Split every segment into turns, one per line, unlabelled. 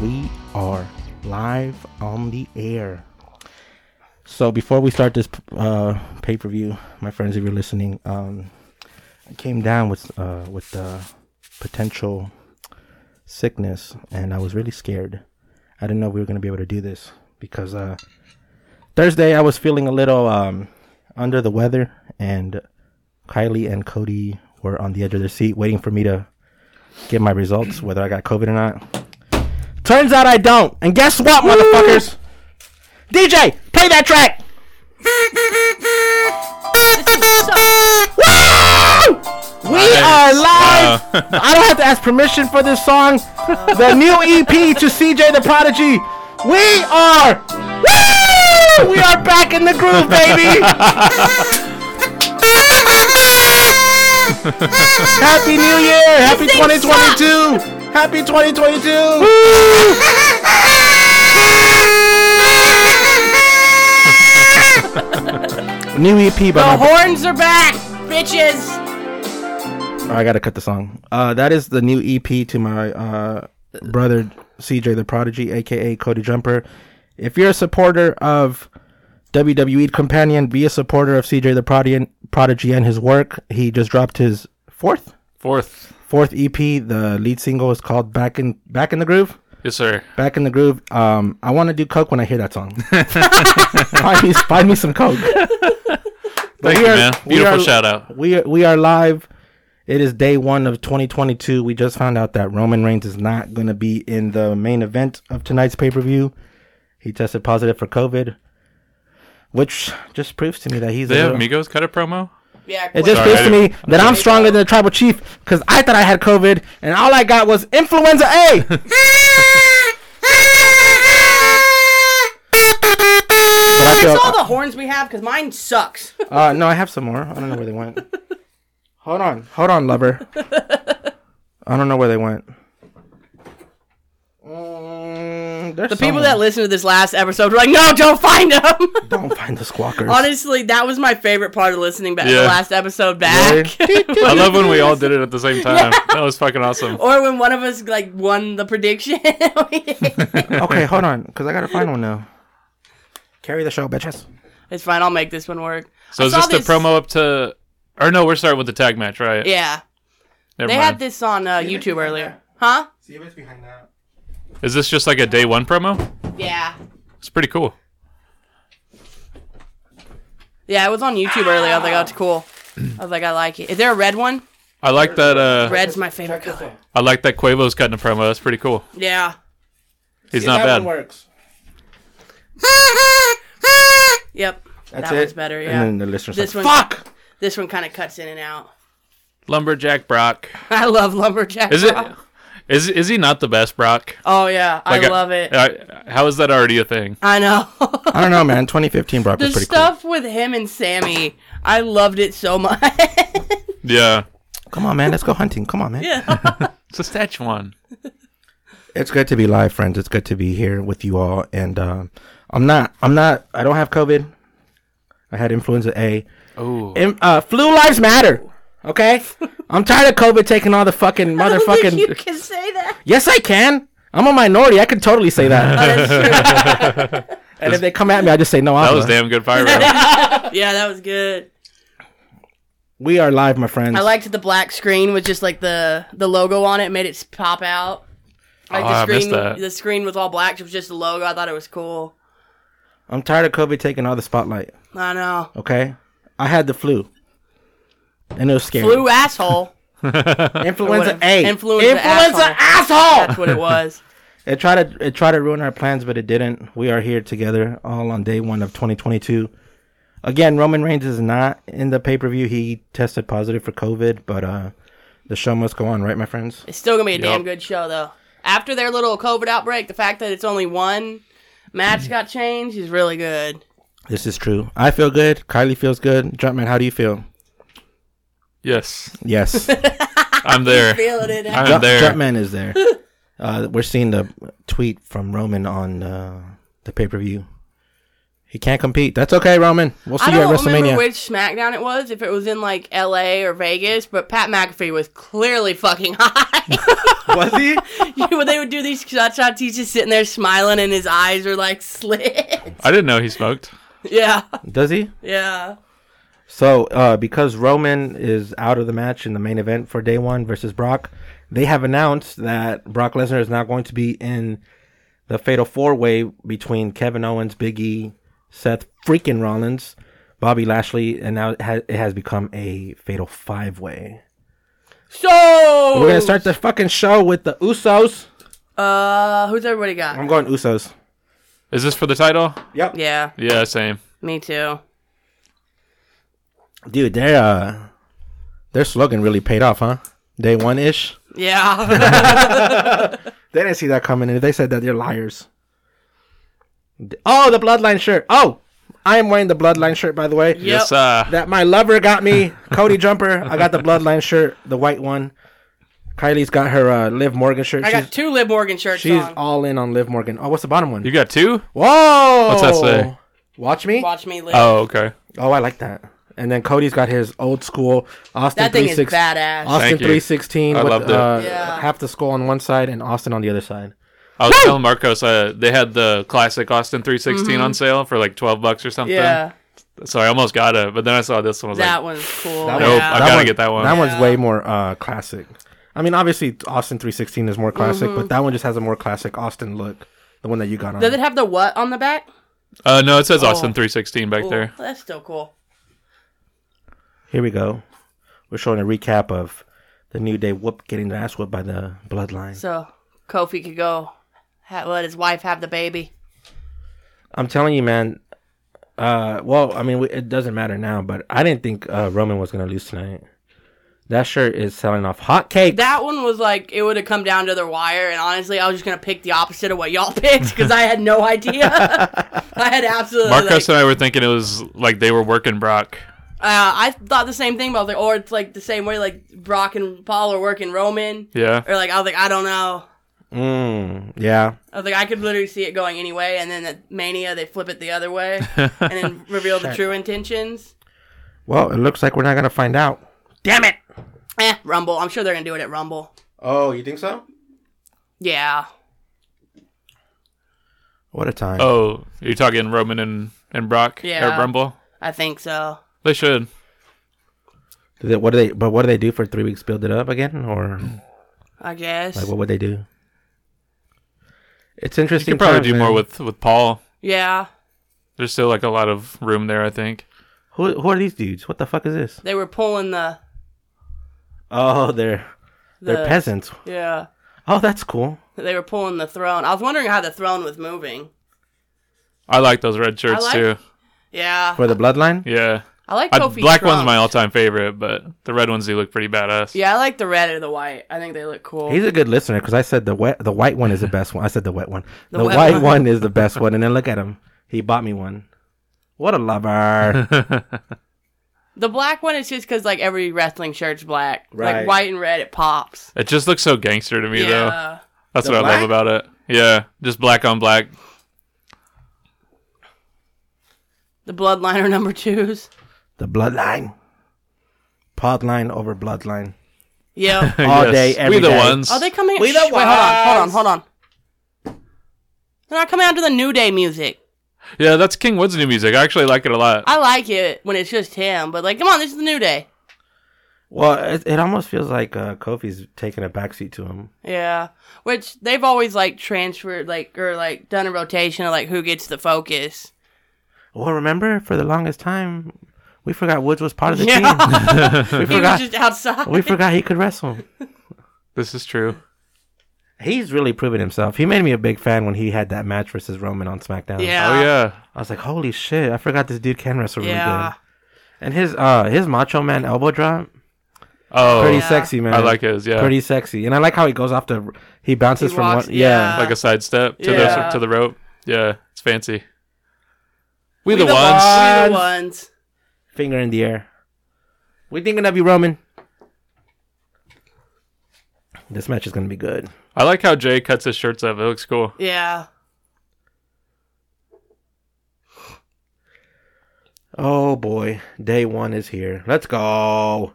we are live on the air. So before we start this uh, pay per view, my friends, if you're listening, um, I came down with uh, with uh, potential sickness, and I was really scared. I didn't know we were going to be able to do this because uh, Thursday I was feeling a little um, under the weather, and Kylie and Cody were on the edge of their seat waiting for me to get my results, whether I got COVID or not. Turns out I don't. And guess what, motherfuckers? DJ, play that track. Woo! We are live. I don't have to ask permission for this song. the new EP to CJ the Prodigy. We are. Woo! We are back in the groove, baby. Happy New Year. Happy 2022. Happy 2022. New EP by my
The horns are back, bitches.
I gotta cut the song. Uh, that is the new EP to my uh, brother CJ the Prodigy, aka Cody Jumper. If you're a supporter of WWE Companion, be a supporter of CJ the Prodigy, Prodigy and his work. He just dropped his fourth
Fourth.
fourth EP. The lead single is called "Back in Back in the Groove."
Yes, sir.
Back in the groove. Um, I want to do coke when I hear that song. find me, find me some coke.
Thank you, man. Beautiful shout out.
We are, we are live. It is day one of 2022. We just found out that Roman Reigns is not going to be in the main event of tonight's pay per view. He tested positive for COVID, which just proves to me that he's.
They
a
have
little-
Migos cut a promo?
Yeah,
it just
Sorry,
proves
I
to me that I'm stronger than the tribal chief because I thought I had COVID and all I got was influenza A. But I feel-
That's all the horns we have because mine sucks.
Uh, no, I have some more. I don't know where they went. hold on, hold on, lover. I don't know where they went. Mm,
The people that listened to this last episode were like, "No, don't find them."
don't find the squawkers.
Honestly, that was my favorite part of listening back
Yeah.
the last episode back,
I love when we all did it at the same time. That was fucking awesome.
or when one of us like won the prediction.
okay, hold on, because I gotta find one now. Carry the show, bitches.
it's fine. I'll make this one work.
So
I
is
saw
this the promo up to? Or no, we're starting with the tag match, right?
Yeah,
Never
they had
mind.
this on uh, YouTube earlier, huh?
See if it's behind that.
Is this just like a day one promo?
Yeah,
It's pretty cool.
yeah. It was on YouTube earlier. I was like, "Oh, it's cool." I was like, "I like it." Is there a red one?
I like that. Uh,
Red's my favorite color.
I like that Quavo's cutting a promo. That's pretty cool.
Yeah.
He's not bad.
works.
Yep.
That's
that
it.
one's better. Yeah.
And then the listeners.
This
This
one-
like, Fuck.
This one kind of cuts in and out.
Lumberjack Brock.
I love lumberjack.
Is it?
Rock.
Is is he not the best Brock?
Oh yeah,
Like,
Uh-huh. I love it.
I- how is that already a thing?
I know.
I don't know, man. 2015 Brock
the
was pretty
stuff with him and Sammy, I loved it so much.
Yeah.
cool. Come on, man. Let's go hunting. Come on, man.
It's a Saskatchewan.
It's good to be live, friends. It's good to be here with you all. And um, I'm not. I'm not. I don't have COVID. I had influenza A.
Oh.
Im- uh, flu lives matter. Okay. I'm tired of COVID taking all the fucking
I don't think you
motherfucking.
can say that.
yes, I can. I'm a minority. I could totally say that.
That's
and if they come at me, I just say no.
That
I'm
was
a-
damn good fire round.
true. yeah, that was good.
We are live, my friends.
I liked the black screen with just like the the logo on it, made it pop out. Like
Oh,
the
I missed
screen,
that.
the screen was all black. It was just the logo. I thought it was cool.
I'm tired of COVID taking all the spotlight.
I know.
Okay. I had the flu. And it was scary.
Blue asshole.
Influenza
Whatever.
A.
Influenza
Influenza asshole.
That's what it was.
It tried to it tried to ruin our plans, but it didn't. We are here together, all on day one of 2022. Again, Roman Reigns is not in the pay per view. He tested positive for COVID, but uh, the show must go on, right, my friends?
It's still gonna be a damn
Yup.
good show though. After their little COVID outbreak, the fact that it's only one match got changed is really good.
This is true. I feel good. Kylie feels good. Jumpman, how do you feel?
Yes.
Yes,
I'm there.
Feeling it.
I'm
Ju-
there.
Jumpman is there. Uh, we're seeing the tweet from Roman on uh, the pay per view. He can't compete. That's okay, Roman. We'll see
I
you at
don't remember
WrestleMania.
which SmackDown it was, if it was in like LA or Vegas, but Pat McAfee was clearly fucking high.
Was he?
You- they would do these shot shots, he's just sitting there smiling, and his eyes are like slit.
I didn't know he smoked.
yeah,
Does he?
yeah.
So, uh, because Roman is out of the match in the main event for day one versus Brock, they have announced that Brock Lesnar is now going to be in the fatal four way between Kevin Owens, Big E, Seth freaking Rollins, Bobby Lashley, and now it has, it has become a fatal five way.
So
We're going to start the fucking show with the Usos.
Uh, who's everybody got?
I'm going Usos.
Is this for the title?
Yep.
yeah,
Yeah, same.
me too.
Dude, their, uh, their slogan really paid off, huh? Day one ish.
Yeah,
They didn't see that coming, and if they said that, they're liars. D- Oh, the Bloodline shirt. Oh, I am wearing the Bloodline shirt, by the way.
Yep.
Yes, uh,
That my lover got me, Cody Jumper. I got the Bloodline shirt, the white one. Kylie's got her uh, Liv Morgan shirt.
I
she's
got two Liv Morgan shirts
she's
on.
all in on Liv Morgan. Oh, what's the bottom one?
you got two?
Whoa!
What's that say?
Watch me.
Watch me live.
Oh, okay.
Oh, I like that. And then Cody's got his old school Austin
that thing is
360
badass.
Austin
Thank you.
three sixteen
I
with
loved it.
uh,
Yeah.
half the skull on one side and Austin on the other side.
I was telling Marcos uh, they had the classic Austin 316 on sale for like 12 bucks or something.
Mm-hmm. yeah,
So I almost got it, but then I saw this one. I was
that
like,
one's cool.
That
Nope,
yeah.
I gotta get that one.
That
Yeah.
one's way more uh, classic. I mean, obviously Austin 316 is more classic, but that one just has a more classic Austin look. The one that you got on.
Does it have Mm-hmm. the what on the back?
uh, no, it says
Oh.
Austin 316 back
Cool.
there.
That's still cool.
Here we go. We're showing a recap of the New Day whoop getting their ass whooped by the Bloodline.
So Kofi could go ha- let his wife have the baby.
I'm telling you, man. Uh, well, I mean, we- it doesn't matter now, but I didn't think uh, Roman was gonna lose tonight. That shirt is selling off hotcakes.
That one was like it would have come down to the wire, and honestly, I was just gonna pick the opposite of what y'all picked because I had no idea. I had absolutely.
Marcos
like-
and I were thinking it was like they were working Brock.
uh, I thought the same thing, but I was like, or it's like the same way like Brock and Paul are working Roman,
Yeah.
or like I was like, I don't know.
Mm, yeah,
I was like, I could literally see it going anyway, and then at Mania they flip it the other way and then reveal the true intentions.
Well, it looks like we're not gonna find out.
Damn it! Eh, Rumble. I'm sure they're gonna do it at Rumble.
Oh, you think so?
Yeah.
What a time!
Oh, you're talking Roman and, and Brock
Yeah.
or Rumble?
I think so.
They should.
Did they- what do they? But what do they do for three weeks? Build it up again, or
I guess.
like what would they do? It's interesting.
You could probably
times,
do
man.
more with, with Paul.
yeah.
There's still like a lot of room there, I think.
who? Who are these dudes? What the fuck is this?
They were pulling the
Oh, they're
the
they're peasants.
Yeah.
Oh, that's cool.
They were pulling the throne. I was wondering how the throne was moving.
I like those red shirts
like-
too.
Yeah.
For the bloodline.
Yeah.
I like
I,
Kofi.
black one's
Trump.
my all time favorite, but the red ones do look pretty badass.
Yeah, I like the red or the white. I think they look cool.
He's a good listener because I said the wet, the white one is the best one. I said the wet one. The,
wet
white
one.
one. is the best one. And then look at him. He bought me one. What a lover.
the black one is just because like every wrestling shirt's black. Like
Right.
white and red, it pops.
It just looks so gangster to me though.
yeah.
That's
The
what I love
black?
about it. Yeah, just black on black.
The bloodline are number twos.
the bloodline. Podline over bloodline.
Yeah.
All day, every
we the
day.
ones.
Are they coming?
We
Shh,
the
wait, hold on, hold on,
ones.
hold on. They're not coming out to the New Day music.
yeah, that's King Wood's new music. I actually like it a lot.
I like it when it's just him, but like, come on, this is the New Day.
Well, it, it almost feels like uh, Kofi's taking a backseat to him.
Yeah, which they've always like transferred, like or like done a rotation of like who gets the focus.
Well, remember for the longest time, we forgot Woods was part of the
Yeah,
team. We
he was
forgot.
just outside.
we forgot he could wrestle.
this is true.
He's really proven himself. He made me a big fan when he had that match versus Roman on SmackDown.
Yeah.
Oh yeah.
I was like, holy shit! I forgot this dude can wrestle really
Yeah.
good. And his uh his Macho Man elbow drop,
Oh,
pretty
Yeah.
sexy man.
I like his. Yeah,
Pretty sexy, and I like how he goes off the he bounces
He
from
walks-
one. Yeah.
like a side step to
Yeah.
the to the rope. Yeah, it's fancy. We,
We
the, ones.
We the
ones.
ones.
finger in the air. We thinking of you, Roman. This match is gonna be good.
I like how Jay cuts his shirts up. It looks cool.
Yeah,
Oh boy, day one is here. Let's go.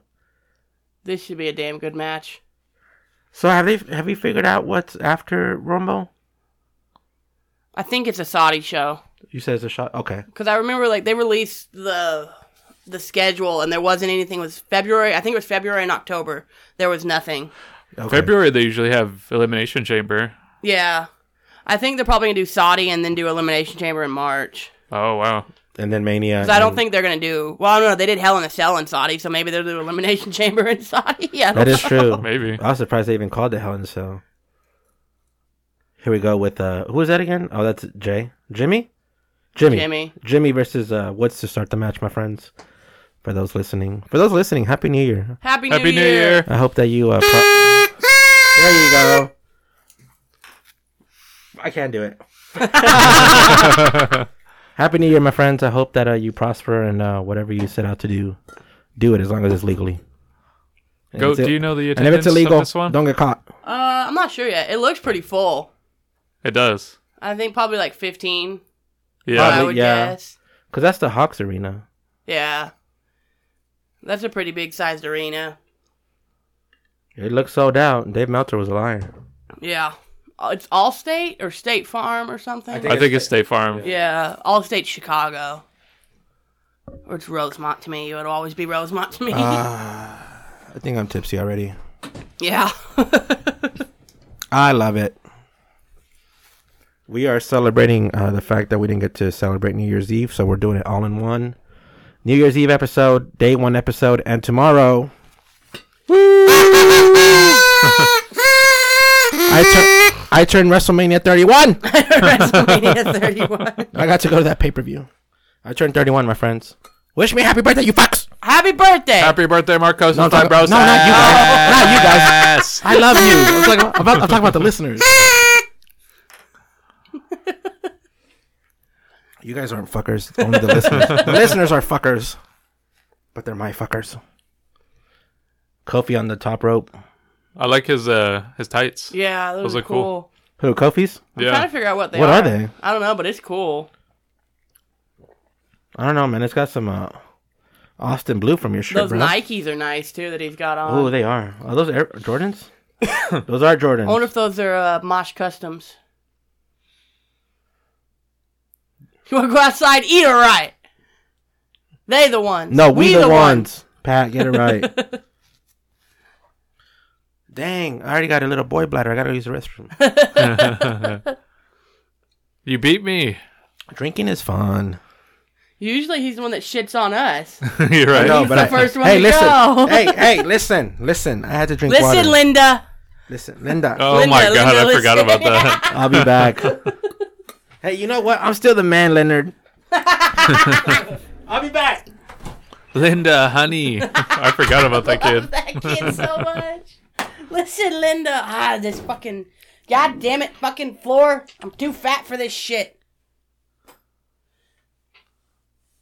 this should be a damn good match.
So have they? Have we figured out what's after Rumble?
I think it's a Saudi show
You said it's a shot. Okay.
because I remember like they released the the schedule and there wasn't anything. It was February? I think it was February and October. There was nothing.
okay.
February they usually have Elimination Chamber.
Yeah, I think they're probably gonna do Saudi and then do Elimination Chamber in March.
Oh wow.
and then Mania.
'Cause I don't
and-
think they're gonna do. Well, I don't know. They did Hell in a Cell in Saudi, so maybe they'll do Elimination Chamber in Saudi. Yeah,
that is true.
Maybe.
I was surprised they even called it Hell in a Cell. Here we go with uh, who was that again? Oh, that's Jay, Jimmy, Jimmy,
Jimmy.
Jimmy versus uh, Woods to start the match, my friends. For those listening, for those listening, Happy New Year.
Happy New
Happy New
Year.
Year.
I hope that you. Uh, pro- there you go. I can't do it. Happy New Year, my friends. I hope that uh, you prosper and uh, whatever you set out to do, do it as long as it's legally. And
Go.
it's-
Do you know the
And if
attendance
it's illegal,
of this one?
don't get caught.
Uh, I'm not sure yet. It looks pretty full.
It does.
I think probably like 15. I
Yeah.
Probably.
would
yeah.
guess.
Because that's the Hawks arena.
Yeah. That's a pretty big sized arena.
It looks sold out. Dave Meltzer was a liar.
Yeah. Uh, It's Allstate or State Farm or something.
I
I think it's State Farm.
yeah, Allstate Chicago. Or it's Rosemont to me. It would always be Rosemont to me.
Ah. I think I'm tipsy already.
yeah.
I love it. We are celebrating uh, the fact that we didn't get to celebrate New Year's Eve, so we're doing it all in one. New Year's Eve episode, day one episode, and tomorrow. I, tur- I turned WrestleMania 31.
WrestleMania 31.
I got to go to that pay per view. I turned 31, my friends. Wish me happy birthday, you fucks!
Happy birthday.
Happy birthday, Marcos and
talk-
Fibrosis.
no, not you guys. Not you guys.
Yes.
I love you. I'm talking about, about- I'm talking about the listeners. you guys aren't fuckers. Only the listeners. The listeners are fuckers, but they're my fuckers. Kofi on the top rope.
I like his uh his tights.
Yeah, those,
Those
are
look
cool.
cool.
Who? Kofi's?
I'm trying
Yeah.
to figure out what they
What
are.
are they?
I don't know, but it's cool.
I don't know, man. It's got some uh, Austin blue from your shirt,
Those
bro.
Nikes are nice too that he's got on.
Oh, they are. Are those Air- Jordans? those are Jordans.
I wonder if those are uh, Mosh Customs. You want to go outside, eat or right? They the ones.
No, we, the, ones. Pat, get it right. Dang, I already got a little boy bladder. I gotta use the restroom.
You beat me.
Drinking is fun.
Usually he's the one that shits on us.
You're right.
No,
the first one
hey,
to
listen.
go.
hey, hey, listen, listen. I had to drink water.
Listen, Linda.
listen, Linda.
Oh
Linda,
my god,
Linda,
I forgot
listen.
about that.
I'll be back. hey, you know what? I'm still the man, Leonard. I'll be back.
Linda, honey. I forgot about that
Love
kid.
that kid so much. Listen, Linda. Ah, this fucking. God damn it, fucking floor. I'm too fat for this shit.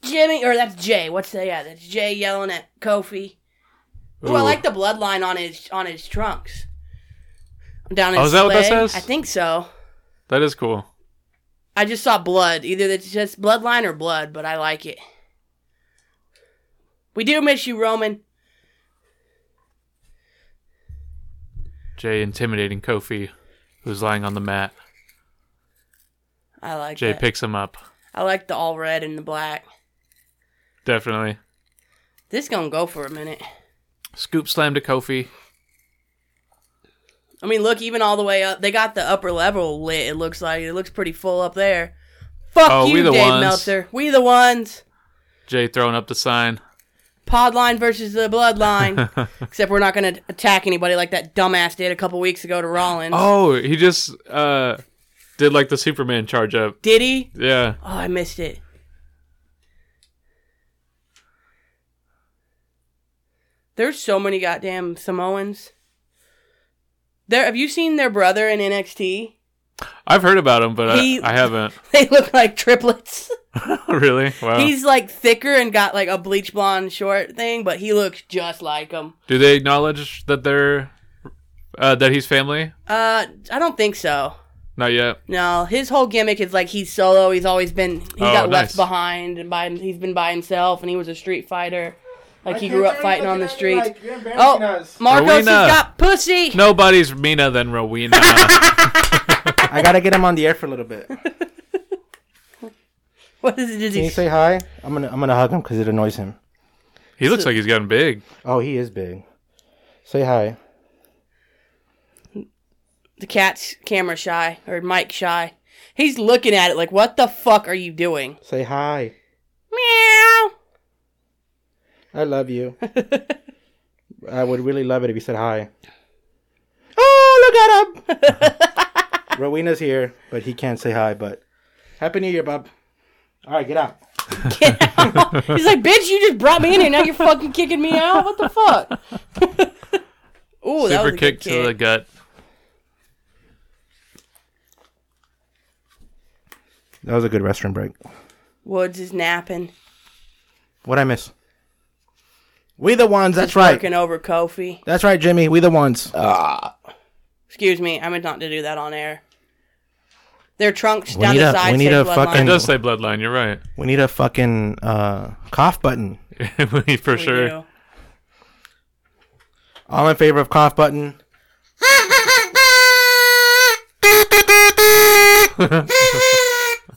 Jimmy, or that's Jay. What's the, yeah, that's Jay yelling at Kofi. Ooh, I
Ooh.
like the bloodline on his on his trunks. Down his
Oh, is that what that
leg.
says?
I think so.
That is cool.
I just saw blood. Either it's just bloodline or blood, but I like it. We do miss you, Roman.
Jay intimidating Kofi, who's lying on the mat.
I like
Jay
that.
picks him up.
I like the all red and the black.
Definitely.
This gonna go for a minute.
Scoop slam to Kofi.
I mean, look, even all the way up, they got the upper level lit. It looks like it looks pretty full up there. Fuck
Oh,
you,
we the
Dave
ones.
Meltzer. We the ones.
Jay throwing up the sign.
Podline versus the Bloodline. Except we're not going to attack anybody like that dumbass did a couple weeks ago to Rollins.
Oh, he just uh did like the Superman charge up.
Did he?
Yeah.
Oh, I missed it. There's so many goddamn Samoans. There, have you seen their brother in NXT?
I've heard about him, but
He-
I, I haven't.
They look like triplets.
really? Wow.
He's like thicker and got like a bleach blonde short thing, but he looks just like him.
Do they acknowledge that they're uh, that he's family?
Uh, I don't think so.
Not yet.
No, his whole gimmick is like he's solo. He's always been he
Oh,
got left
nice.
behind and by he's been by himself, and he was a street fighter. Like he grew up fighting on the streets.
you're
oh,
embarrassing us.
Marcos has
Rowena.
got pussy.
Nobody's meaner than Rowena.
I gotta get him on the air for a little bit. Can
What is it? Did he
you say hi? I'm gonna I'm gonna hug him because it annoys him.
he looks like he's gotten big.
Oh, he is big. Say hi.
the cat's camera shy or Mike shy. He's looking at it like, what the fuck are you doing?
Say hi.
Meow.
I love you. I would really love it if you said hi.
Oh, look at him.
Rowena's here, but he can't say hi. But happy New Year, Bob. All right, get out.
Get out. He's like, bitch, you just brought me in here. Now you're fucking kicking me out. What the fuck? Ooh, that was
Super
a good
kick to
kick.
the gut.
That was a good restroom break.
Woods is napping,
What I miss? We the ones. That's right.
looking over Kofi.
That's right, Jimmy. We the ones.
Excuse me, I meant not to do that on air. Their trunks
We
down
need
the
a-
side.
we need
say
a
bloodline.
fucking-
It does say bloodline. You're right.
we need a fucking uh, cough button.
For
We
sure.
do.
All in favor of cough button?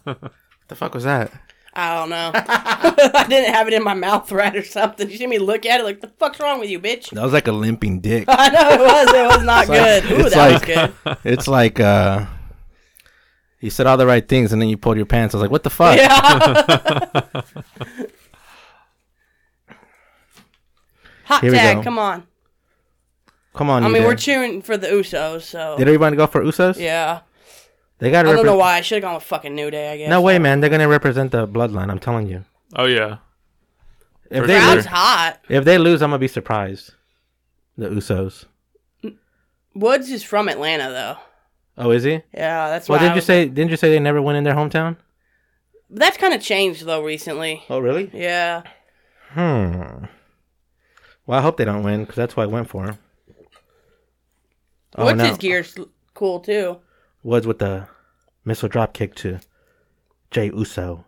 the fuck was that?
I don't know. I didn't have it in my mouth right or something. You see me look at it like the fuck's wrong with you, bitch.
That was like a limping dick.
I know it was. It was not
like-
good. Ooh,
it's
that
like-
was good.
it's like uh, you said all the right things and then you pulled your pants. I was like, what the fuck?
Yeah. Hot
Here we
tag,
go.
come on.
Come on,
I
you
mean, we're
there.
cheering for the Usos, so
Did everybody go for Usos?
yeah.
They got to
I don't know
represent.
why. I should have gone with fucking New Day. I guess.
No way, man. They're gonna represent the bloodline. I'm telling you.
Oh yeah.
If
For
they
sure.
Crowd's
lose,
hot.
if they lose, I'm gonna be surprised. The Usos.
Woods is from Atlanta, though.
Oh, is he?
Yeah, that's
Well,
why.
didn't
I
you
was-
say? Didn't you say they never win in their hometown?
that's kind of changed though recently?
Oh, really?
Yeah.
Hmm. Well, I hope they don't win because that's why I went for him. Oh,
Woods' gear's l- cool too.
Woods with the missile drop kick to Jay Uso.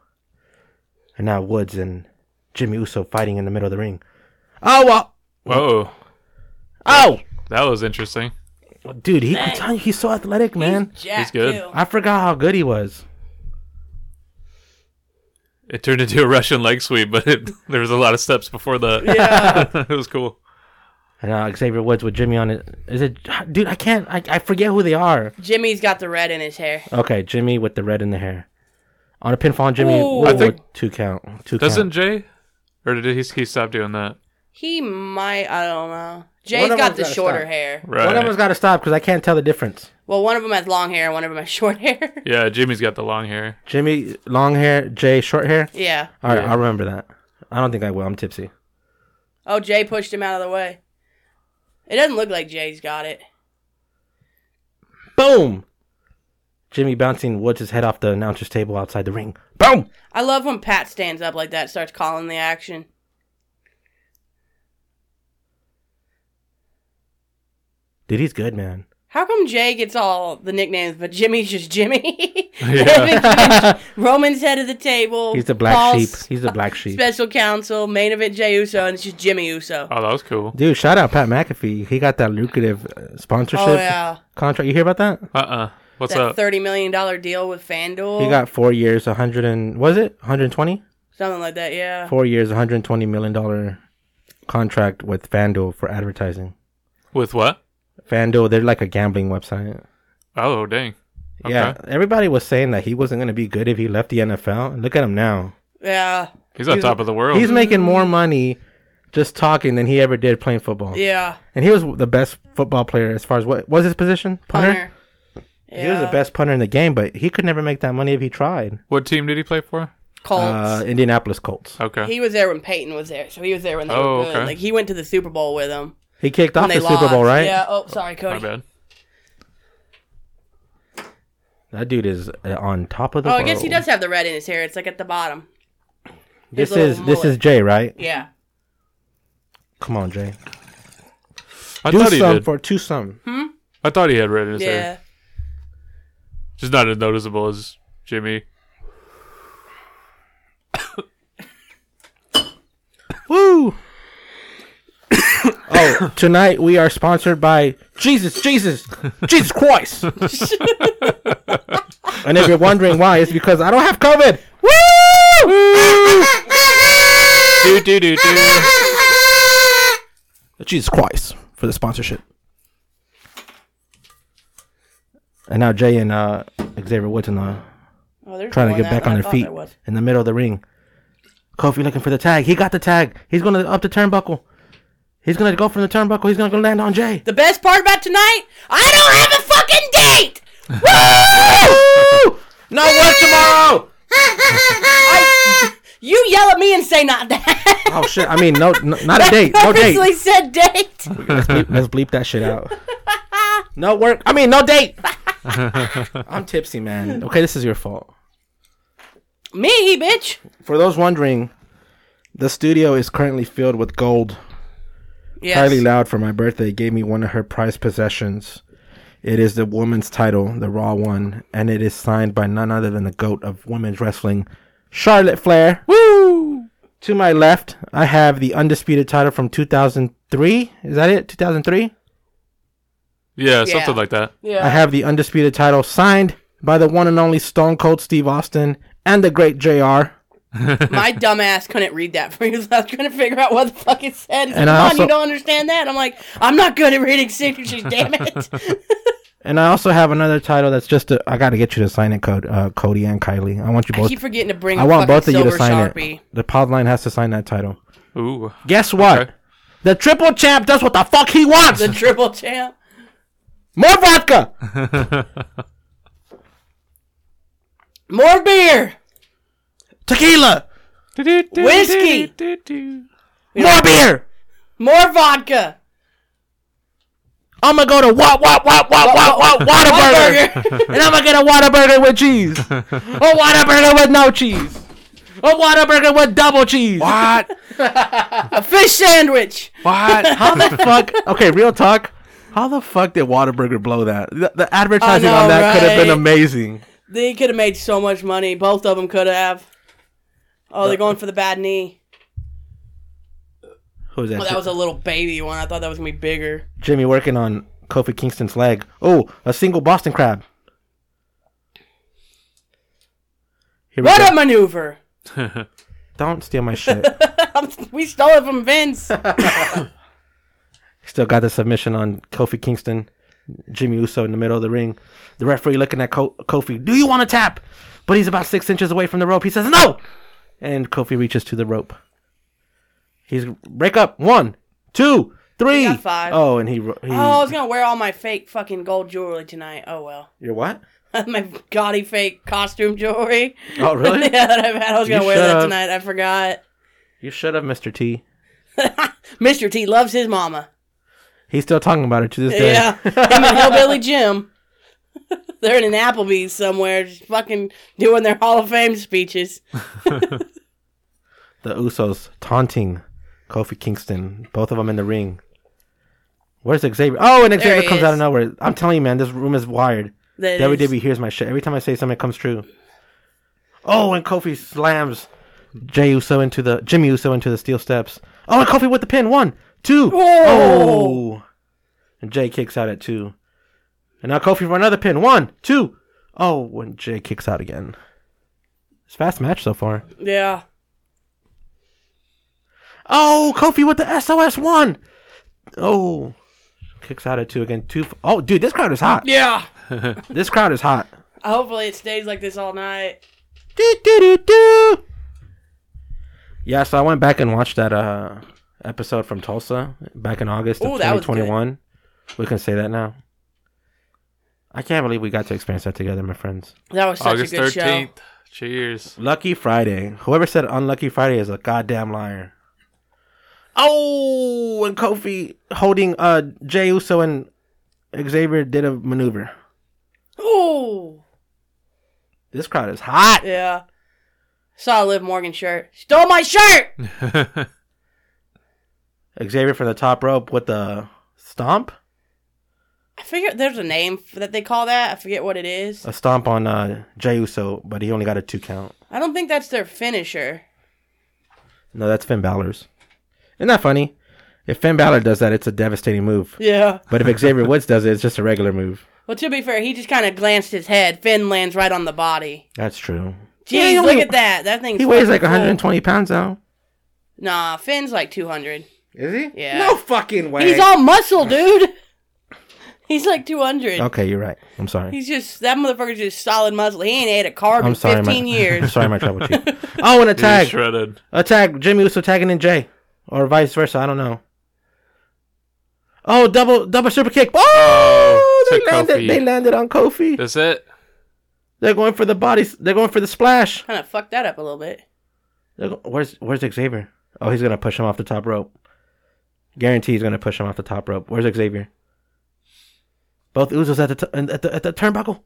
And now Woods and Jimmy Uso fighting in the middle of the ring. Oh, well.
Whoa.
Oh!
That was interesting.
Dude, he, I'm telling you, he's so athletic, man.
Jack
He's good.
too.
I forgot how good he was.
It turned into a Russian leg sweep, but it, there was a lot of steps before that.
Yeah.
it was cool.
And now Xavier Woods with Jimmy on it. Is it. Dude, I can't. I, I forget who they are.
Jimmy's got the red in his hair.
Okay, Jimmy with the red in the hair. On a pinfall on Jimmy.
Ooh.
Woods
I think-
with two count. Two
Doesn't
count.
Jay? Or did he, he stop doing that?
He might. I don't know. Jay's
One of
got
them's
the
gotta
shorter
stop.
hair.
Right.
One of them's got to stop because I can't tell the difference.
Well, one of them has long hair, and one of them has short hair.
yeah, Jimmy's got the long hair.
Jimmy, long hair. Jay, short hair.
yeah.
All right,
Yeah.
I'll remember that. I don't think I will. I'm tipsy.
Oh, Jay pushed him out of the way. It doesn't look like Jay's got it.
Boom! Jimmy bouncing Woods' his head off the announcer's table outside the ring. Boom!
I love when Pat stands up like that, starts calling the action.
Dude, he's good, man.
How come Jay gets all the nicknames, but Jimmy's just Jimmy?
Yeah.
Roman's head of the table.
He's the black
Paul's
sheep. He's the black sheep.
Special counsel, main event Jay Uso, and it's just Jimmy Uso.
Oh, that was cool.
Dude, shout out Pat McAfee. He got that lucrative uh, sponsorship
Oh, yeah.
contract. You hear about that?
Uh uh-uh. uh. What's
that
up?
thirty million dollar deal with FanDuel.
He got four years, 100 and was it 120?
something like that. Yeah,
Four years, 120 million dollar contract with FanDuel for advertising.
With what?
FanDuel, they're like a gambling website.
Oh, dang.
Yeah, everybody was saying that he wasn't going to be good if he left the NFL. And look at him now.
yeah,
He's on
He's-
top of the world.
He's making more money just talking than he ever did playing football.
yeah.
And he was the best football player as far as what was his position?
Punter.
He was the best punter in the game, but he could never make that money if he tried.
What team did he play for?
Colts.
Uh, Indianapolis Colts.
Okay.
he was there when Peyton was there, so he was there when they
Oh,
were good.
okay.
Like he went to the Super Bowl with them
He kicked
when
off
they
the
lost.
Super Bowl, right?
Yeah. Oh, sorry,
My
Cody.
bad.
That dude is uh, on top of the
Oh, I guess he
world.
does have the red in his hair. It's like at the bottom. his
This
little
is this
mullet.
is Jay, right?
Yeah.
Come on, Jay.
I
Do
thought he
some
did.
for two some.
I thought he had red in his
Yeah.
hair. Just not as noticeable as Jimmy.
Woo! Oh, tonight we are sponsored by Jesus, Jesus, Jesus Christ. and if you're wondering why, it's because I don't have COVID. Woo!
do do do do.
Jesus Christ for the sponsorship. And now Jay and uh, Xavier Woods in the
Oh, they're
trying to
doing
get
that.
back on
I
their
thought
feet
that was-
in the middle of the ring. Kofi looking for the tag. He got the tag. He's gonna up the turnbuckle. He's gonna go from the turnbuckle. He's gonna go land on Jay.
The best part about tonight, I don't have a fucking date.
Woo! No work tomorrow.
I- you yell at me and say not that.
Oh shit! I mean, no, no not a date. No date.
Purposely said date.
Let's bleep, let's bleep that shit out. No work. I mean, no date. I'm tipsy, man. Okay, this is your fault.
me, bitch.
For those wondering, the studio is currently filled with gold.
Yes.
Kylie Loud for my birthday gave me one of her prized possessions. It is the woman's title, the Raw one, and it is signed by none other than the goat of women's wrestling, Charlotte Flair. Woo! To my left, I have the undisputed title from 2003. Is that it? 2003?
Yeah,
Yeah.
something like that.
yeah.
I have the undisputed title signed by the one and only Stone Cold Steve Austin and the great JR.
My dumbass couldn't read that for you. I was trying to figure out what the fuck it said. He's
And
like,
I
Mom,
also-
you don't understand that. I'm like, I'm not good at reading signatures. damn it.
And I also have another title that's just a, I got to get you to sign it, Code, uh, Cody and Kylie. I want you
I
both.
keep forgetting to bring.
I
a
want
fucking
both of you to
silver
sign
Sharpie.
it. The pod line has to sign that title.
Ooh.
Guess what?
Okay.
The triple champ does what the fuck he wants.
The triple champ.
More vodka.
More beer.
Tequila.
Whiskey.
More beer.
More vodka.
I'm gonna go to Wat Wat Wat Wat Wat Wat Whataburger,
Whataburger.
and I'm gonna get a Whataburger with cheese, a Whataburger with no cheese, a Whataburger with double cheese.
What?
A fish sandwich.
What?
How the fuck? Okay, real talk. How the fuck did Whataburger blow that? The, the advertising
I know,
on that could have been
right?
amazing.
They could have made so much money. Both of them could have. Oh, they're going for the bad knee.
Who's that?
Oh, that was a little baby one. I thought that was gonna be bigger.
Jimmy working on Kofi Kingston's leg. Oh, a single Boston crab. Here we
What
go.
a maneuver!
Don't steal my shit.
we stole it from Vince.
Still got the submission on Kofi Kingston, Jimmy Uso in the middle of the ring. The referee looking at Ko- Kofi. Do you want to tap? But he's about six inches away from the rope. He says no, and Kofi reaches to the rope. He's break up one, two, three.
got five.
Oh, and he. ro- he
oh, I was gonna wear all my fake fucking gold jewelry tonight. Oh well,
You're what?
my gaudy fake costume jewelry.
Oh, really?
yeah, that I've had. I was
You
gonna wear that
should've.
tonight. I forgot.
You should have, Mister T.
Mr. T loves his mama.
He's still talking about it to this day.
Yeah, him and Hillbilly Jim. They're in an Applebee's somewhere, just fucking doing their Hall of Fame speeches.
the Usos taunting Kofi Kingston, both of them in the ring. Where's Xavier? Oh, and Xavier
he
comes out of
is.
nowhere. I'm telling you, man, this room is wired.
That is-
WWE hears my shit. Every time I say something, it comes true. Oh, and Kofi slams Jay Uso into the Jimmy Uso into the steel steps. Oh, and Kofi with the pin. One, two.
Whoa.
Oh, and Jay kicks out at two. And now Kofi for another pin. One, two. Oh, and Jay kicks out again. It's a fast match so far.
Yeah.
Oh, Kofi with the SOS one. Oh, kicks out at two again. Two. f- Oh, dude, this crowd is hot.
Yeah.
This crowd is hot.
Hopefully it stays like this all night.
Do, do, do, do. Yeah, so I went back and watched that uh episode from Tulsa back in August
Ooh,
of
that was good.
2021. We can say that now. I can't believe we got to experience that together, my friends.
That was such
August
a good show.
13th. Cheers.
Lucky Friday. Whoever said Unlucky Friday is a goddamn liar. Oh, and Kofi holding uh Jey Uso and Xavier did a maneuver.
Ooh.
This crowd is hot.
Yeah. Saw a Liv Morgan shirt. Stole my shirt!
Xavier from the top rope with the stomp,
I figure there's a name f- that they call that. I forget what it is.
a stomp on uh Jey Uso, but he only got a two count.
I don't think that's their finisher.
No, that's Finn Balor's. Isn't that funny? If Finn Balor does that, it's a devastating move.
Yeah.
But if Xavier Woods does it, it's just a regular move.
Well, to be fair, he just kind of glanced his head. Finn lands right on the body.
That's true. Yeah,
Jeez,
he
look
only-
at that. That thing's
He weighs like
fucking full.
120 pounds now.
Nah, Finn's like 200.
Is he?
Yeah.
No fucking way.
He's all muscle, dude. He's like 200.
okay, you're right. I'm sorry.
He's just that motherfucker's just solid muscle. He ain't ate a carb
I'm
in
sorry.
15
my, I'm
years.
sorry, my trouble chief. Oh, and a
He was
tag.
shredded.
A tag. Jimmy Uso tagging in Jay, or vice versa. I don't know. Oh, double double super kick. Oh,
Oh,
they
to
landed.
Kofi.
They landed on Kofi.
That's it.
They're going for the bodies. They're going for the splash.
kind of fucked that up a little bit.
They're go- Where's Where's Xavier? Oh, he's gonna push him off the top rope. Guarantee he's gonna push him off the top rope. Where's Xavier? Both Usos at the t- and at the at the turnbuckle.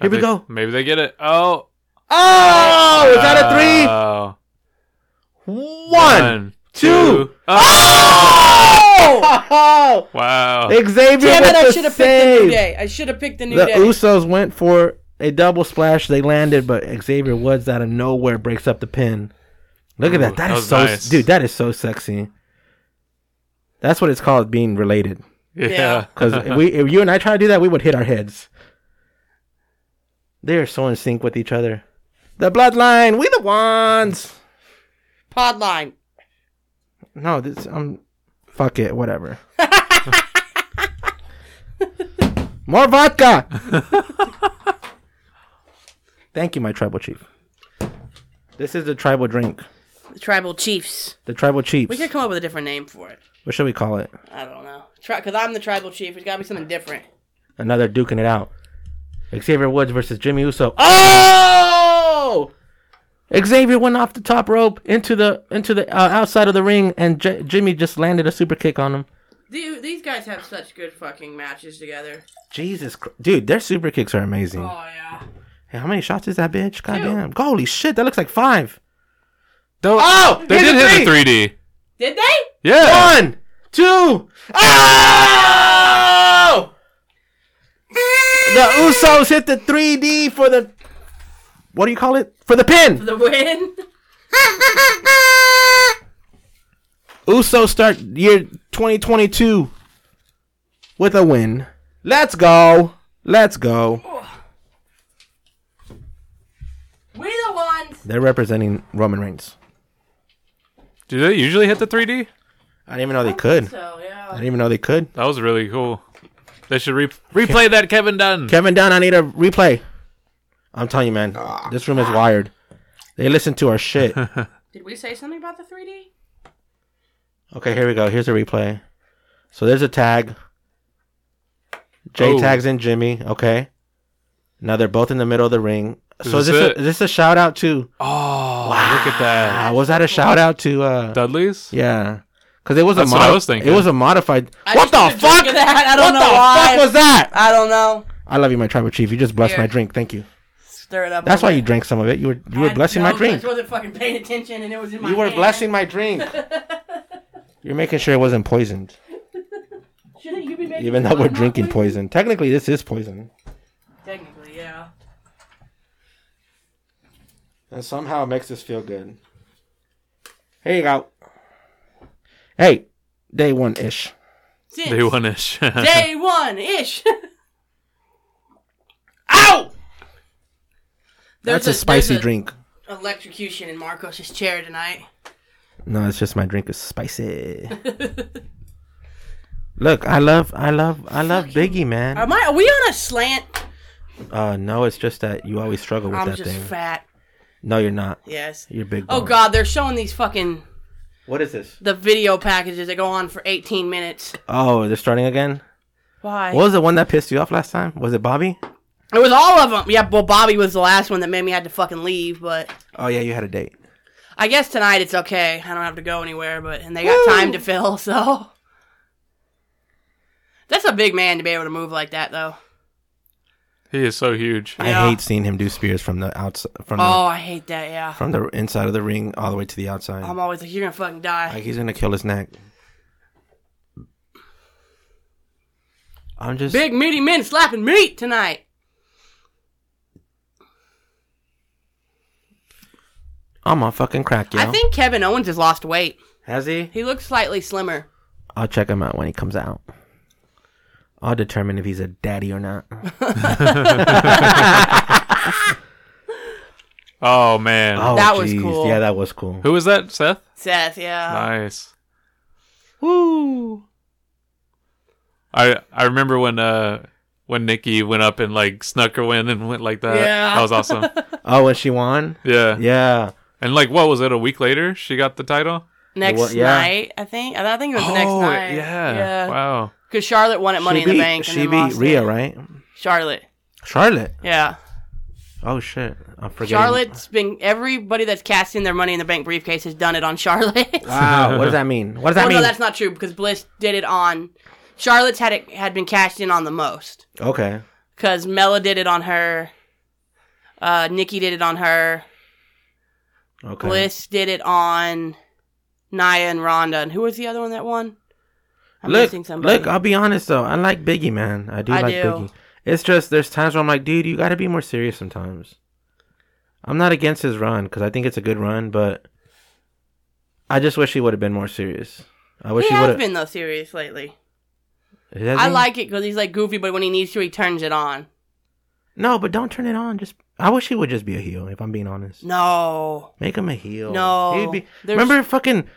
Here we
They-
go.
Maybe they get it. Oh,
Oh, is that a three?
Oh.
One,
One,
two.
two. Oh!
Oh!
Wow.
Xavier
Damn
with
it! I
the
should have picked the
save.
new day. I should have picked the new
the
day.
Usos went for a double splash. They landed, but Xavier Woods out of nowhere breaks up the pin. Look at that.
Ooh,
That
that
is
was
so
nice.
dude. That is so sexy. That's what it's called being related.
yeah.
Because if we, if you and I try to do that, we would hit our heads. They are so in sync with each other. The bloodline, we the ones.
Pod line.
No, this I'm. Fuck it, whatever. More vodka. Thank you, my tribal chief. This is the tribal drink.
The tribal chiefs.
The tribal chiefs.
We could come up with a different name for it.
What should we call it?
I don't know. Try because I'm the tribal chief. It's got to be something different.
Another duking it out. Xavier Woods versus Jimmy Uso. Oh! Xavier went off the top rope into the into the uh, outside of the ring, and J- Jimmy just landed a super kick on him.
Dude, these guys have such good fucking matches together.
Jesus, Christ. dude, their super kicks are amazing.
Oh yeah.
Hey, how many shots is that bitch? Goddamn. Holy shit, that looks like five. Oh, Don't,
They did hit the 3D.
Did they?
Yeah.
One, two. Oh! The Usos hit the 3D for the. What do you call it? For the pin.
The win.
Usos start year 2022 with a win. Let's go. Let's go.
we the ones.
They're representing Roman Reigns.
Do they usually hit the 3D?
I didn't even know they could. I
So yeah.
didn't even know they could.
That was really cool. They should re- replay that Kevin Dunn.
Kevin Dunn, I need a replay. I'm telling you, man,
Ah.
this room is wired. They listen to our shit.
Did we say something about the 3D?
okay, here we go. Here's a replay. So there's a tag. Jay
Oh.
tags in Jimmy. Okay. Now they're both in the middle of the ring. so is this,
Is this
a,
it?
is this a shout out to?
oh, look at that.
Uh, was that a shout out to? uh
Dudley's?
Yeah, because it was
That's
a.
what I was thinking.
It was a modified.
I
what
just
the
took a
fuck?
drink of that. I
What
don't
the
know why.
fuck was that?
I don't know.
I love you, my tribal chief. You just blessed
Here.
my drink. Thank you.
Stir it up.
That's
a
why
bit.
you drank some of it. You were you were
I
blessing my
don't- I
drink.
just wasn't fucking paying attention, and it was in my.
You were
hand.
blessing my drink. You're making sure it wasn't poisoned,
Shouldn't you be making
even though
fun
we're
of my
drinking
drink?
poison. Technically, this is poison.
Technically, yeah.
And somehow it makes us feel good. Here you go. Hey, day one ish.
Since
They won ish.
Day one ish.
Ow!
There's
That's a, spicy
there's a
drink.
Electrocution in Marcos's chair tonight.
No, it's just my drink is spicy. Look, I love, I love, I love Biggie, man.
Am I? Are we on a slant?
Uh, no, it's just that you always struggle with
I'm
that
just
thing.
fat.
No, you're not.
Yes.
You're big.
Oh
boned.
God, they're showing these fucking
What is this?
the video packages that go on for 18 minutes.
Oh, they're starting again.
Why?
What was the one that pissed you off last time? Was it Bobby?
It was all of them. Yeah. Well, Bobby was the last one that made me had to fucking leave, but.
Oh yeah, you had a date.
I guess tonight it's okay. I don't have to go anywhere, but and they got time to fill, so that's a big man to be able to move like that, though.
he is so huge.
I
Yeah.
hate seeing him do spears from the outside, from
Oh, I hate that. Yeah,
the, from the inside of the ring all the way to the outside.
I'm always like, you're gonna fucking die.
like he's gonna kill his neck. I'm just
Big meaty men slapping meat tonight.
I'm on fucking crack, yo.
I think Kevin Owens has lost weight.
Has he?
He looks slightly slimmer.
I'll check him out when he comes out. I'll determine if he's a daddy or not.
Oh man.
Oh,
That was
jeez.
cool.
Yeah, that was cool.
Who was that? Seth?
Seth, yeah.
Nice.
Woo.
I I remember when uh when Nikki went up and like snuck her in and went like that.
Yeah.
That was awesome.
Oh, when she won?
Yeah.
Yeah.
And like what was it, a week later she got the title?
Next
Well, yeah.
night, I think. I think it was the next
Oh,
night.
Yeah. Wow.
Because Charlotte won at Money
she
in
beat,
the Bank. and
She
then
beat
lost
Rhea,
it.
right?
Charlotte.
Charlotte.
Yeah.
Oh shit. I'm forgetting.
Charlotte's been everybody that's casting their Money in the Bank briefcase has done it on Charlotte.
Wow. what does that mean? What does that
well,
mean?
no, that's not true because Bliss did it on. Charlotte's had it had been cashed in on the most
okay.
because Mela did it on her, uh, Nikki did it on her,
Okay.
Bliss did it on Naya and Rhonda, and who was the other one that won? I'm
look,
missing somebody.
look. I'll be honest though. I like Biggie, man. I do
I
like
do.
Biggie. It's just there's times where I'm like, dude, you got to be more serious sometimes. I'm not against his run because I think it's a good run, but I just wish he would have been more serious. I wish
he
he,
has
would
been though serious lately.
have.
I like it because he's like goofy, but when he needs to, he turns it on.
No, but don't turn it on. Just I wish he would just be a heel. If I'm being honest,
No,
make him a heel.
No.
he'd be.
There's-
Remember fucking.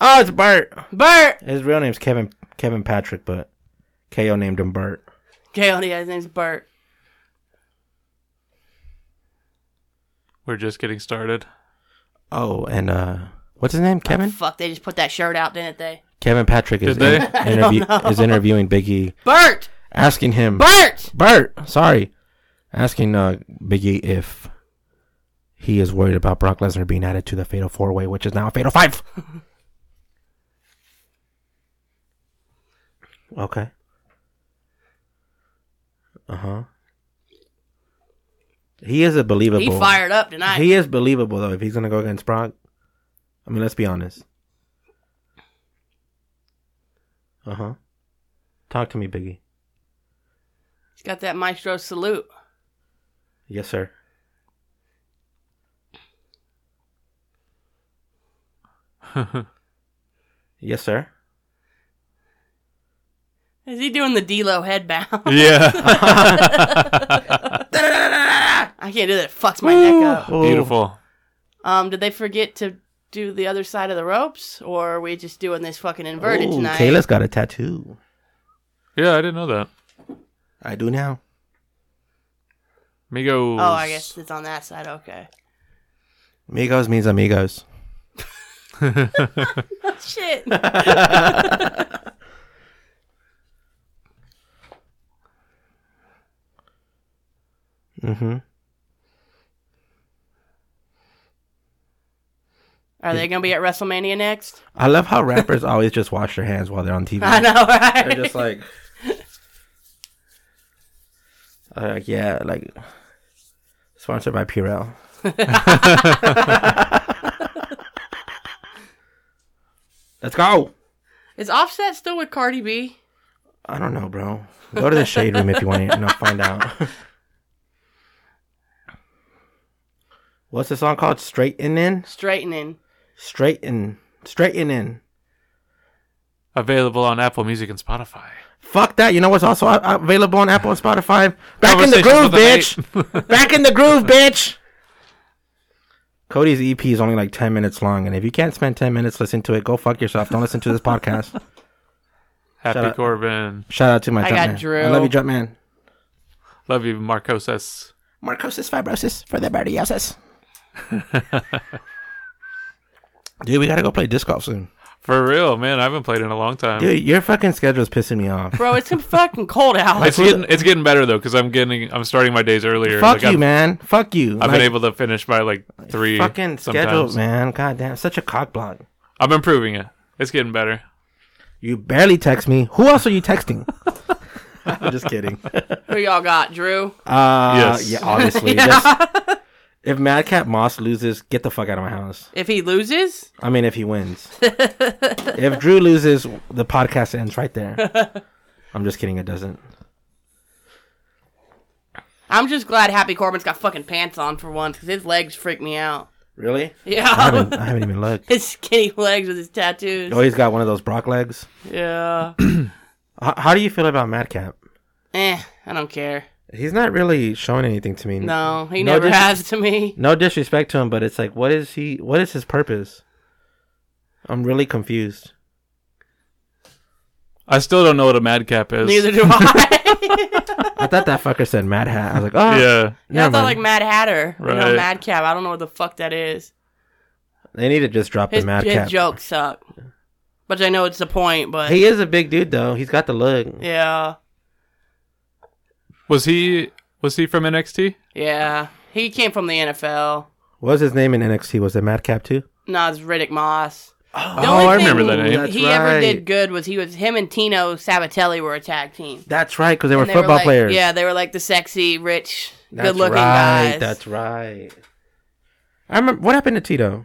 Oh, it's Bart.
Bert.
His real name's Kevin Kevin Patrick, but KO named him Bart.
Gail, yeah, his name's Bert.
We're just getting started.
Oh, and uh, what's his name? Kevin.
Fuck, they just put that shirt out, didn't they?
Kevin Patrick is,
Did they?
in- interview- is interviewing Biggie,
Bert.
asking him
Bert.
Bert, sorry, asking uh, Biggie if he is worried about Brock Lesnar being added to the Fatal Four Way, which is now a Fatal Five. okay. Uh huh. He is a believable.
He fired up tonight.
He is believable though. If he's gonna go against Brock, I mean, let's be honest. Uh huh. Talk to me, Biggie.
He's got that maestro salute.
Yes, sir. yes, sir.
Is he doing the D-Lo headbound?
Yeah.
I can't do that. It fucks my neck up.
Oh,
Beautiful.
Um, did they forget to do the other side of the ropes, or are we just doing this fucking inverted
Ooh,
tonight?
Kayla's got a tattoo.
Yeah, I didn't know that.
I do now.
Migos.
Oh, I guess it's on that side. Okay.
Amigos means amigos.
Shit.
Mm-hmm.
Are they gonna be at WrestleMania next?
I love how rappers always just wash their hands while they're on TV.
I know, right?
They're just like, Uh, like, yeah, like sponsored by Purell. Let's go.
Is Offset still with Cardi B?
I don't know, bro. Go to the shade room if you want to find out. What's the song called? Straightening,
Straightening.
straighten, straightening.
Available on Apple Music and Spotify.
Fuck that. You know what's also a- available on Apple and Spotify? Back in the
Conversations
groove,
with the
bitch. Back in the groove, bitch. Cody's EP is only like 10 minutes long. And if you can't spend 10 minutes listening to it, go fuck yourself. Don't listen to this podcast.
Happy
up.
Corbin.
Shout out to my
I
Jumpman.
got Drew.
I love you, Jumpman.
Love you, Marcoses.
Marcosis fibrosis for the bardiosis. Dude, we gotta go play disc golf soon.
For real, man. I haven't played in a long time.
Dude, your fucking schedule's pissing me off.
Bro, it's fucking cold out.
it's getting it's getting better though, because I'm getting I'm starting my days earlier.
Fuck
Like,
you,
I've,
man. Fuck you.
I've
Like,
been able to finish by like three.
fucking schedule,
sometimes.
man. God damn, such a cock block.
I'm improving it. It's getting better.
You barely text me. Who else are you texting? I'm just kidding. Uh,
Who y'all got, Drew?
Yes.
Yeah, obviously. Just- if Madcap Moss loses, get the fuck out of my house.
If he loses,
I mean, if he wins. if Drew loses, the podcast ends right there. I'm just kidding. It doesn't.
I'm just glad Happy Corbin's got fucking pants on for once because his legs freak me out.
Really?
I haven't,
Yeah.
I haven't even looked.
his skinny legs with his tattoos.
Oh, he's got one of those Brock legs.
Yeah.
H- how do you feel about Madcap?
eh, I don't care.
He's not really showing anything to me.
No, he
No,
never
this-
has to me.
No disrespect to him, but it's like, what is he? What is his purpose? I'm really confused.
I still don't know what a madcap is.
Neither do I.
I thought that fucker said Mad Hat. I was like, oh,
Yeah.
yeah, I
never mind.
thought like Mad Hatter. You know,
Right.
Mad Cap. I don't know what the fuck that is.
They need to just drop
His,
the
his
Madcap.
jokes suck. But I know it's the point, but
He is a big dude though. He's got the look.
yeah.
Was he was he from NXT?
Yeah. He came from the NFL.
What was his name in NXT? Was it Madcap too?
No, it's Riddick Moss.
Oh,
The
Oh,
only
I remember
thing
that name.
That's
He ever
right.
did good was he was him and Tino Sabatelli were a tag team.
That's right, because they were
And
football
like,
players.
Yeah, they were like the sexy, rich,
That's
good looking
right,
guys.
That's right. I remember what happened to Tito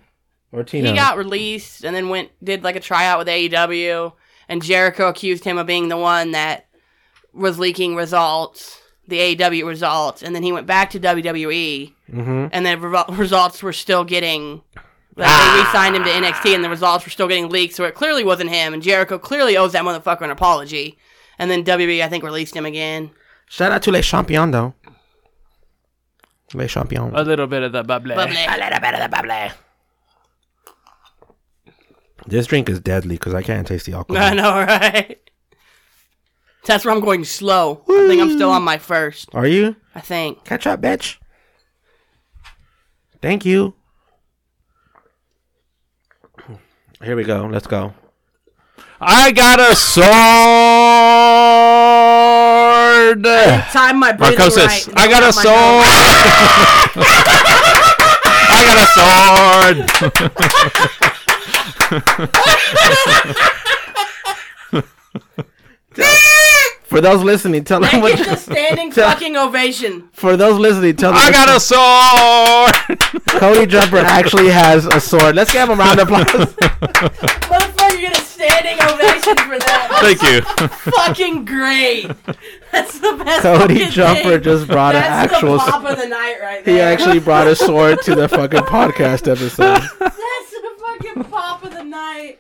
or Tino.
He got released and then went did like a tryout with AEW, and Jericho accused him of being the one that was leaking results, the AEW results, and then he went back to WWE,
hmm
and the re- results were still getting. Like they re-signed him to NXT, and the results were still getting leaked, so it clearly wasn't him. And Jericho clearly owes that motherfucker an apology. And then WWE, I think, released him again.
Shout out to Les Champions though. Les Champions.
Oh,
little bit of the bubble.
But
this drink is deadly because I can't taste the alcohol.
I know, right? That's where I'm going slow. I think I'm still on my first.
Are you?
I think.
Catch up, bitch. Thank you. Here we go. Let's go.
I got a sword.
Time my breathing
Marcosis,
right.
I got a
Not my-
sword. I got a sword.
For those listening, tell them
That
what.
gets a standing fucking ovation.
For those listening, tell them
I
what-
got a sword.
Cody Jumper actually has a sword. Let's give him a round of applause.
Motherfucker, get a standing ovation for that.
Thank you.
That's fucking great. That's the best.
Cody
fucking
Jumper
thing.
just brought an
That's
actual.
the
s-
pop of the night right there.
He actually brought a sword to the fucking podcast episode.
That's the fucking pop of the night.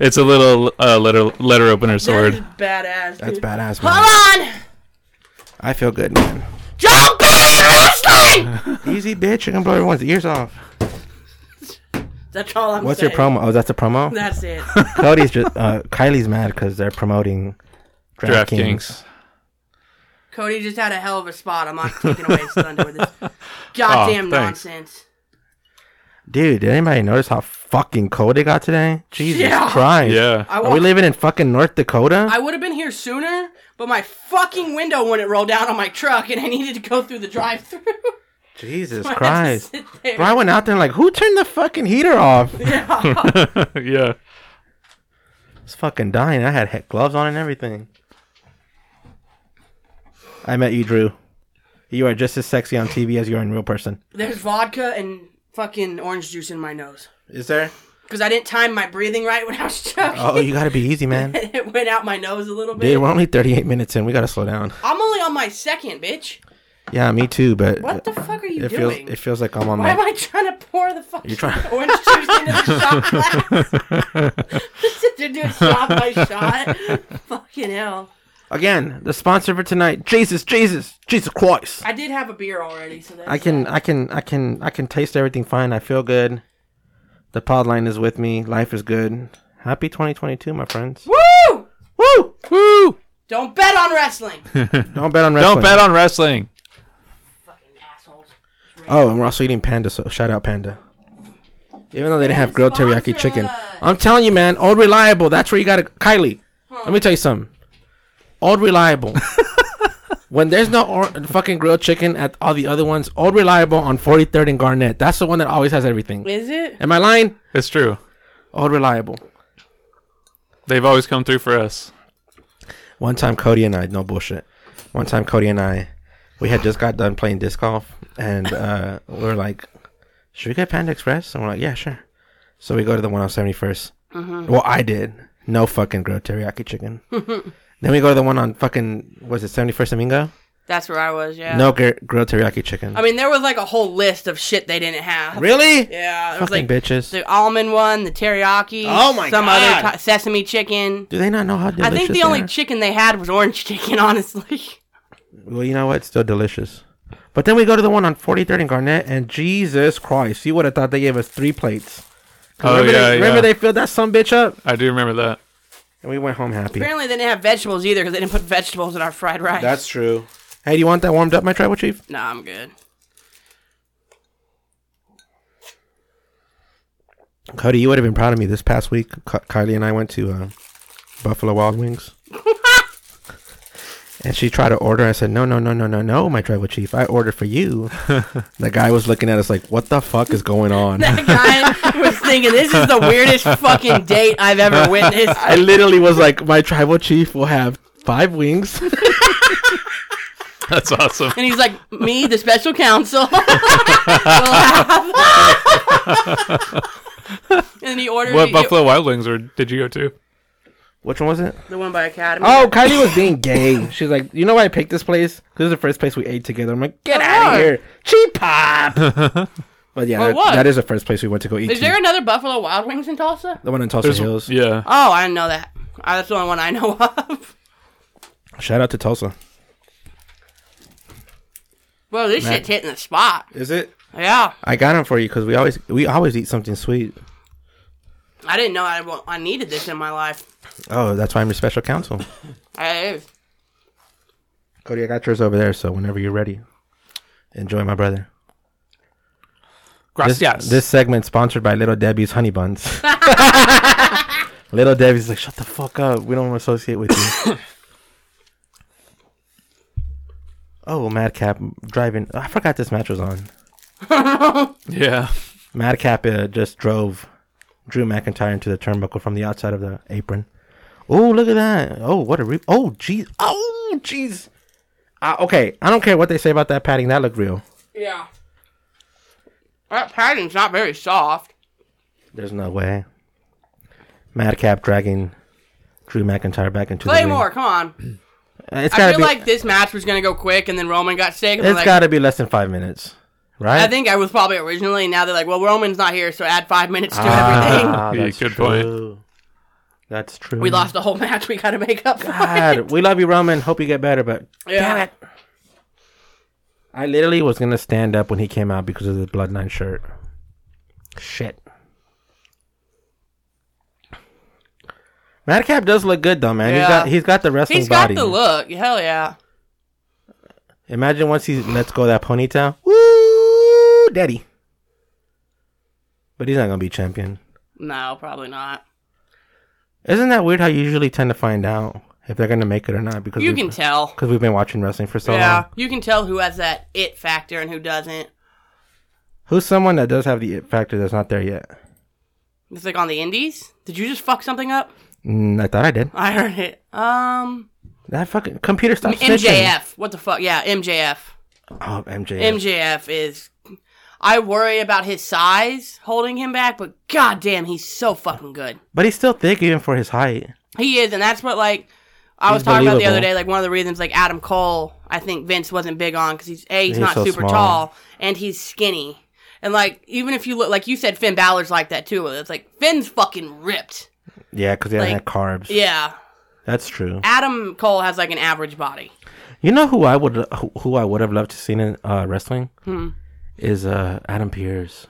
It's a little uh, letter letter opener
That is
sword.
badass.
That's
dude.
badass, man.
Hold on.
I feel good, man.
Don't be wrestling.
Easy, bitch. You're gonna blow everyone's ears off.
That's all I'm
What's your
saying.
promo? Oh, that's a promo.
That's it.
Cody's just uh, Kylie's mad because they're promoting DraftKings.
DraftKings.
Cody just had a hell of a spot. I'm not taking away his thunder with this goddamn
Oh, thanks.
nonsense.
Dude, did anybody notice how fucking cold it got today? Jesus
Yeah.
Christ!
Yeah.
I
Are we
wa-
living in fucking North Dakota?
I would have been here sooner, but my fucking window wouldn't roll down on my truck, and I needed to go through the drive-through.
Jesus
I had to
Christ!
sit there.
Bro, I went out there like, who turned the fucking heater off?
Yeah.
yeah.
was fucking dying. I had he- gloves on and everything. I met you, Drew. You are just as sexy on TV as you are in real person.
There's vodka and fucking orange juice in my nose
Is there?
because I didn't time my breathing right when I was choking.
Oh, you gotta be easy, man.
it went out my nose a little bit.
Dude, we're only 38 minutes in. We gotta slow down.
I'm only on my second, bitch.
Yeah, me too, but
What the fuck are you
it feels
doing?
it feels like I'm on
Why am
my.
I trying to pour the fucking
You're trying-
orange juice into the shot glass? Just to do it shot by shot. fucking hell.
Again, the sponsor for tonight, Jesus, Jesus, Jesus Christ.
I did have a beer already, so that's
I can, I can, I can, I can taste everything fine. I feel good. The pod line is with me. Life is good. Happy 2022, my friends.
Woo!
Woo! Woo!
Don't bet on wrestling.
Don't bet on wrestling.
Don't bet on wrestling.
fucking assholes.
Oh, and we're also eating Panda, so shout out Panda. Even though they didn't have grilled teriyaki chicken. I'm telling you, man, Old Reliable, that's where you gotta. Kylie, let me tell you something. Old Reliable. when there's no or- fucking grilled chicken at all the other ones, Old Reliable on 43rd and Garnett. That's the one that always has everything.
Is it?
Am I lying?
It's true.
Old Reliable.
They've always come through for us.
One time, Cody and I, no bullshit. One time, Cody and I, we had just got done playing disc golf, and uh, we were like, "Should we get Panda Express?" And we're like, "Yeah, sure." So we go to the one on Seventy
Mm-hmm.
Well, I did. No fucking grilled teriyaki chicken. then we go to the one on fucking was it Seventy First Domingo?
That's where I was. Yeah.
No gr- grilled teriyaki chicken.
I mean, there was like a whole list of shit they didn't have.
really?
Yeah. There was
Fucking
like
bitches.
the almond one, the teriyaki.
Oh, my
some
God.
other ti- sesame chicken.
Do they not know how
I
delicious?
think the
they
only
are?
chicken they had was orange chicken. Honestly.
well, you know what? It's still delicious. But then we go to the one on 43rd and Garnett, and Jesus Christ, you would have thought they gave us three plates. 'Cause
Oh,
remember
yeah,
they, remember
yeah.
they filled that some bitch up,
I do remember that.
and we went home happy.
Apparently, they didn't have vegetables either because they didn't put vegetables in our fried rice.
true. Hey, do you want that warmed up, my tribal chief?
No, I'm good.
Cody, you would have been proud of me. This past week, Ki- Kylie and I went to uh, Buffalo Wild Wings. and she tried to order. I said, no, no, no, no, no, no, my tribal chief. I ordered for you. the guy was looking at us like, what the fuck is going on?
That guy was thinking this is the weirdest fucking date I've ever witnessed.
I literally was like, my tribal chief will have five wings.
That's awesome.
And he's like, me, the special counsel. will have. and then he ordered
What
me-
Buffalo Wild Wings or did you go to?
Which one was it?
the one by Academy.
Oh, Kylie was being gay. She's like, you know why I picked this place? Because it's the first place we ate together. I'm like, get
Oh,
out
wow.
of here. Cheap pop. but yeah,
Or
that,
what?
that is the first place we went to go eat.
is
to.
there another Buffalo Wild Wings in Tulsa?
the one in Tulsa
There's
Hills.
yeah.
Oh, I didn't know that. Uh, that's the only one I know of.
Shout out to Tulsa.
Well, this shit's hitting the spot.
Is it?
Yeah,
I got them for you because we always we always eat something sweet.
I didn't know I, wa- I needed this in my life.
Oh, that's why I'm your special counsel.
I,
Cody, I got yours over there, so whenever you're ready, enjoy, my brother. This, this segment sponsored by Little Debbie's Honey Buns. Little Debbie's like, shut the fuck up. We don't want to associate with you. oh, Madcap driving. I forgot this match was on.
yeah.
Madcap uh, just drove Drew McIntyre into the turnbuckle from the outside of the apron. Oh, look at that! Oh, what a re- oh, jeez, oh, jeez. Uh, okay, I don't care what they say about that padding. That looked real.
yeah. That padding's not very soft.
There's no way. Madcap dragging Drew McIntyre back into
Claymore, come on.
the ring. It's
I
gotta
feel
be.
like this match was gonna go quick, and then Roman got sick. And they're
it's
like,
gotta be less than five minutes, right?
I think I was probably originally. Now they're like, well, Roman's not here, so add five minutes to everything.
Ah,
Yeah,
that's
good point.
true. That's true.
We lost the whole match. We got to make up for it.
God, we love you, Roman. Hope you get better, but
Yeah.
damn it. I literally was gonna stand up when he came out because of the Bloodline shirt. Shit. Madcap does look good though, man. He's
Yeah.
got he's got the wrestling
He's got
body.
the look. Hell yeah.
Imagine once he lets go of that ponytail. Woo, daddy. But he's not gonna be champion.
No, probably not.
Isn't that weird how you usually tend to find out if they're gonna make it or not because
You
we've,
can tell.
because we've been watching wrestling for so long.
Yeah, you can tell who has that it factor and who doesn't.
Who's someone that does have the it factor that's not there yet?
It's like on the indies. Did you just fuck something up?
Mm, I thought I did.
I heard it. Um,
That fucking computer stopped
MJF. What the fuck? Yeah, MJF.
Snitching. Oh, MJF.
MJF is. I worry about his size holding him back, but goddamn, he's so fucking good.
but he's still thick even for his height.
He is, and that's what like I was
He's
talking about the
believable.
other day. Like one of the reasons, like Adam Cole, I think Vince wasn't big on because he's a he's,
He's
not
so
super
small.
tall and he's skinny. And like even if you look, like you said, Finn Balor's like that too. It's like Finn's fucking ripped.
Yeah, because he hasn't
Like-
had carbs.
Yeah,
That's true.
Adam Cole has like an average body.
You know who I would who, who I would have loved to seen in uh, wrestling
Hmm.
is uh, Adam Pierce.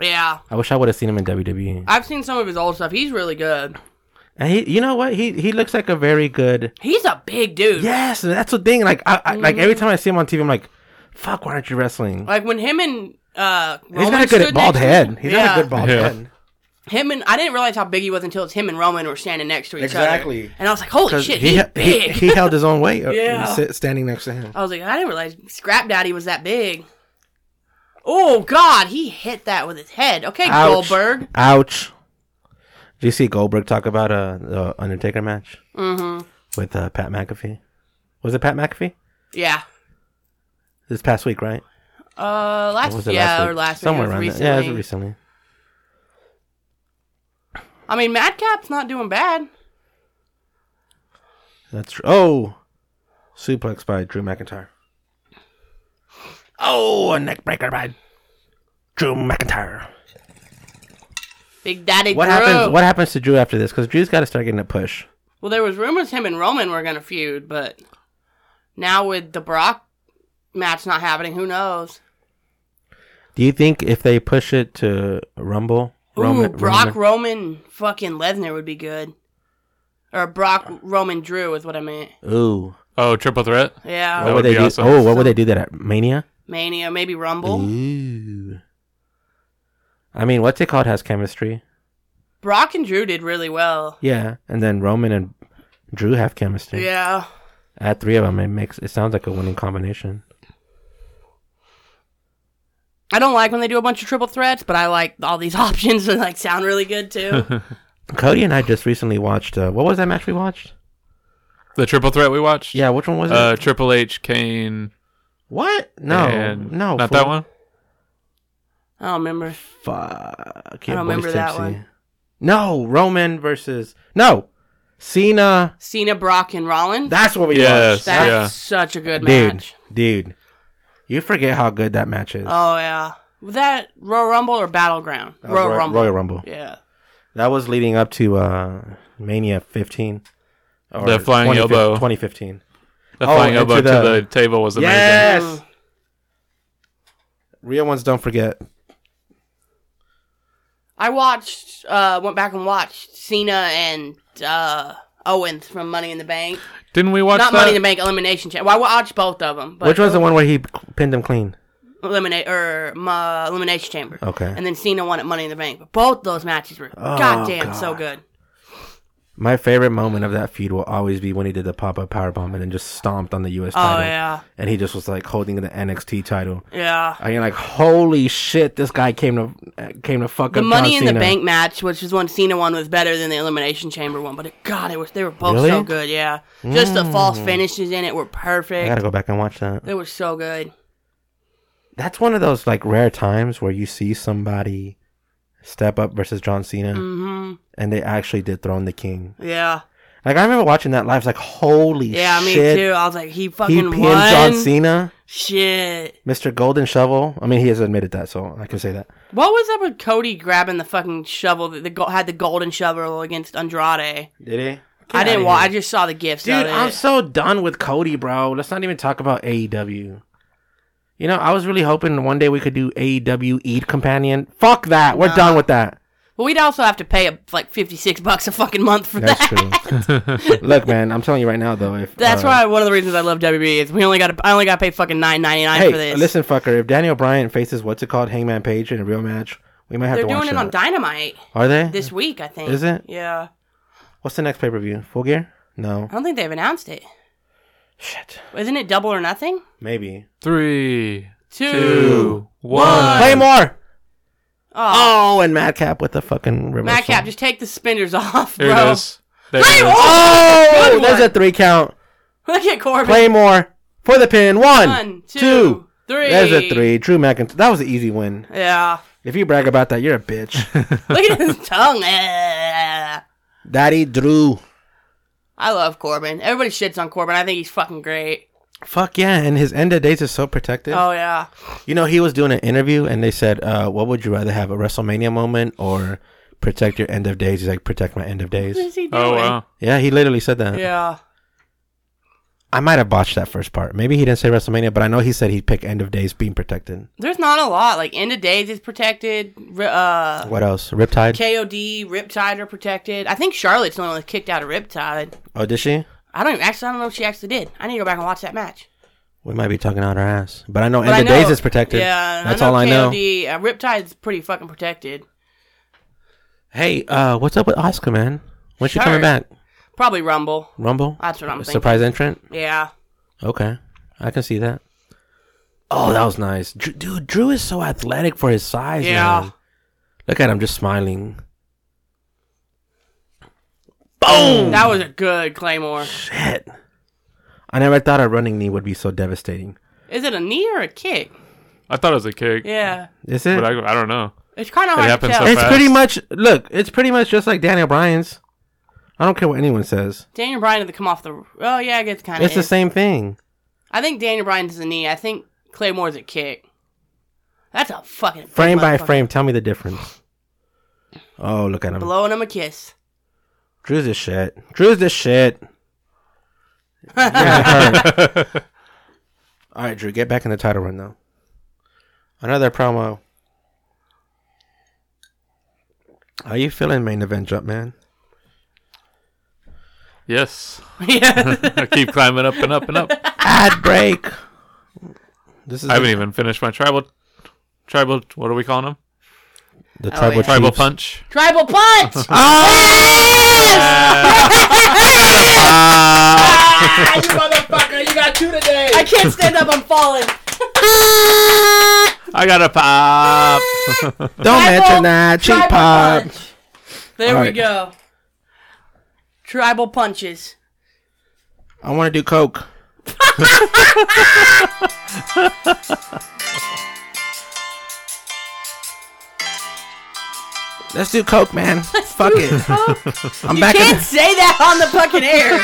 Yeah,
I wish I would have seen him in E. WWE.
I've seen some of his old stuff. He's really good.
and he, you know what? He he looks like a very good.
He's a big dude.
Yes, that's the thing. Like I, I like every time I see him on TV, I'm like, fuck, why aren't you wrestling?
Like when him and uh,
he's
Roman
got a good
stood
bald
next to-
head. He's got a
Yeah.
good bald
Yeah.
head.
Him and I didn't realize how big he was until it's him and Roman were standing next to each other.
Exactly.
And I was like, holy
Because
shit,
he,
he's
he, he,
big.
held his own weight. uh,
Yeah.
sit- standing next to him.
I was like, I didn't realize Scrap Daddy was that big. Oh God, he hit that with his head. Okay,
Ouch.
Goldberg.
Ouch. Did you see Goldberg talk about uh, the Undertaker match with uh, Pat McAfee? Was it Pat McAfee
Yeah.
this past week? Right?
Uh, last
Or was it
yeah or last
somewhere
week, it
around
was
there. Yeah, it was
recently.
recently.
I mean, Madcap's not doing bad.
That's true. Oh, suplex by Drew McIntyre.
Oh, a neck breaker by Drew McIntyre.
Big Daddy
What
Drew.
happens? What happens to Drew after this? Because Drew's got to start getting a push.
Well, there was rumors him and Roman were gonna feud, but now with the Brock match not happening, who knows?
Do you think if they push it to Rumble,
Ooh, Brock Roman fucking Lesnar would be good, or Brock Roman Drew is what I meant.
Ooh,
Oh, triple threat.
Yeah,
what
That
would,
would
they
be
do?
awesome.
Oh, what would they do that at Mania?
Mania, maybe Rumble.
Ooh. I mean, what's it called? Has chemistry.
Brock and Drew did really well.
Yeah, and then Roman and Drew have chemistry.
Yeah,
Add three of them, it makes it sounds like a winning combination.
I don't like when they do a bunch of triple threats, but I like all these options that like sound really good too.
Cody and I just recently watched. Uh, what was that match we watched?
The triple threat we watched.
Yeah, which one was
Uh,
it?
Triple H, Kane.
What? No,
and-
no,
not
fool.
that one.
I don't remember.
Fuck.
I don't remember that one.
No, Roman versus no Cena.
Cena, Brock, and Rollins.
That's what we
Yes.
watched.
That's
Yeah.
such a good
dude,
match.
dude, you forget how good that match is.
Oh yeah, was that Royal Rumble or Battleground?
That was
Royal
Roy-
Rumble.
Royal Rumble.
Yeah.
That was leading up to uh, Mania 15. Or
The flying
2015
elbow.
2015.
The
Oh,
flying
into
elbow to
the-
the table was amazing.
Yes.
Mm.
Real ones don't forget.
I watched, uh, went back and watched Cena and uh, Owens from Money in the Bank.
Didn't we watch
Not
that?
Money in the Bank, Elimination Chamber. Well, I watched both of them. But
Which was the one where he pinned him clean?
Eliminate or uh, Elimination Chamber.
Okay.
And then Cena won at Money in the Bank. But both those matches were goddamn
Oh,
so
God.
good.
My favorite moment of that feud will always be when he did the pop up powerbomb and then just stomped on the U.S. title.
Oh yeah,
And he just was like holding the NXT title.
yeah.
I mean, like, holy shit, this guy came to uh, came to fuck
The
up.
Money
John
in the
Cena.
Bank match, which is one Cena one, was better than the Elimination Chamber one. But it, God, it was they were both
Really?
so good. Yeah, just the false finishes in it were
I gotta
perfect.
go back and watch that.
They were so good.
that's one of those like rare times where you see somebody step up versus John Cena
hmm
and they actually did throne the king.
Yeah,
Like I remember watching that live, it's like holy
yeah. Me
shit.
too. I was like, he fucking
He pinned
won.
John Cena,
Shit.
Mr. Golden Shovel. I mean, he has admitted that, so I can say that.
What was up with Cody grabbing the fucking shovel? that The go- had the golden shovel against Andrade.
Did he?
I didn't. Wa- I just saw the gifts.
Dude,
of it.
I'm so done with Cody, bro. Let's not even talk about AEW. You know, I was really hoping one day we could do AEW Eat Companion. Fuck that. We're done with that.
But we'd also have to pay a, like fifty six bucks a fucking month for
That's
that.
true. Look, man, I'm telling you right now though, if
That's
uh,
why one of the reasons I love WWE is we only got. I only got to pay fucking nine ninety nine
Hey,
for this.
listen, fucker. If Daniel Bryan faces what's it called, Hangman Page, in a real match, we might have
They're
to watch
doing it
that.
on Dynamite
Are they?
this week, I think.
Is it?
Yeah.
What's the next pay per view? Full Gear? No.
I don't think they've announced it.
Shit.
Isn't it Double or Nothing?
Maybe.
Three,
Two.
two,
Uh,
one.
Play more.
Oh,
Oh, and Madcap with the fucking reversal.
Madcap, just take the suspenders off, bro.
There it is. There
Play
it is.
more!
Oh,
Good
there's
one.
a three count.
Look at Corbin.
Play more for the pin. One,
One,
two.
two, three.
There's a three. Drew McIntyre. That was an easy win.
Yeah.
If you brag about that, you're a bitch.
Look at his tongue. Eh.
Daddy Drew.
I love Corbin. Everybody shits on Corbin. I think he's fucking great.
Fuck yeah, and his end of days is so protective.
Oh yeah.
You know, he was doing an interview and they said, uh, what would you rather have a WrestleMania moment or protect your end of days? He's like, protect my end of days.
What is he doing?
Oh wow.
Yeah, he literally said that.
Yeah.
I might have botched that first part. Maybe he didn't say WrestleMania, but I know he said he'd pick end of days being protected.
There's not a lot. Like end of days is protected. Ri- Uh,
What else? Riptide?
KOD, Riptide are protected. I think Charlotte's the only one that kicked out of Riptide.
oh, did she?
I don't even, actually. I don't know if she actually did. I need to go back and watch that match.
We might be talking out our ass. But I know
But
end of
I know-
days is protected.
Yeah,
That's all I know.
KOD, uh, Riptide's pretty fucking protected.
Hey, uh, what's up with Oscar, man? When's she coming
Sure.
back?
Probably Rumble.
Rumble?
That's what I'm thinking.
Surprise entrant?
Yeah.
Okay. I can see that. Oh, that was nice. Dr- dude, Drew is so athletic for his size,
Yeah.
man. Look at him just smiling.
That was a good Claymore.
Shit. I never thought a running knee would be so devastating.
Is it a knee or a kick?
I thought it was a kick,
Yeah.
Is it?
but I, I don't know.
It's kind of
It
hard to
happens
tell.
so
it's
fast.
pretty much, look, it's pretty much just like Daniel Bryan's. I don't care what anyone says.
Daniel Bryan had to come off the. Oh yeah, I guess kind of.
It's the same thing.
I think Daniel Bryan does a knee. I think Claymore's a kick. That's a fucking big
Frame by
motherfucker.
frame, tell me the difference. Oh, look at him.
Blowing him a kiss.
Drew's this shit. Drew's this shit. All right, Drew, get back in the title run though. Another promo. How you feeling, main event jump man?
yes.
yeah.
I keep climbing up and up and up.
Ad break. This is
I haven't even finished my tribal. Tribal. What are we calling them?
the
Oh,
tribal
yeah.
Tribal
chiefs. Oh,
punch.
Tribal punch.
Ah, you motherfucker! You got two today.
I can't stand up. I'm falling.
I got a pop.
Don't
Tribal-
mention that. Cheap
tribal
pop.
punch. There
All
we
right.
go. Tribal punches.
I want to do coke. Let's do coke, man. Fuck it. I'm
You
back. In
can't say that on the fucking air.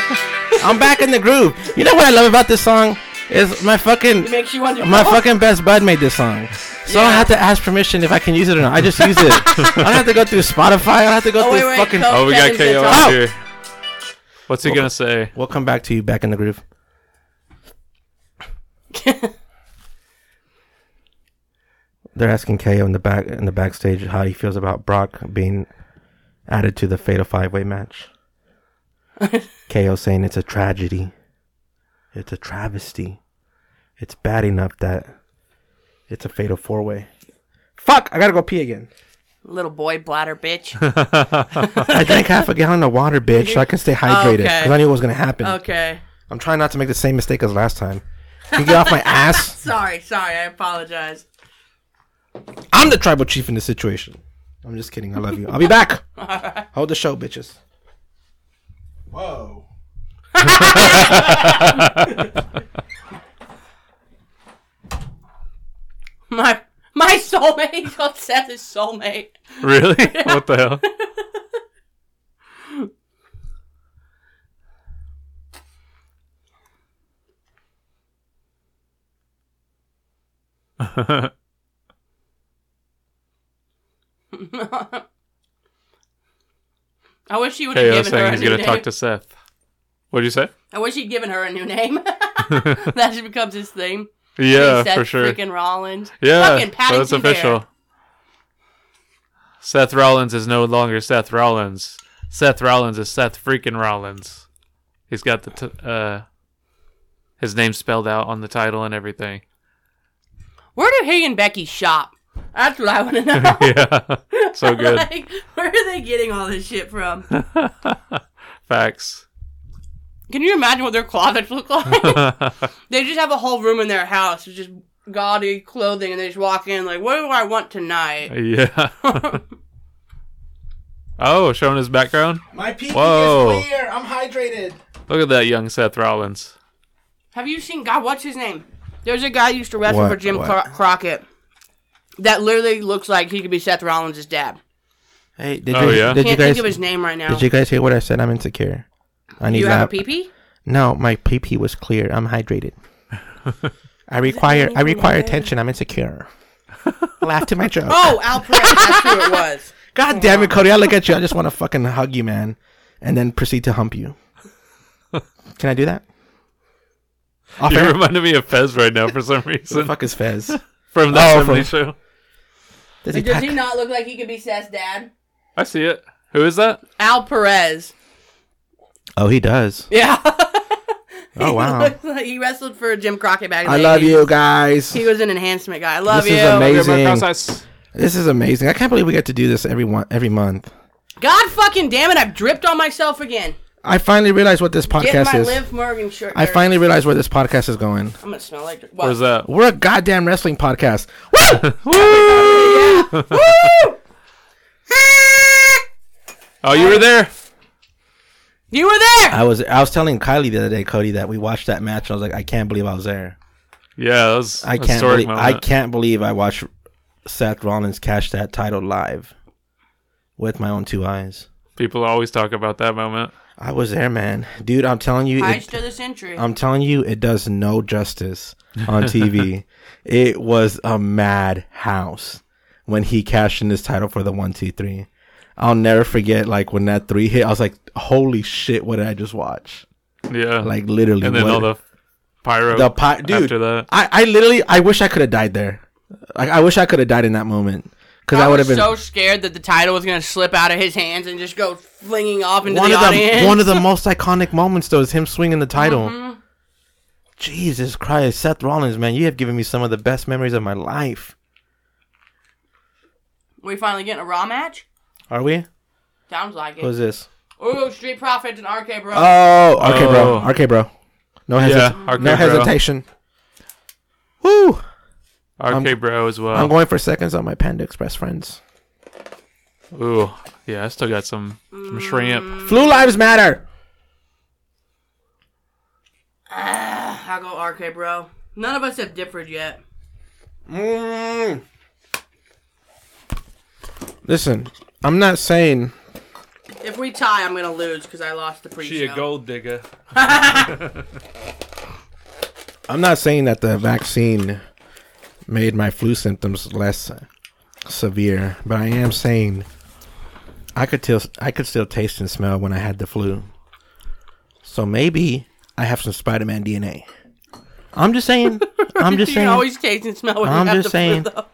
I'm back in the groove. You know what I love about this song is my fucking
It makes you wonder.
my fucking best bud made this song, so I don't
Yeah.
have to ask permission if I can use it or not. I just use it. I don't have to go through Spotify. I don't have to go
Oh, wait,
through
wait,
fucking.
Coke.
oh, we got
Kevin's gonna
KO
talk.
out here. What's he gonna say?
We'll come back to you back in the groove. They're asking KO in the back in the backstage how he feels about Brock being added to the fatal five way match. KO saying it's a tragedy. It's a travesty. It's bad enough that it's a fatal four way. Fuck, I gotta go pee again.
Little boy bladder bitch.
I drank half a gallon of water, bitch, so I can stay hydrated.
Okay.
Because I knew what was gonna happen.
Okay.
I'm trying not to make the same mistake as last time. Can you get off my ass?
Sorry, sorry. I apologize.
I'm the tribal chief in this situation. I'm just kidding. I love you. I'll be back. Hold the show, bitches. Whoa.
My my soulmate. He called Seth his soulmate.
Really? What the hell?
I wish he would have
KO
given her
saying
a
he's
new
gonna
name.
talk to Seth. What'd you say?
I wish he'd given her a new name. that just becomes his thing.
Yeah,
Seth
for sure.
Freaking Rollins.
Yeah,
Fucking Patty
that's
T.
official. Seth Rollins is no longer Seth Rollins. Seth Rollins is Seth freaking Rollins. He's got the t- uh, his name spelled out on the title and everything.
Where do he and Becky shop? That's what I want to know.
Yeah, so good.
like, where are they getting all this shit from?
Facts.
Can you imagine what their closets look like? they just have a whole room in their house with just gaudy clothing, and they just walk in like, "What do I want tonight?"
Yeah. oh, showing his background.
My pee
Whoa.
clear. I'm hydrated.
Look at that young Seth Rollins.
Have you seen God? What's his name? There's a guy who used to wrestle
What?
for Jim
What?
Cro- Crockett that literally looks like he could be Seth Rollins' dad.
Hey, did
Oh,
you,
yeah?
did you
Can't
guys
think of his name right now.
did you guys hear what I said? I'm insecure. I need
you have
lap.
a pee-pee?
No, my pee pee was clear. I'm hydrated. I require I require attention. I'm insecure. Laugh to my joke.
Oh, Al Perez. That's who it was.
God damn it, Cody! I look at you. I just want to fucking hug you, man, and then proceed to hump you. Can I do that? Off
You
air?
reminded me of Fez right now for some
Who the
reason
fuck is Fez?
from that
Oh, from-
show.
Does he,
Like, does
pack?
he not look like he could be Seth's dad?
I see it. Who is that?
Al Perez.
Oh, he does.
Yeah.
Oh wow!
Looks like he wrestled for Jim Crockett back in the
I love
80s.
you guys.
He was an enhancement guy. I love
This
you.
is amazing. This is amazing. I can't believe we get to do this every one every month.
God fucking damn it, I've dripped on myself again.
I finally realized what this
Get
podcast
my
is.
Liv Morgan shirt.
I
dirty.
finally realized where this podcast is going.
I'm gonna smell like. What?
Where's that?
We're a goddamn wrestling podcast. Woo!
Oh, you were there.
You were there.
I was I was telling Kylie the other day, Cody, that we watched that match. I was like, I can't believe I was there.
Yeah, that was
I
a
can't
historic
believe, I
moment.
can't believe I watched Seth Rollins cash that title live with my own two eyes.
People always talk about that moment.
I was there, man. Dude, I'm telling you,
Eyes
it,
to the century.
I'm telling you, it does no justice on TV. it was a mad house when he cashed in his title for the one, two, three. I'll never forget, like when that three hit, I was like, "Holy shit! What did I just watch?"
Yeah.
Like literally,
and then
what-
all the pyro.
the pot, dude.
After that.
I, I literally, I wish I could have died there. Like, I wish I could have died in that moment because
I,
I would have
was
been
so scared that the title was going to slip out of his hands and just go flinging off into
one
the
of
audience. Mm-hmm.
the one of the most iconic moments though is him swinging the title. Jesus Christ, Seth Rollins, man, you have given me some of the best memories of my life.
we finally getting a Raw match?
Are we?
Sounds like it.
Who's this?
Ooh, Street Profits and RK Bro.
Oh, okay,
Oh.
bro. Okay, bro. No, hesi-
Yeah, RK
no
Bro.
hesitation. Woo!
RK Bro as
I'm
well.
going for seconds on my Panda Express friends.
Ooh. Yeah, I still got some, some shrimp.
Flu lives matter.
I'll go RK Bro. None of us have differed yet.
Listen, I'm not saying
If we tie, I'm going to lose because I lost the pre-show.
gold digger.
I'm not saying that the vaccine made my flu symptoms less severe, but I am saying I could still I could still taste and smell when I had the flu. So maybe I have some Spider-Man DNA. I'm just saying. I'm just
you
saying.
can always taste and smell what
I'm
you have
just
to
saying.
Put, though.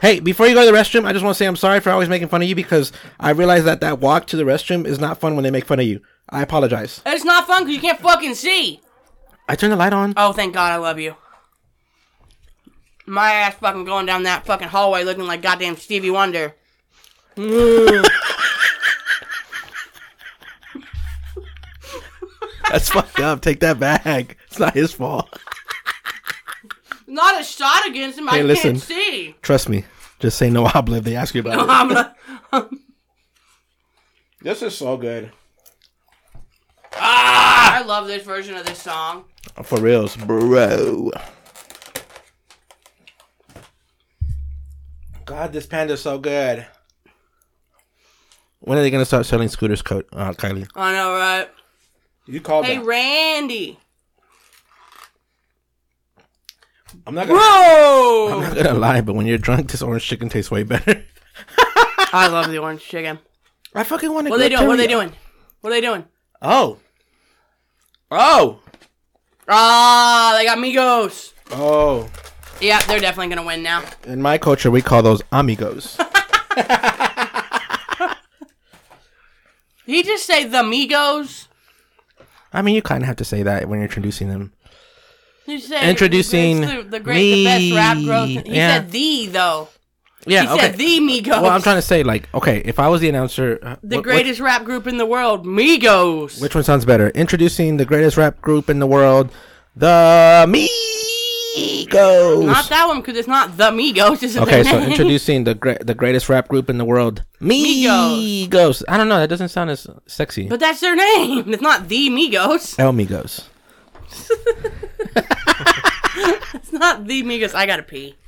Hey, before you go to the restroom, I just want to say I'm sorry for always making fun of you because I realize that that walk to the restroom is not fun when they make fun of you. I apologize.
It's not fun because you can't fucking see.
I turned the light on.
Oh, thank God, I love you. My ass fucking going down that fucking hallway looking like goddamn Stevie Wonder.
That's fucked up. Take that back. It's not his fault.
Not a shot against him. I
listen.
can't see.
Trust me. Just say no hobble if they ask you about it.
I'm a-
This is so good.
I love this version of this song.
For reals, bro. God, this panda's so good. When are they gonna start selling scooters, Co- uh, Kylie?
I know, right?
You called
Hey, Randy.
I'm not gonna. I'm
Bro!
not gonna lie, but when you're drunk, this orange chicken tastes way better.
I love the orange chicken.
I fucking want to.
What are they doing? What are they doing? What are they doing?
Oh. Oh.
Ah, they got Migos.
Oh.
Yeah, they're definitely gonna win now.
In my culture, we call those amigos.
Did he just say the Migos?
I mean, you kind of have to say that when you're introducing them.
He said
Introducing
the, the great, the best rap
me.
growth. He
Yeah.
said the though.
Yeah.
He said the Migos.
Well, I'm trying to say, like, okay, if I was the announcer, uh, what-
the
what-
greatest rap group in the world, Migos.
Which one sounds better? Introducing the greatest rap group in the world, the Migos.
not that one because it's not the Migos. It's
okay,
their
so
name.
introducing the great the greatest rap group in the world,
Migos.
Migos. I don't know. That doesn't sound as sexy.
But that's their name. It's not the Migos.
El Migos.
It's not the Migos. I gotta pee.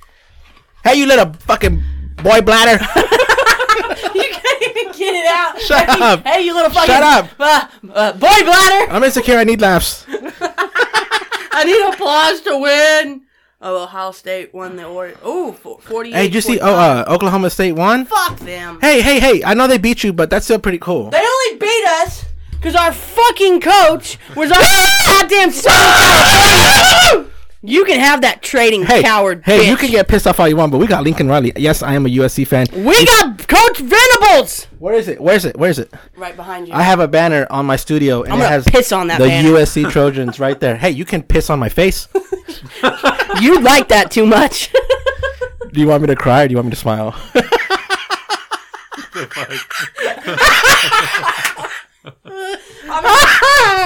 Hey, you little fucking boy bladder.
You can't even get it out.
Shut
hey,
up.
Hey, you little fucking
Shut up.
uh, uh, boy bladder.
I'm insecure. I need laughs.
I need applause to win. Oh, Ohio State won the Orioles. Oh, 48.
Hey, did you see? Oh, uh, Oklahoma State won.
fuck them.
Hey, hey, hey! I know they beat you, but that's still pretty cool.
They only beat us because our fucking coach was our goddamn son. of California. You can have that trading
Hey,
coward.
hey! You
bitch.
can get pissed off all you want, but we got Lincoln Riley. Yes, I am a USC fan.
We got Coach Venables
Where is it? Where is it? Where is it?
right behind you.
I have a banner on my studio, and
I'm
it
gonna
has
piss on that
the
banner.
USC Trojans right there. Hey, you can piss on my face.
you like that too much.
Do you want me to cry or do you want me to smile?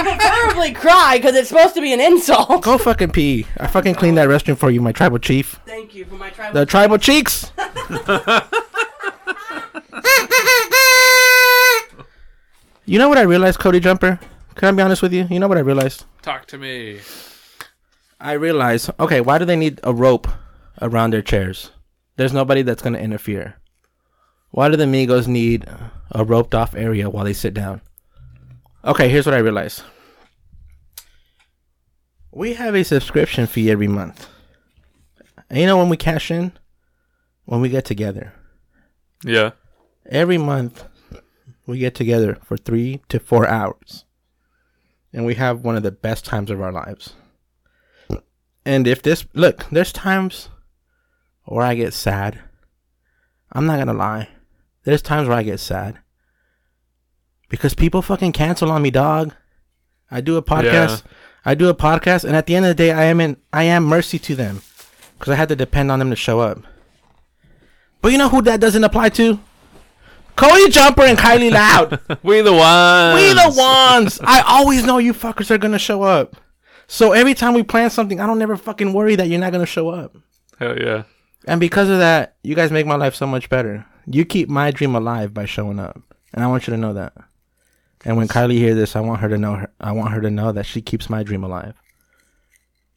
Preferably cry because it's supposed to be an insult.
Go fucking pee. I fucking cleaned that restroom for you, my tribal chief.
Thank you for my
The tribal
tribal.
cheeks. you know what I realized, Cody Jumper? Can I be honest with you? You know what I realized?
Talk to me.
I realized. Okay, why do they need a rope around their chairs? There's nobody that's gonna interfere. Why do the Migos need a roped off area while they sit down?
Okay, here's what I realized.
We have a subscription fee every month. And you know when we cash in? When we get together.
Yeah.
Every month, we get together for three to four hours. And we have one of the best times of our lives. And if this, look, there's times where I get sad. I'm not going to lie. There's times where I get sad. Because people fucking cancel on me, dog. I do a podcast. I do a podcast, and at the end of the day, I am in, I am mercy to them, because I had to depend on them to show up. But you know who that doesn't apply to? Cody Jumper and Kylie Loud.
We the ones.
we the ones. I always know you fuckers are gonna show up. So every time we plan something, I don't never fucking worry that you're not gonna show up.
Hell yeah.
And because of that, you guys make my life so much better. You keep my dream alive by showing up, and I want you to know that. And when Kylie hears this, I want her to know. Her, I want her to know that she keeps my dream alive.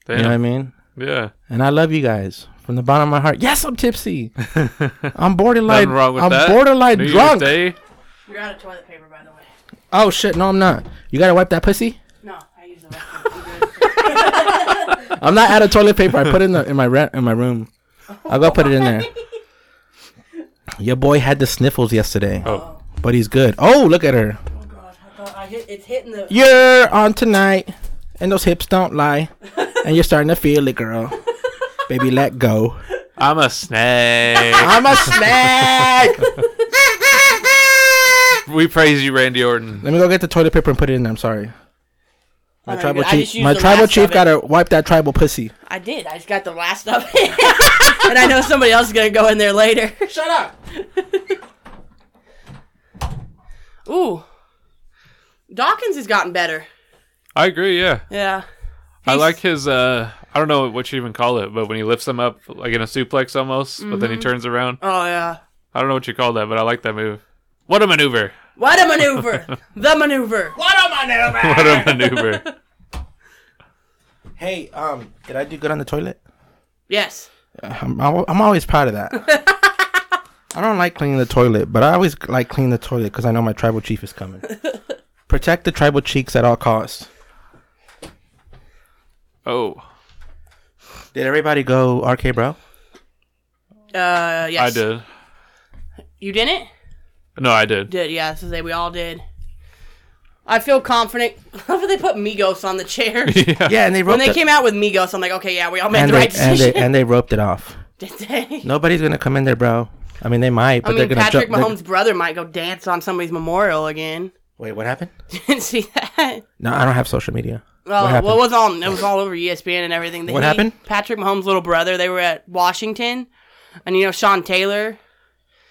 Damn.
You know what I mean?
Yeah.
And I love you guys from the bottom of my heart. Yes, I'm tipsy. I'm borderline.
Nothing wrong with
I'm
that.
borderline
New Year's
drunk.
Day.
You're out of toilet paper, by the way.
Oh shit! No, I'm not. You gotta wipe that pussy.
No, I use the
I'm not out of toilet paper. I put it in the, in my re- in my room. I'll go put it in there. Your boy had the sniffles yesterday,
Oh.
but he's good. Oh, look at her.
Oh god, I thought I hit, it's hitting the.
You're on tonight, and those hips don't lie, and you're starting to feel it, girl. Baby, let go.
I'm a snake.
I'm a snack.
we praise you, Randy Orton.
Let me go get the toilet paper and put it in. there. I'm sorry. My
Alright,
tribal
good. I just
chief.
used
My
the
tribal
last of
chief
it.
gotta wipe that tribal pussy.
I did. I just got the last of it, and I know somebody else is gonna go in there later.
Shut up.
Ooh, Dawkins has gotten better.
I agree. Yeah.
Yeah,
I
He's-
like his. uh I don't know what you even call it, but when he lifts him up like in a suplex almost, but then he turns around.
Oh yeah.
I don't know what you call that, but I like that move. What a maneuver!
What a maneuver! the maneuver.
What a maneuver!
Hey, um, did I do good on the toilet?
Yes.
I'm, al- I'm always proud of that. I don't like cleaning the toilet, but I always like cleaning the toilet because I know my tribal chief is coming. Protect the tribal cheeks at all costs.
Oh,
Did everybody go RK bro?
Uh, yes.
I did.
You didn't?
No, I did.
Did yeah? So they we all did. I feel confident. After they put Migos on the chair.
Yeah.
Yeah, and they
When
roped
they
it-
came out with Migos, I'm like, okay, yeah, we all made
and
the right
they, and,
decision.
they, and they roped it off.
Did they?
Nobody's gonna come in there, bro. I mean, they might, but
I mean,
they're gonna
Patrick
jump. they're-
Mahomes' brother might go dance on somebody's memorial again.
Wait, what happened?
Didn't see that.
No, I don't have social media.
Well,
happened?
Oh, well, it was on. It was all over E ESPN and everything. That
What
he-
happened?
Patrick Mahomes' little brother. They were at Washington, and you know Sean Taylor.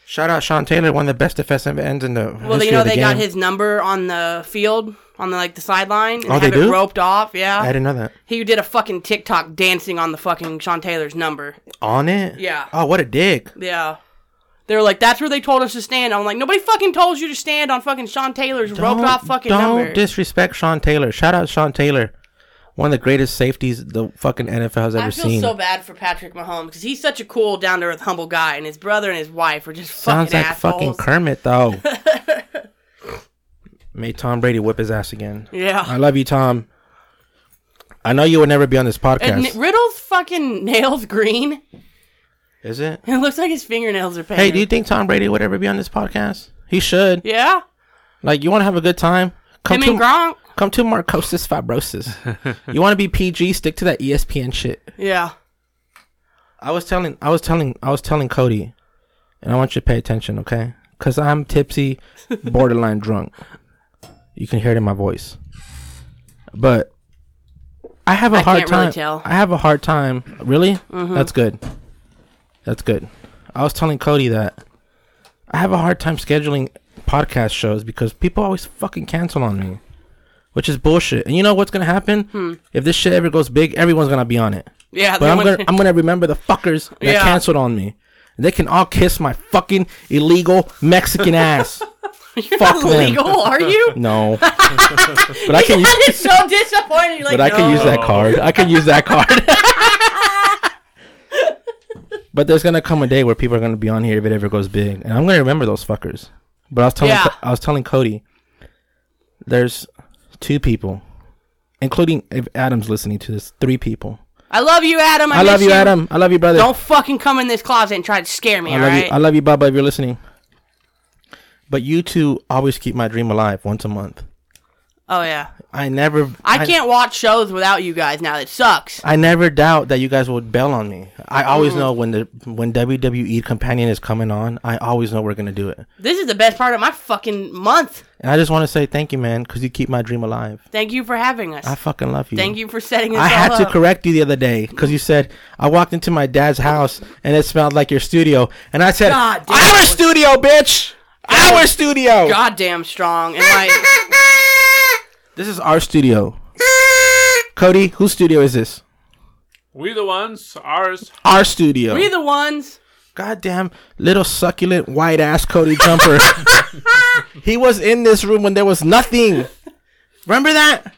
Shout out Sean Taylor, one of the best defensive ends in the
Well,
history
you know
of the
they
game.
got his number on the field, on the like the sideline, and
Oh, they
have it
do?
roped off. Yeah,
I didn't know that.
He did a fucking TikTok dancing on the fucking Sean Taylor's number.
On it?
Yeah.
Oh, what a dick.
Yeah. They were like, that's where they told us to stand. I'm like, nobody fucking told you to stand on fucking Sean Taylor's roped off fucking
don't
number.
disrespect Sean Taylor. Shout out Sean Taylor, one of the greatest safeties the fucking NFL has ever
I feel
seen.
so bad for Patrick Mahomes because he's such a cool, down to earth, humble guy, and his brother and his wife are just
Sounds
fucking
like fucking
assholes.
Kermit though. May Tom Brady whip his ass again.
yeah.
I love you, Tom. I know you would never be on this
and
podcast.
N- Riddle's fucking nails green.
Is it?
It looks like his fingernails are painted.
Hey, do you think Tom Brady would ever be on this podcast? He should.
yeah.
Like, you want to have a good time? Come
Him
to
and Gronk.
come to Marcosis Fibrosis. you want to be PG? Stick to that E ESPN shit.
Yeah.
I was telling, I was telling, I was telling Cody, and I want you to pay attention, okay? Cause I'm tipsy, borderline drunk. You can hear it in my voice, but I have a
I
hard
can't
time.
really tell. Mm-hmm.
I have a hard time. Really? That's good. That's good. I was telling Cody that I have a hard time scheduling podcast shows because people always fucking cancel on me, which is bullshit. And you know what's gonna happen?
Hmm.
If this shit ever goes big, everyone's gonna be on it.
Yeah.
But
they
I'm
went-
gonna I'm gonna remember the fuckers that
Yeah.
canceled on me. They can all kiss my fucking illegal Mexican ass.
You're
fuck
not
them.
legal, are you?
No, but I can use,
that is so disappointing. You're Like,
but I can
no.
use that card. I can use that card. but there's gonna come a day where people are gonna be on here if it ever goes big, and I'm gonna remember those fuckers. But I was telling
Yeah.
I was telling Cody, there's Two people, including if Adam's listening to this, three people.
I love you, Adam. I,
I, love
miss
you, Adam. I love you, brother.
Don't fucking come in this closet and try to scare me,
I
all
love
right?
you. I love you, Bubba, if you're listening. But you two always keep my dream alive once a month.
oh, yeah.
I never.
I, can't watch shows without you guys now. That sucks.
I never doubt that you guys would bail on me. I always know when the when WWE Companion is coming on. I always know we're gonna do it.
This is the best part of my fucking month.
And I just want to say thank you, man, because you keep my dream alive.
Thank you for having us.
I fucking love you.
Thank you for setting this
I
all
had
up.
to correct you the other day because you said I walked into my dad's house and it smelled like your studio, and I said,
God damn, that
"Our
was-
studio, bitch, our studio.
Goddamn strong. And like,
This is our studio." Cody, whose studio is this?
We the ones, ours.
Our studio.
we the ones.
Goddamn little succulent white ass Cody Jumper. he was in this room when there was nothing. Remember that?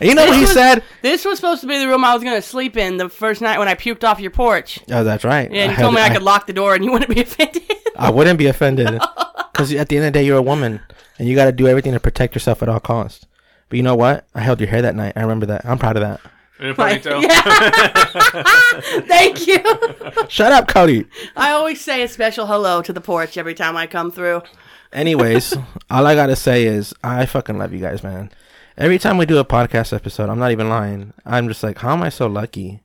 And you know what he said?
This was supposed to be the room I was going to sleep in the first night when I puked off your porch.
Oh, that's right.
Yeah, you
had-
told me I, could lock the door and you wouldn't be offended.
I wouldn't be offended because at the end of the day, you're a woman and you got to do everything to protect yourself at all costs. But you know what? I held your hair that night. I remember that. I'm proud of that.
In a
Like,
ponytail.
Thank you.
Shut up, Cody.
I always say a special hello to the porch every time I come through.
Anyways, all I gotta say is I fucking love you guys, man. Every time we do a podcast episode, I'm not even lying. I'm just like, how am I so lucky?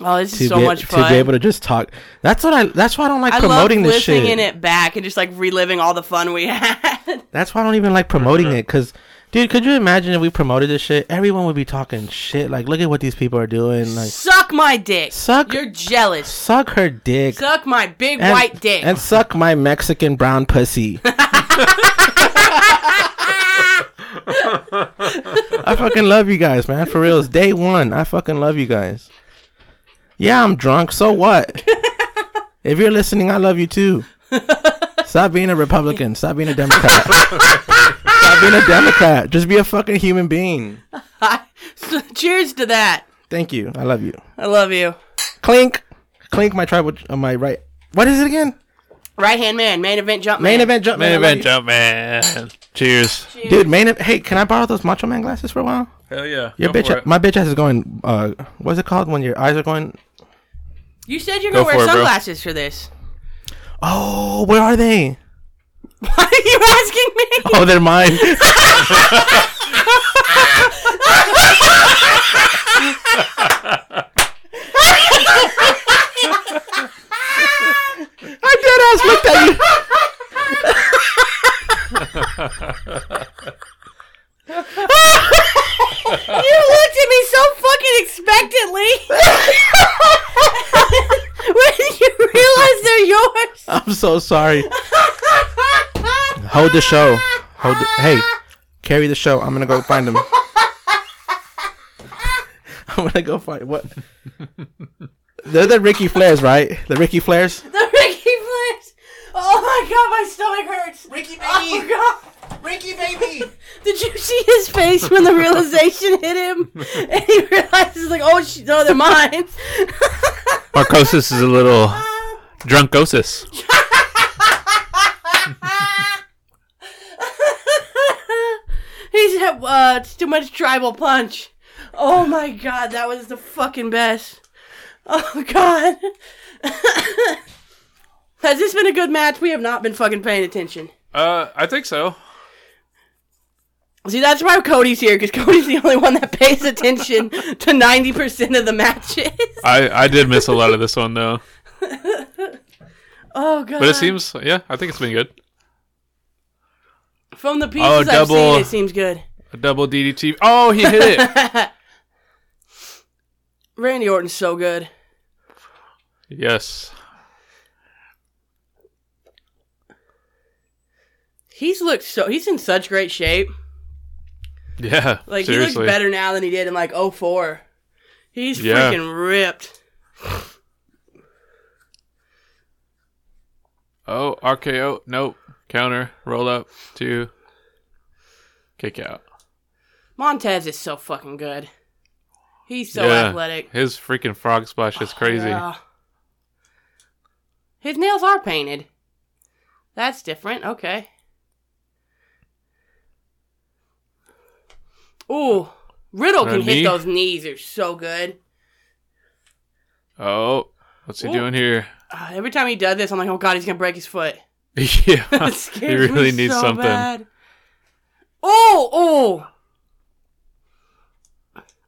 Oh, this
to
is so
be,
much
to
fun.
be able to just talk. That's what I. That's why I don't like
I love
promoting this
listening
shit.
in it back and just like reliving all the fun we had.
That's why I don't even like promoting it. Cause, dude, could you imagine if we promoted this shit? Everyone would be talking shit. Like, look at what these people are doing. Like,
Suck my dick.
Suck-
You're jealous.
suck her dick.
Suck my big
and-
white dick.
And suck my Mexican brown pussy. I fucking love you guys, man. For real, it's day one. I fucking love you guys. Yeah, I'm drunk. So what? if you're listening, I love you too. Stop being a Republican. Stop being a Democrat. Stop being a Democrat. Just be a fucking human being.
Cheers to that.
Thank you. I love you.
I love you.
Clink, clink. My tribal. Uh, my right. What is it again?
Right hand man, main event jump
Main
man.
event jump. man,
Main
I love
event
you.
jump man. Cheers.
Dude, main ev- hey, can I borrow those Macho Man glasses for a while?
Hell yeah.
Your
Go for
bitch,
it.
my bitch ass is going. Uh, what's it called when your eyes are going?
You said you're gonna
Go for
wear
it, bro.
sunglasses for this.
Oh, where are they?
Why are you asking me?
Oh, they're mine. I dead ass looked at you.
You looked at me so fucking expectantly. when you realize they're yours.
I'm so sorry. Hold the show. Hold. The, hey, carry the show. I'm gonna go find them. I'm gonna go find what. They're the Ricky Flares, right? The Ricky Flares.
The Ricky Flares. Oh my god, my stomach hurts. Ricky baby. Oh god. Ricky baby. Did you see his face when the realization hit him? And he realizes like, oh sh- no, they're mine.
Marcosis is a little drunkosis.
He's had uh, it's too much tribal punch. Oh my god, that was the fucking best. Oh god. Has this been a good match? We have not been fucking paying attention.
Uh, I think so.
See, that's why Cody's here, because Cody's the only one that pays attention to 90% of the matches.
I I did miss a lot of this one though,
Oh, God.
but it seems yeah. I think it's been good.
From the pieces I've
Oh, double-
seen, it seems good.
A double DDT. Oh, he hit it.
Randy Orton's so good.
yes.
He's looked so. He's in such great shape.
Yeah.
Like he
seriously.
looks better now than he did in like '04. He's
Yeah.
freaking ripped.
Oh, RKO. Nope. Counter. Roll up. Two. Kick out.
Montez is so fucking good. He's so
Yeah.
athletic. Oh,
His freaking frog splash is crazy.
Yeah. His nails are painted. That's different. Okay. Ooh, Riddle can
Uh, knee?
hit those knees. They're so good.
Oh, what's he
Ooh.
doing here?
Uh, every time he does this, I'm like, oh god, he's gonna break his foot.
yeah,
It
he
scares
really
me
needs
so
something.
Bad. Oh, oh,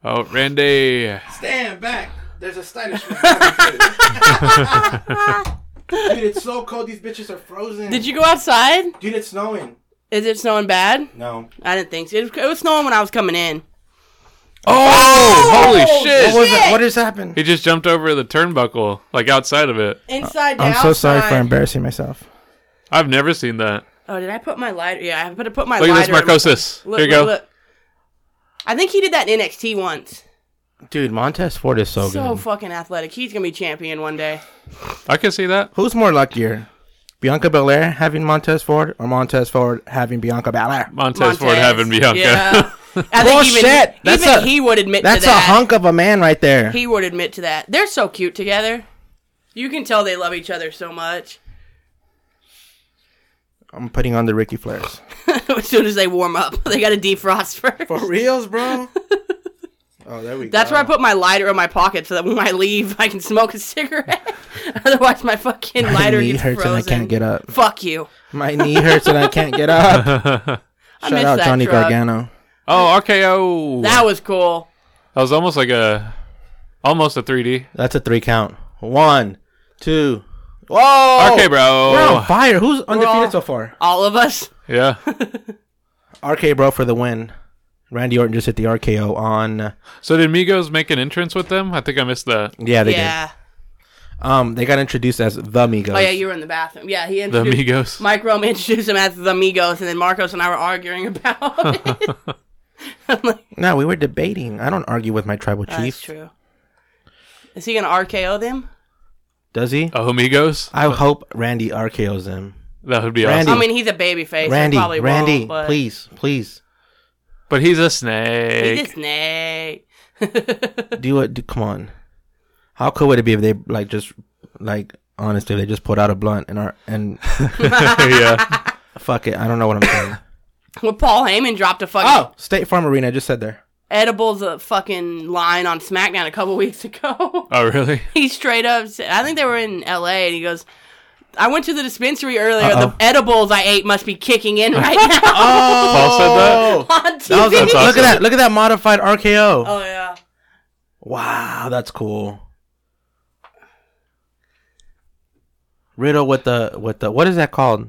Oh, Randy.
Stand back. There's a stylish. Dude, it's so cold. These bitches are frozen.
did you go outside?
Dude, it's snowing.
Is it snowing bad?
No.
I didn't think so. It was, it was snowing when I was coming in.
Uh,
Oh, holy shit!
What was that? What has happened?
He just jumped over the turnbuckle, like outside of it.
Inside to
I'm so sorry for
outside.
embarrassing myself.
I've never seen that.
Oh, did I put my lighter? Yeah, I put put my
Look at
lighter.
this,
in my-
Marcosis.
Look,
Here you
look,
go.
look. I think he did that in NXT once.
Dude, Montez Ford is so,
so
good.
fucking athletic. He's gonna be champion one day.
I can see that.
Who's more luckier? Bianca Belair having Montez Ford or Montez Ford having Bianca Belair?
Montez, Ford having Bianca.
Yeah. I think
Bullshit!
even,
That's
even
a-
he would admit
That's
to
a
that.
hunk of a man right there.
He would admit to that. They're so cute together. You can tell they love each other so much.
I'm putting on the Ricky Flairs.
as soon as they warm up, they got to defrost first.
For reals, bro? oh, there we
That's
go.
where I put my lighter in my pocket so that when I leave, I can smoke a cigarette. Otherwise, my fucking
My
lighter
knee
gets
hurts
frozen.
and I can't get up.
Fuck you.
My knee hurts and I can't get up.
I
Shout
missed
out
that
Johnny
truck.
Gargano.
Oh, RKO.
That was cool.
That was almost like a, almost a 3D.
That's a three count. One, two.
Whoa.
Okay, bro.
We're on fire. Who's undefeated
all-
so far?
All of us.
Yeah.
RK Bro for the win. Randy Orton just hit the RKO on.
So did Migos make an entrance with them? I think I missed that.
Yeah, they
yeah.
did. Um, they got introduced as the Migos.
Oh yeah, you were in the bathroom. Yeah, he
The
introduced
Migos.
Mike Rome introduced him as the Migos, and then Marcos and I were arguing about it. I'm like,
no, we were debating. I don't argue with my tribal
that's
chief.
true. Is he gonna RKO them?
Does he?
Oh, Migos.
I hope Randy RKO's him.
That would be
Randy.
I
awesome.
mean, he's a baby face.
Randy,
probably
Randy,
won't, but
please, please.
But he's a
He's
snake.
a snake.
Do it. Do, come on. How cool would it be if they like just like honestly they just pulled out a blunt and are and
yeah.
fuck it. I don't know what I'm saying.
Well, Paul Heyman dropped a fucking
oh, State Farm Arena. I just said there.
edibles a fucking line on SmackDown a couple weeks ago.
Oh, really?
he straight up said, I think they were in LA, and he goes, I went to the dispensary earlier.
Uh-oh. Oh.
The edibles I ate must be kicking in right now
Paul said that.
on
That was
TV.
That's
Look
awesome.
at that. Look at that modified RKO.
oh, yeah.
Wow, that's cool. Riddle with the with the what is that called?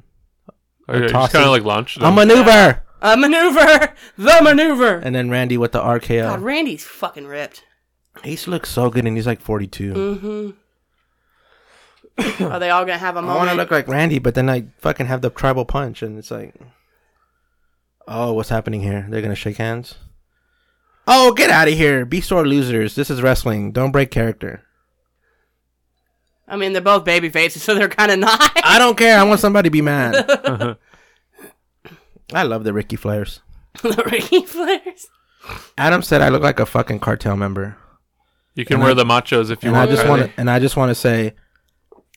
Okay, he's
tosses.
kind of like launched.
A
them.
maneuver.
A maneuver. The maneuver.
And uh, then Randy with the
God,
RKO.
Randy's fucking ripped.
He used to look so good, and he's like 42.
Are they all going to have a
I want
moment?
to look like Randy, but then I fucking have the tribal punch, and it's like, oh, what's happening here? They're gonna shake hands. Oh, get out of here! Be sore losers. This is wrestling. Don't break character.
I mean, they're both baby faces, so they're kind of not.
I don't care. I want somebody to be mad. I love the Ricky Flairs.
the Ricky Flairs.
Adam said I look like a fucking cartel member.
You can
And
wear
I-
the machos if you
and
want.
I just want
Kylie.
to, and I just want to say,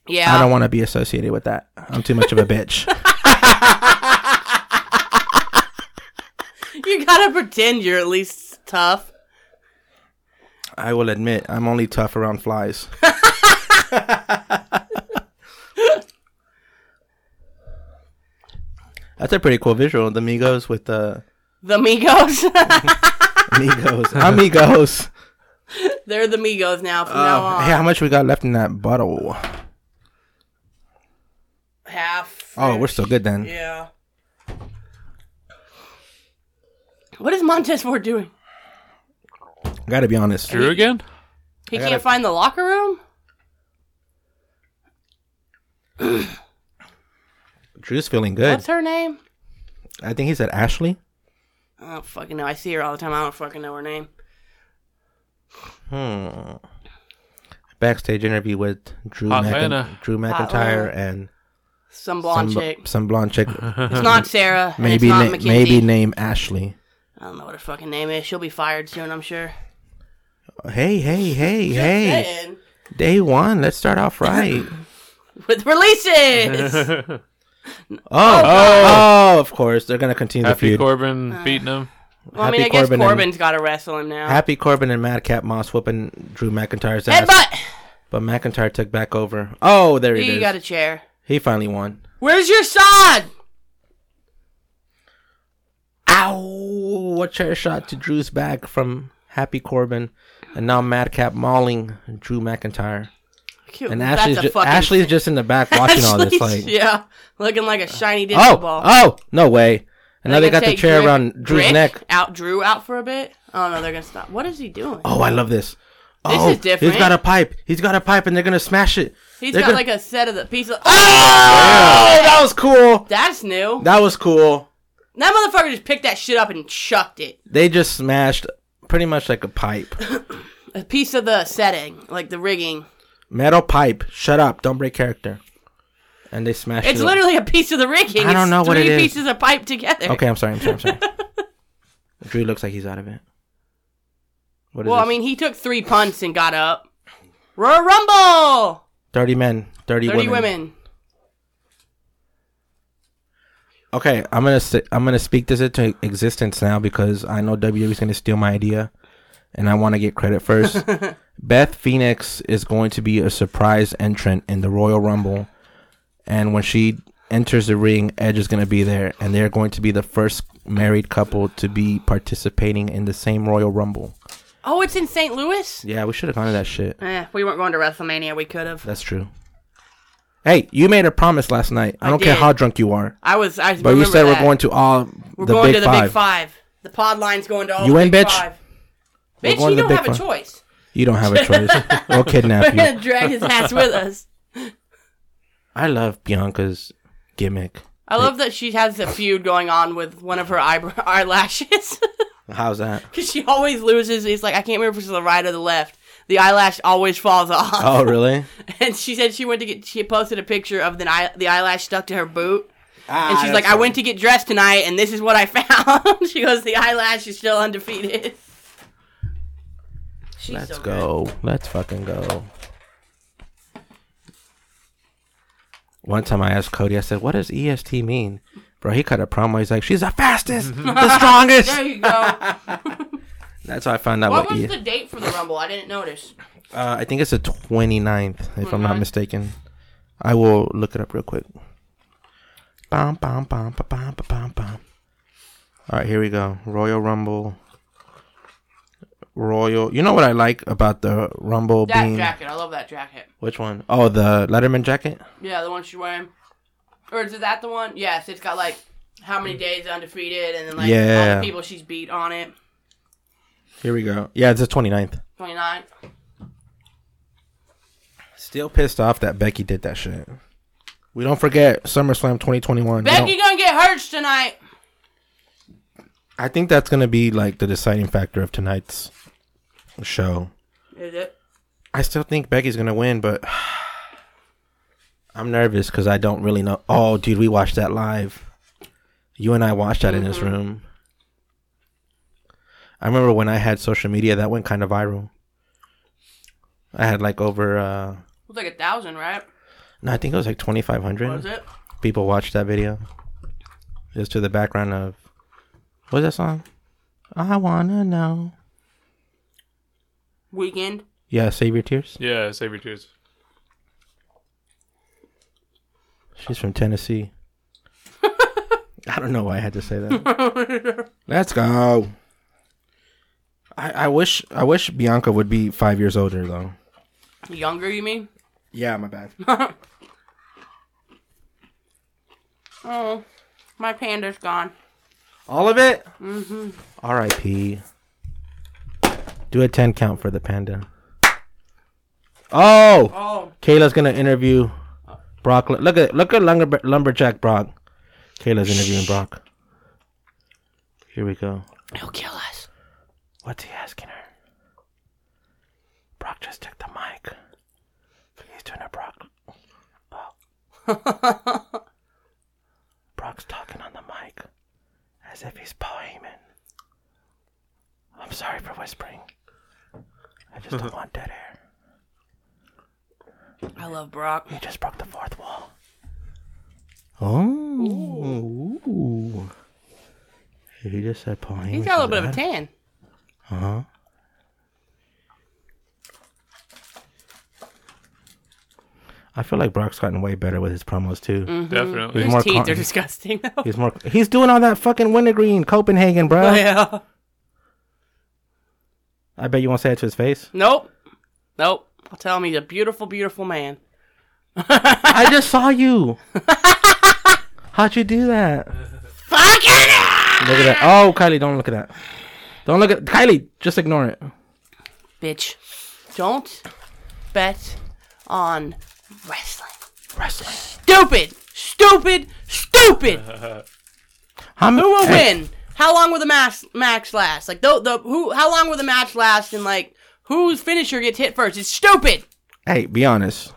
Yeah.
I don't want to be associated with that. I'm too much of a bitch.
you got to pretend you're at least tough.
I will admit, I'm only tough around flies. That's a pretty cool visual. The Migos with the
The Migos.
Migos. Amigos.
they're the Migos now from now on.
Hey, how much we got left in that bottle?
Half.
Oh, we're still good then.
Yeah. What is Montez Ford doing?
Gotta be honest.
Drew again?
He
gotta-
can't find the locker room?
Drew's feeling good.
What's her name?
I think he said Ashley.
I don't fucking know. I see her all the time. I don't fucking know her name.
Hmm. Backstage interview with Drew,
Hot
Mc-
Lana.
Drew McIntyre and
Some blonde
some,
chick.
some blonde chick.
It's not Sarah. and
maybe
it's
na-
not McKenzie.
maybe name Ashley.
I don't know what her fucking name is. She'll be fired soon, I'm sure.
Hey, hey, hey, hey.
Saying.
Day one. Let's start off right.
With releases.
oh, oh, of course. They're gonna continue the
Happy
feud.
Uh,
Corbin beating him.
Well, I mean, I guess Corbin's got to wrestle him now.
And, Happy Corbin and Madcap Moss whooping Drew McIntyre's ass.
Headbutt!
But McIntyre took back over. Oh, there he
You
is.
got a chair.
He finally won.
Where's your sod?
Ow! What chair shot to Drew's back from Happy Corbin, and now Madcap mauling Drew McIntyre.
Cute.
And
That's
Ashley's
a
ju-
fucking-
Ashley's just in the back watching all this.
Ashley's-
Like,
yeah, looking like a shiny disco
oh,
ball.
oh, no way! And now they
They're
got
gonna
the
take
chair
Drick-
around Drew's
Drick
neck.
Out Drew out for a bit. Oh no, they're gonna stop. What is he doing?
Oh, I love this. Oh,
is different.
He's got a pipe. He's got a pipe, and they're gonna smash it.
He's
they're
got
gonna-
like a set of the piece of.
Oh,
Oh,
that was cool.
that's new.
That was cool.
That motherfucker just picked that shit up and chucked it.
They just smashed pretty much like a pipe,
A piece of the setting, like the rigging.
metal pipe. Shut up! Don't break character. And they smashed
It's
it. up.
literally a piece of the rigging.
I don't
It's
know what
three
it is.
pieces of pipe together.
Okay, I'm sorry. I'm sorry. I'm sorry. Drew looks like he's out of it. What
Well, I
this?
mean, he took three punts and got up. Royal Rumble.
thirty men, thirty,
Thirty
women.
women.
Okay, I'm gonna si- I'm gonna speak this into existence now because I know WWE's gonna steal my idea, and I want to get credit first. Beth Phoenix is going to be a surprise entrant in the Royal Rumble, and when she enters the ring, Edge is gonna be there, and they're going to be the first married couple to be participating in the same Royal Rumble.
Oh, it's in St. Louis.
Yeah, we should have gone to that shit.
Eh, we weren't going to WrestleMania. We could have.
That's true. Hey, you made a promise last night. I,
I
don't care
did.
how drunk you are,
I was. I
but you
remember
said
that.
we're going to all
We're
the,
going
big
to the
five.
big five. The pod line's going to all
You
the
in,
big
bitch?
five.
We're
Bitch,
going
you
to
don't
Big
have a
Five.
choice.
You don't have a choice. we'll
We're
kidnap you.
gonna drag his ass with us.
I love Bianca's gimmick.
I love that she has a feud going on with one of her eyebrow eyelashes
How's that?
because she always loses. It's like I can't remember if it's the right or the left. The eyelash always falls off.
Oh, really?
And she said she went to get. She posted a picture of the eye, the eyelash stuck to her boot.
Ah,
And she's like, I went to get dressed tonight, and this is what I found. she goes, the eyelash is still undefeated. She's
Let's
so good.
go. Let's fucking go. One time I asked Cody, I said, what does EST mean? Bro, he cut a promo. He's like, she's the fastest, the strongest.
There you go.
That's how I found out
What
what,
was
E-
the date for the Rumble? I didn't notice.
uh, I think it's the 29th, if I'm not
29th.
mistaken. I will look it up real quick. Bum, bum, bum, ba, bum, ba, bum, bum. All right, here we go. Royal Rumble. Royal. You know what I like about the Rumble
That
being
jacket. I love that jacket.
which one? Oh, the Letterman jacket.
Yeah, the one she's wearing. Or is that the one? Yes, it's got like how many days undefeated and then like all
Yeah.
the people she's beat on it.
Here we go. Yeah, it's the 29th.
29.
Still pissed off that Becky did that shit. We don't forget SummerSlam 2021. We
Becky
don't-
gonna get hurt tonight.
I think that's gonna be like the deciding factor of tonight's show.
Is it?
I still think Becky's gonna win, but I'm nervous because I don't really know. Oh, dude, we watched that live. You and I watched that in this
Mm-hmm.
room. I remember when I had social media, that went kind of viral. I had like over, uh,
It was like a thousand, right?
no, I think it was like
Was
2,500
it?
people watched that video. Just to the background of, what was that song? I wanna know.
Weekend.
Yeah, Save Your Tears.
Yeah, save your tears.
She's from Tennessee. I don't know why I had to say that. Let's go. I, I wish I wish Bianca would be five years older though.
Younger, you mean?
Yeah, my bad.
Oh, my panda's gone.
All of it. Mm-hmm. R.I.P. Do a ten count for the panda. Oh,
Oh,
Kayla's gonna interview Brock. Le- Look at look at lumber, lumberjack Brock. Kayla's interviewing Brock. Here we go.
he'll kill us.
What's he asking her? Brock just took the mic. He's doing a Brock. Oh. Brock's talking on the mic as if he's Paul Heyman. I'm sorry for whispering. I just don't want dead air.
I love Brock.
He just broke the fourth wall. Oh. Ooh. Dude, he just said Paul Heyman.
He's got a little bit of a tan.
Uh huh. I feel like Brock's gotten way better with his promos too.
Mm. Mm-hmm.
Definitely.
He's
His
more
teeth
con-
are disgusting though.
He's more. He's doing all that fucking wintergreen Copenhagen, bro.
yeah.
I bet you won't say it to his face.
Nope. Nope. I'll tell him he's a beautiful, beautiful man.
I just saw you. How'd you do that?
Fucking
Look at that. Oh, Kylie, don't look at that. Don't look at Kylie. Just ignore it.
bitch. Don't bet on wrestling.
Wrestling.
Stupid. Stupid. Stupid.
How many?
Who will win? How long will the match match last? Like the the who? How long will the match last? And like whose finisher gets hit first? It's stupid.
Hey, be honest.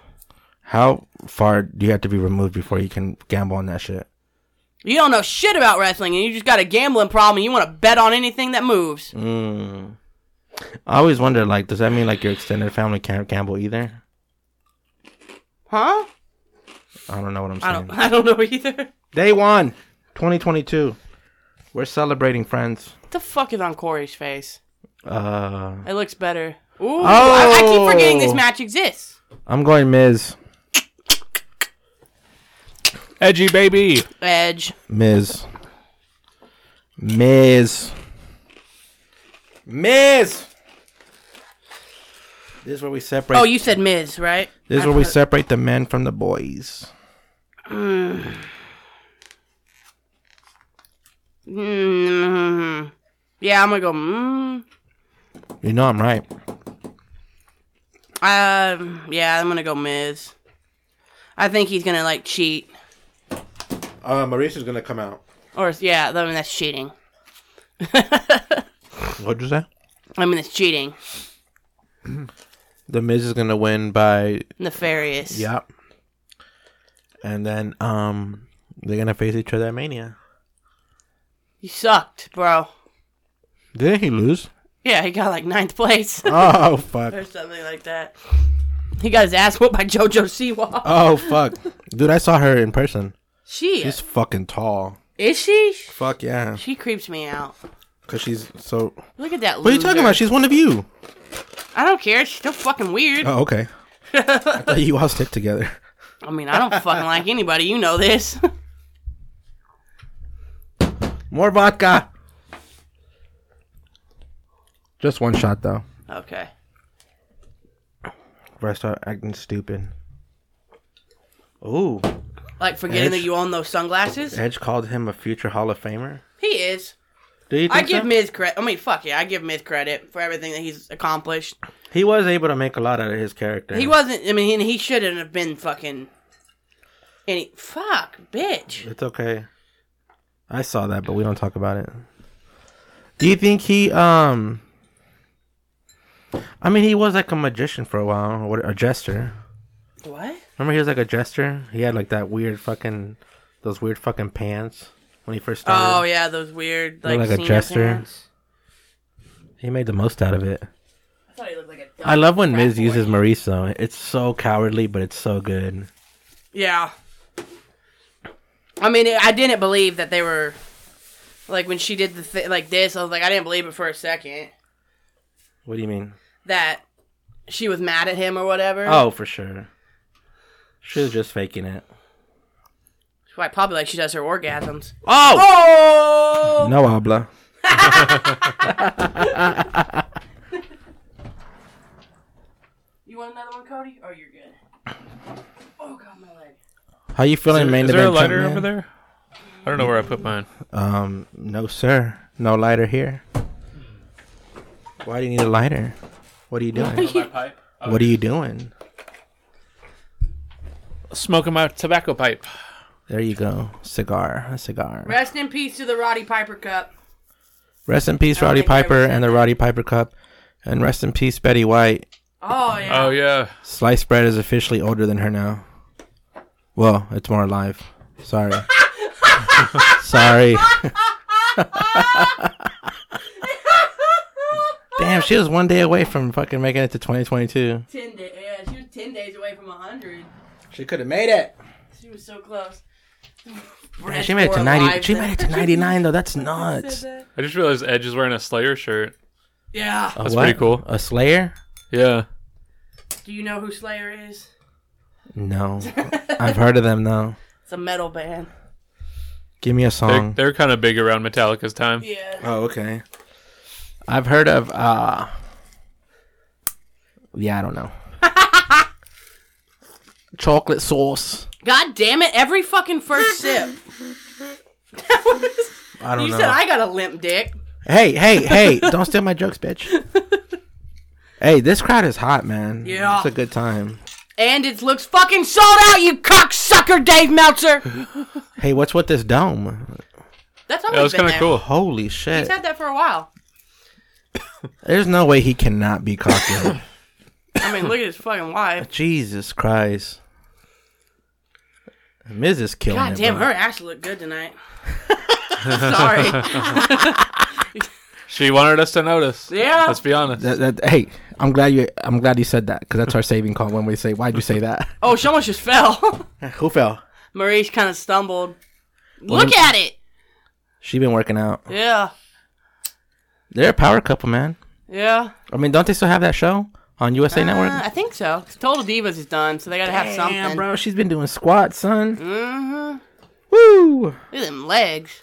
How far do you have to be removed before you can gamble on that shit?
You don't know shit about wrestling, and you just got a gambling problem. and You want to bet on anything that moves.
Mm. I always wonder, like, does that mean like your extended family can't gamble either?
Huh?
I don't know what I'm
I
saying.
don't. I don't know either.
Day one, 2022. We're celebrating, friends.
What the fuck is on Corey's face?
Uh,
It looks better. Ooh, I, I keep forgetting this
Oh.
match exists.
I'm going Miz.
Edgy baby.
Edge.
Miz. Miz. Miz. This is where we separate.
Oh, you said Miz, right?
this is where we separate the men from the boys.
Mm-hmm. Yeah, I'm gonna go. Mm.
You know I'm right.
Um, yeah, I'm gonna go Miz. I think he's gonna like cheat,
Uh, Maurice gonna come out.
or yeah, I mean that's cheating.
What'd you say?
I mean it's cheating.
The Miz is gonna win by
Nefarious.
yep. And then um, they're gonna face each other at Mania.
You sucked, bro.
Didn't he lose?
Yeah, he got like ninth place
Oh fuck.
or something like that. He got his ass whooped by JoJo Siwa.
Oh fuck, dude! I saw her in person.
she
She's fucking tall.
is she?
Fuck yeah,
She creeps me out.
cause she's so.
Look at that.
What are you talking about? She's one of you.
I don't care. She's still fucking weird.
Oh okay. I thought you all stick together.
I mean, I don't fucking like anybody. You know this.
More vodka. Just one shot though.
okay.
Before I start acting stupid. Ooh,
Like forgetting
Edge.
that you own those sunglasses.
Edge called him a future Hall of Famer.
He is.
Do you think
I give
so?
Miz credit. I mean, fuck yeah, I give Miz credit for everything that he's accomplished.
He was able to make a lot out of his character.
He wasn't. I mean, he shouldn't have been fucking. Any fuck, bitch.
It's okay. I saw that, but we don't talk about it. Do you think he um I mean he was like a magician for a while, or what- a jester.
What?
Remember he was like a jester? He had like that weird fucking those weird fucking pants when he first started.
Oh yeah, those weird like,
like a
Cena
jester.
pants.
He made the most out of it.
I thought he looked like a.
I love when
Frat
Miz
boy.
uses Maurice though. It's so cowardly, but it's so good.
Yeah. I mean, I didn't believe that they were, like when she did the thi- like this. I was like, I didn't believe it for a second
What do you mean?
that she was mad at him or whatever.
Oh, for sure. She was just faking it.
Why, probably like she does her orgasms.
Oh!
Oh!
No habla.
You want another one, Cody? Oh, you're good. Oh god, my leg.
How you feeling, main
Is there a
event
lighter
champion?
over there? I don't know where I put mine.
Um, no, sir. No lighter here. Why do you need a lighter? What are you doing?
pipe.
what are you doing?
Smoking my tobacco pipe.
There you go. Cigar. A cigar.
Rest in peace to the Roddy Piper Cup.
Rest in peace,
don't
Roddy
think I
Piper and the Roddy Piper Cup. And rest in peace, Betty White.
Oh yeah.
Oh yeah.
Slice Bread is officially older than her now. Well, it's more alive. Sorry. Sorry. Damn, she was one day away from fucking making it to 2022.
Ten days. Yeah, she was ten days away from hundred.
She could have made it.
She was so close.
she made it to ninety. She made it to ninety nine though. That's nuts.
I just realized Edge is wearing a Slayer shirt.
Yeah.
A
That's pretty cool.
A Slayer?
Yeah.
Do you know who Slayer is?
No, I've heard of them though.
It's a metal band.
Give me a
They're,
song.
they're kind of big around Metallica's time.
Yeah.
Oh, okay.
I've heard of. uh Yeah, I don't know. Chocolate sauce.
God damn it! Every fucking first sip.
I don't
you
know.
said I got a limp dick.
hey, hey, hey! Don't steal my jokes, bitch. hey, this crowd is hot, man.
Yeah.
it's a good time.
And it looks fucking sold out, you cocksucker, Dave Meltzer.
Hey, what's with this dome?
That's always
That was
been
kind of
there.
cool.
Holy shit!
He's had that for a while.
There's no way he cannot be cocky.
I mean, look at his fucking wife.
Jesus Christ. Miz is killing
God
it,
damn,
bro.
her ass looked good tonight. Sorry.
She wanted us to notice.
Yeah.
Let's be honest.
That, that, hey, I'm glad you. I'm glad you said that because that's our saving call when we say, "Why'd you say that?"
oh, someone just fell.
Who fell?
Maurice kind of stumbled. Look at it.
She been working out.
Yeah.
They're a power couple, man.
Yeah.
I mean, don't they still have that show on USA Network?
Uh, I think so. 'Cause Total Divas is done, so they gotta have something.
bro, she's been doing squats, son.
Mm-hmm.
Woo!
Look at them legs.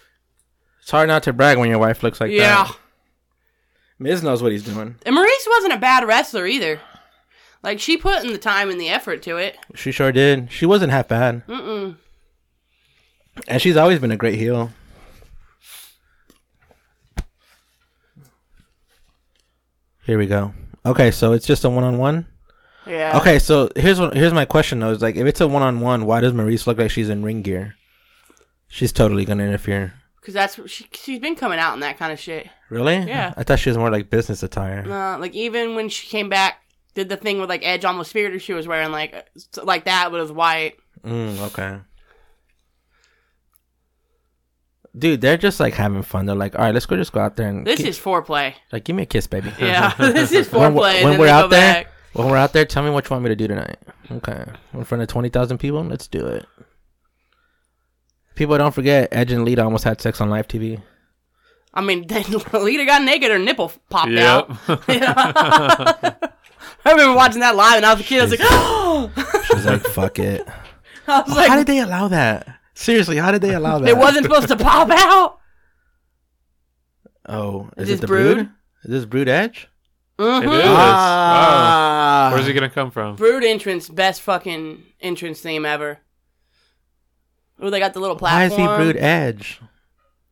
It's hard not to brag when your wife looks like
Yeah.
that. Miz knows what he's doing.
And Maurice wasn't a bad wrestler either. Like she put in the time and the effort to it.
She sure did. She wasn't half bad. Mm-mm. And she's always been a great heel. Here we go. Okay, so it's just a one on one.
Yeah.
Okay, so here's what here's my question though. Is like if it's a one on one, why does Maurice look like she's in ring gear? She's totally gonna interfere.
Because that's what she she's been coming out in that kind of shit.
Really?
Yeah.
I thought she was more like business attire.
Uh, like even when she came back, did the thing with like Edge almost speared her. She was wearing like uh, s- like that, but it was white.
Mm, okay. Dude, they're just like having fun. They're like, all right, let's go just go out there and
This
gi-
is foreplay.
like give me a kiss, baby.
Yeah, this is
When, we-
foreplay. and
when
then
we're
they
out
go
there,
back.
when we're out there, tell me what you want me to do tonight. Okay, in front of twenty thousand people, let's do it. People don't forget, Edge and Lita almost had sex on live TV.
I mean, then Lita got naked. Her nipple f- popped out.
Yep.
I remember watching that live, and I was a kid. I was like,
She's like, fuck it.
I was
how
like,
did they allow that? Seriously, how did they allow that?
it wasn't supposed to pop out.
Oh,
Is
is,
this
it the
Brood?
brood? Is this brood edge?
it
hmm
is. Wow.
Ah.
Where's it gonna come from?
Brood entrance, best fucking entrance theme ever. Oh, they got the little
Why is
platform.
he brood edge?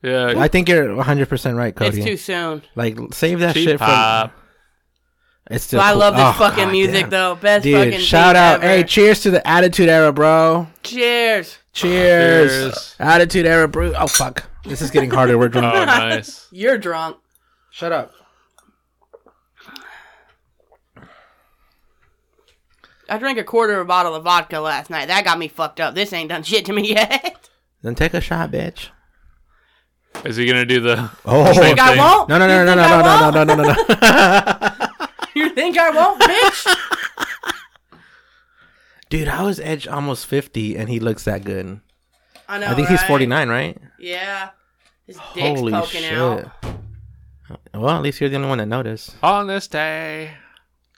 Yeah.
I think you're 100 percent right, Cody.
It's too soon.
like save that
Cheap
shit for.
pop.
It's still.
But I
cool.
love this
Oh,
fucking
God
music
damn.
though. Best
Dude,
fucking
shout
theme
out.
Ever.
Hey, cheers to the Attitude Era, bro.
cheers.
Cheers.
Cheers.
Attitude Era, bro. Oh fuck, this is getting harder. We're drunk.
Uh,
Oh, nice.
You're drunk.
Shut up.
I drank a quarter of a bottle of vodka last night. That got me fucked up. This ain't done shit to me yet.
Then take a shot, bitch.
Is he gonna do the?
Oh.
Same
Think I
thing?
won't?
No, no,
You
no, no,
think
no,
I
no, no,
won't?
no, no, no, no.
You think I won't, bitch?
Dude, how is Edge almost 50 and he looks that good?
I know.
I think he's
right?
49, right?
Yeah. His dick's
Holy
poking
shit.
out.
Well, at least you're the only one that noticed.
On this day.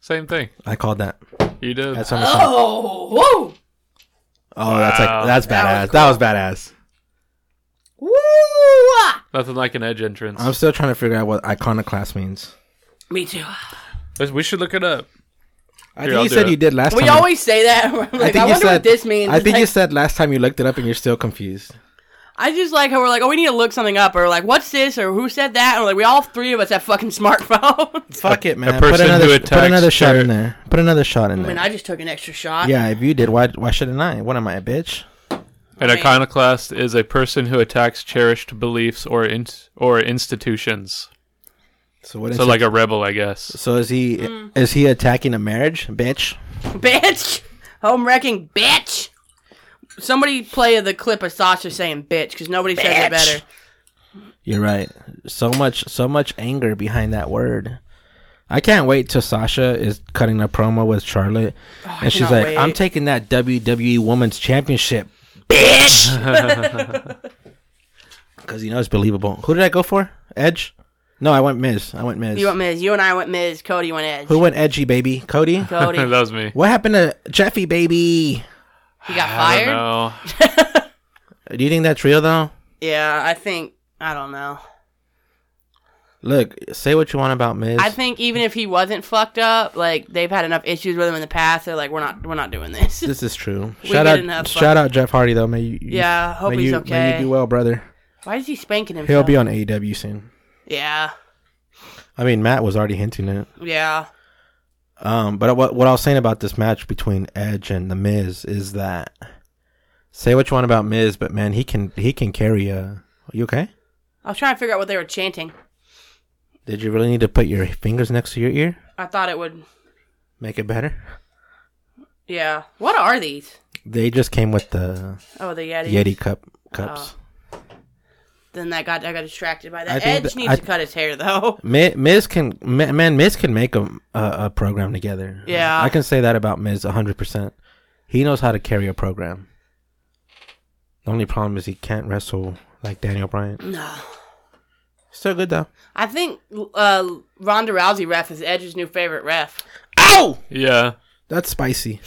Same thing.
I called that.
You did.
That's almost.
Oh,
Oh, that's like
Wow.
that's
That was
badass. That was, badass.
whoa, woo! Ah.
Nothing like an edge entrance.
I'm still trying to figure out what iconoclast means.
Me too.
Let's- We should look it up.
I
Here,
think
I'll
you
do
said
it.
you did last
We
time.
always say that. We're like, I,
you
wonder what this means.
I
It's
think
like-
you said last time you looked it up and you're still confused.
I just like how we're like, oh, we need to look something up, or like, what's this, or who said that, or like, we all three of us have fucking smartphones.
Fuck it, man. Put
person
another,
who
put another
attacks
shot
their-
in there. Put another shot in
I
there.
mean, I just took an extra shot.
yeah, if you did, why why shouldn't I? What am I, a bitch?
An
mean-
iconoclast is a person who attacks cherished beliefs or in- or institutions.
So what?
So
is
like a rebel, I guess.
So is he
Mm.
is he attacking a marriage, bitch?
bitch, home wrecking, bitch. Somebody play the clip of Sasha saying bitch because nobody says it better.
You're right. So much so much anger behind that word. I can't wait till Sasha is cutting a promo with Charlotte, and she's
Oh, cannot
like, "I'm
wait.
taking that WWE Women's E Championship, bitch. Because you know it's believable. Who did I go for? Edge? No, I went Miz. I went Miz.
You went Miz. You and I went Miz. Cody went Edge.
Who went edgy, baby? Cody.
Cody.
that was me.
What happened to Jeffy, baby?
He got
I don't
fired.
know.
Do you think that trio though?
Yeah, I think I don't know.
Look, say what you want about Miz.
I think even if he wasn't fucked up, like they've had enough issues with him in the past. They're like, we're not, we're not doing this.
this is true.
We
Shout
get
out,
enough
shout out Jeff Hardy though. May you, you-
yeah, hope
may
he's
you, May
okay.
you do well, brother.
Why is he spanking himself?
He'll be on AEW soon.
Yeah,
I mean, Matt was already hinting it.
yeah.
Um, but what what I was saying about this match between Edge and the Miz is that say what you want about Miz, but man, he can he can carry a. You okay?
I was trying to figure out what they were chanting.
Did you really need to put your fingers next to your ear?
I thought it would.
Make it better.
Yeah. What are these?
They just came with the
Oh, the Yeti.
Yeti cup cups.
Then that got I got distracted by
I
that.
think
Edge
that-
needs
I-
to cut his hair though.
Mi Miz can Ma- man, Miz can make a, a a program together.
Yeah.
I can say that about Miz hundred percent. He knows how to carry a program. The only problem is he can't wrestle like Daniel Bryan.
No.
Still good though.
I think uh, Ronda Rousey ref is Edge's new favorite ref.
Ow!
Yeah.
That's spicy.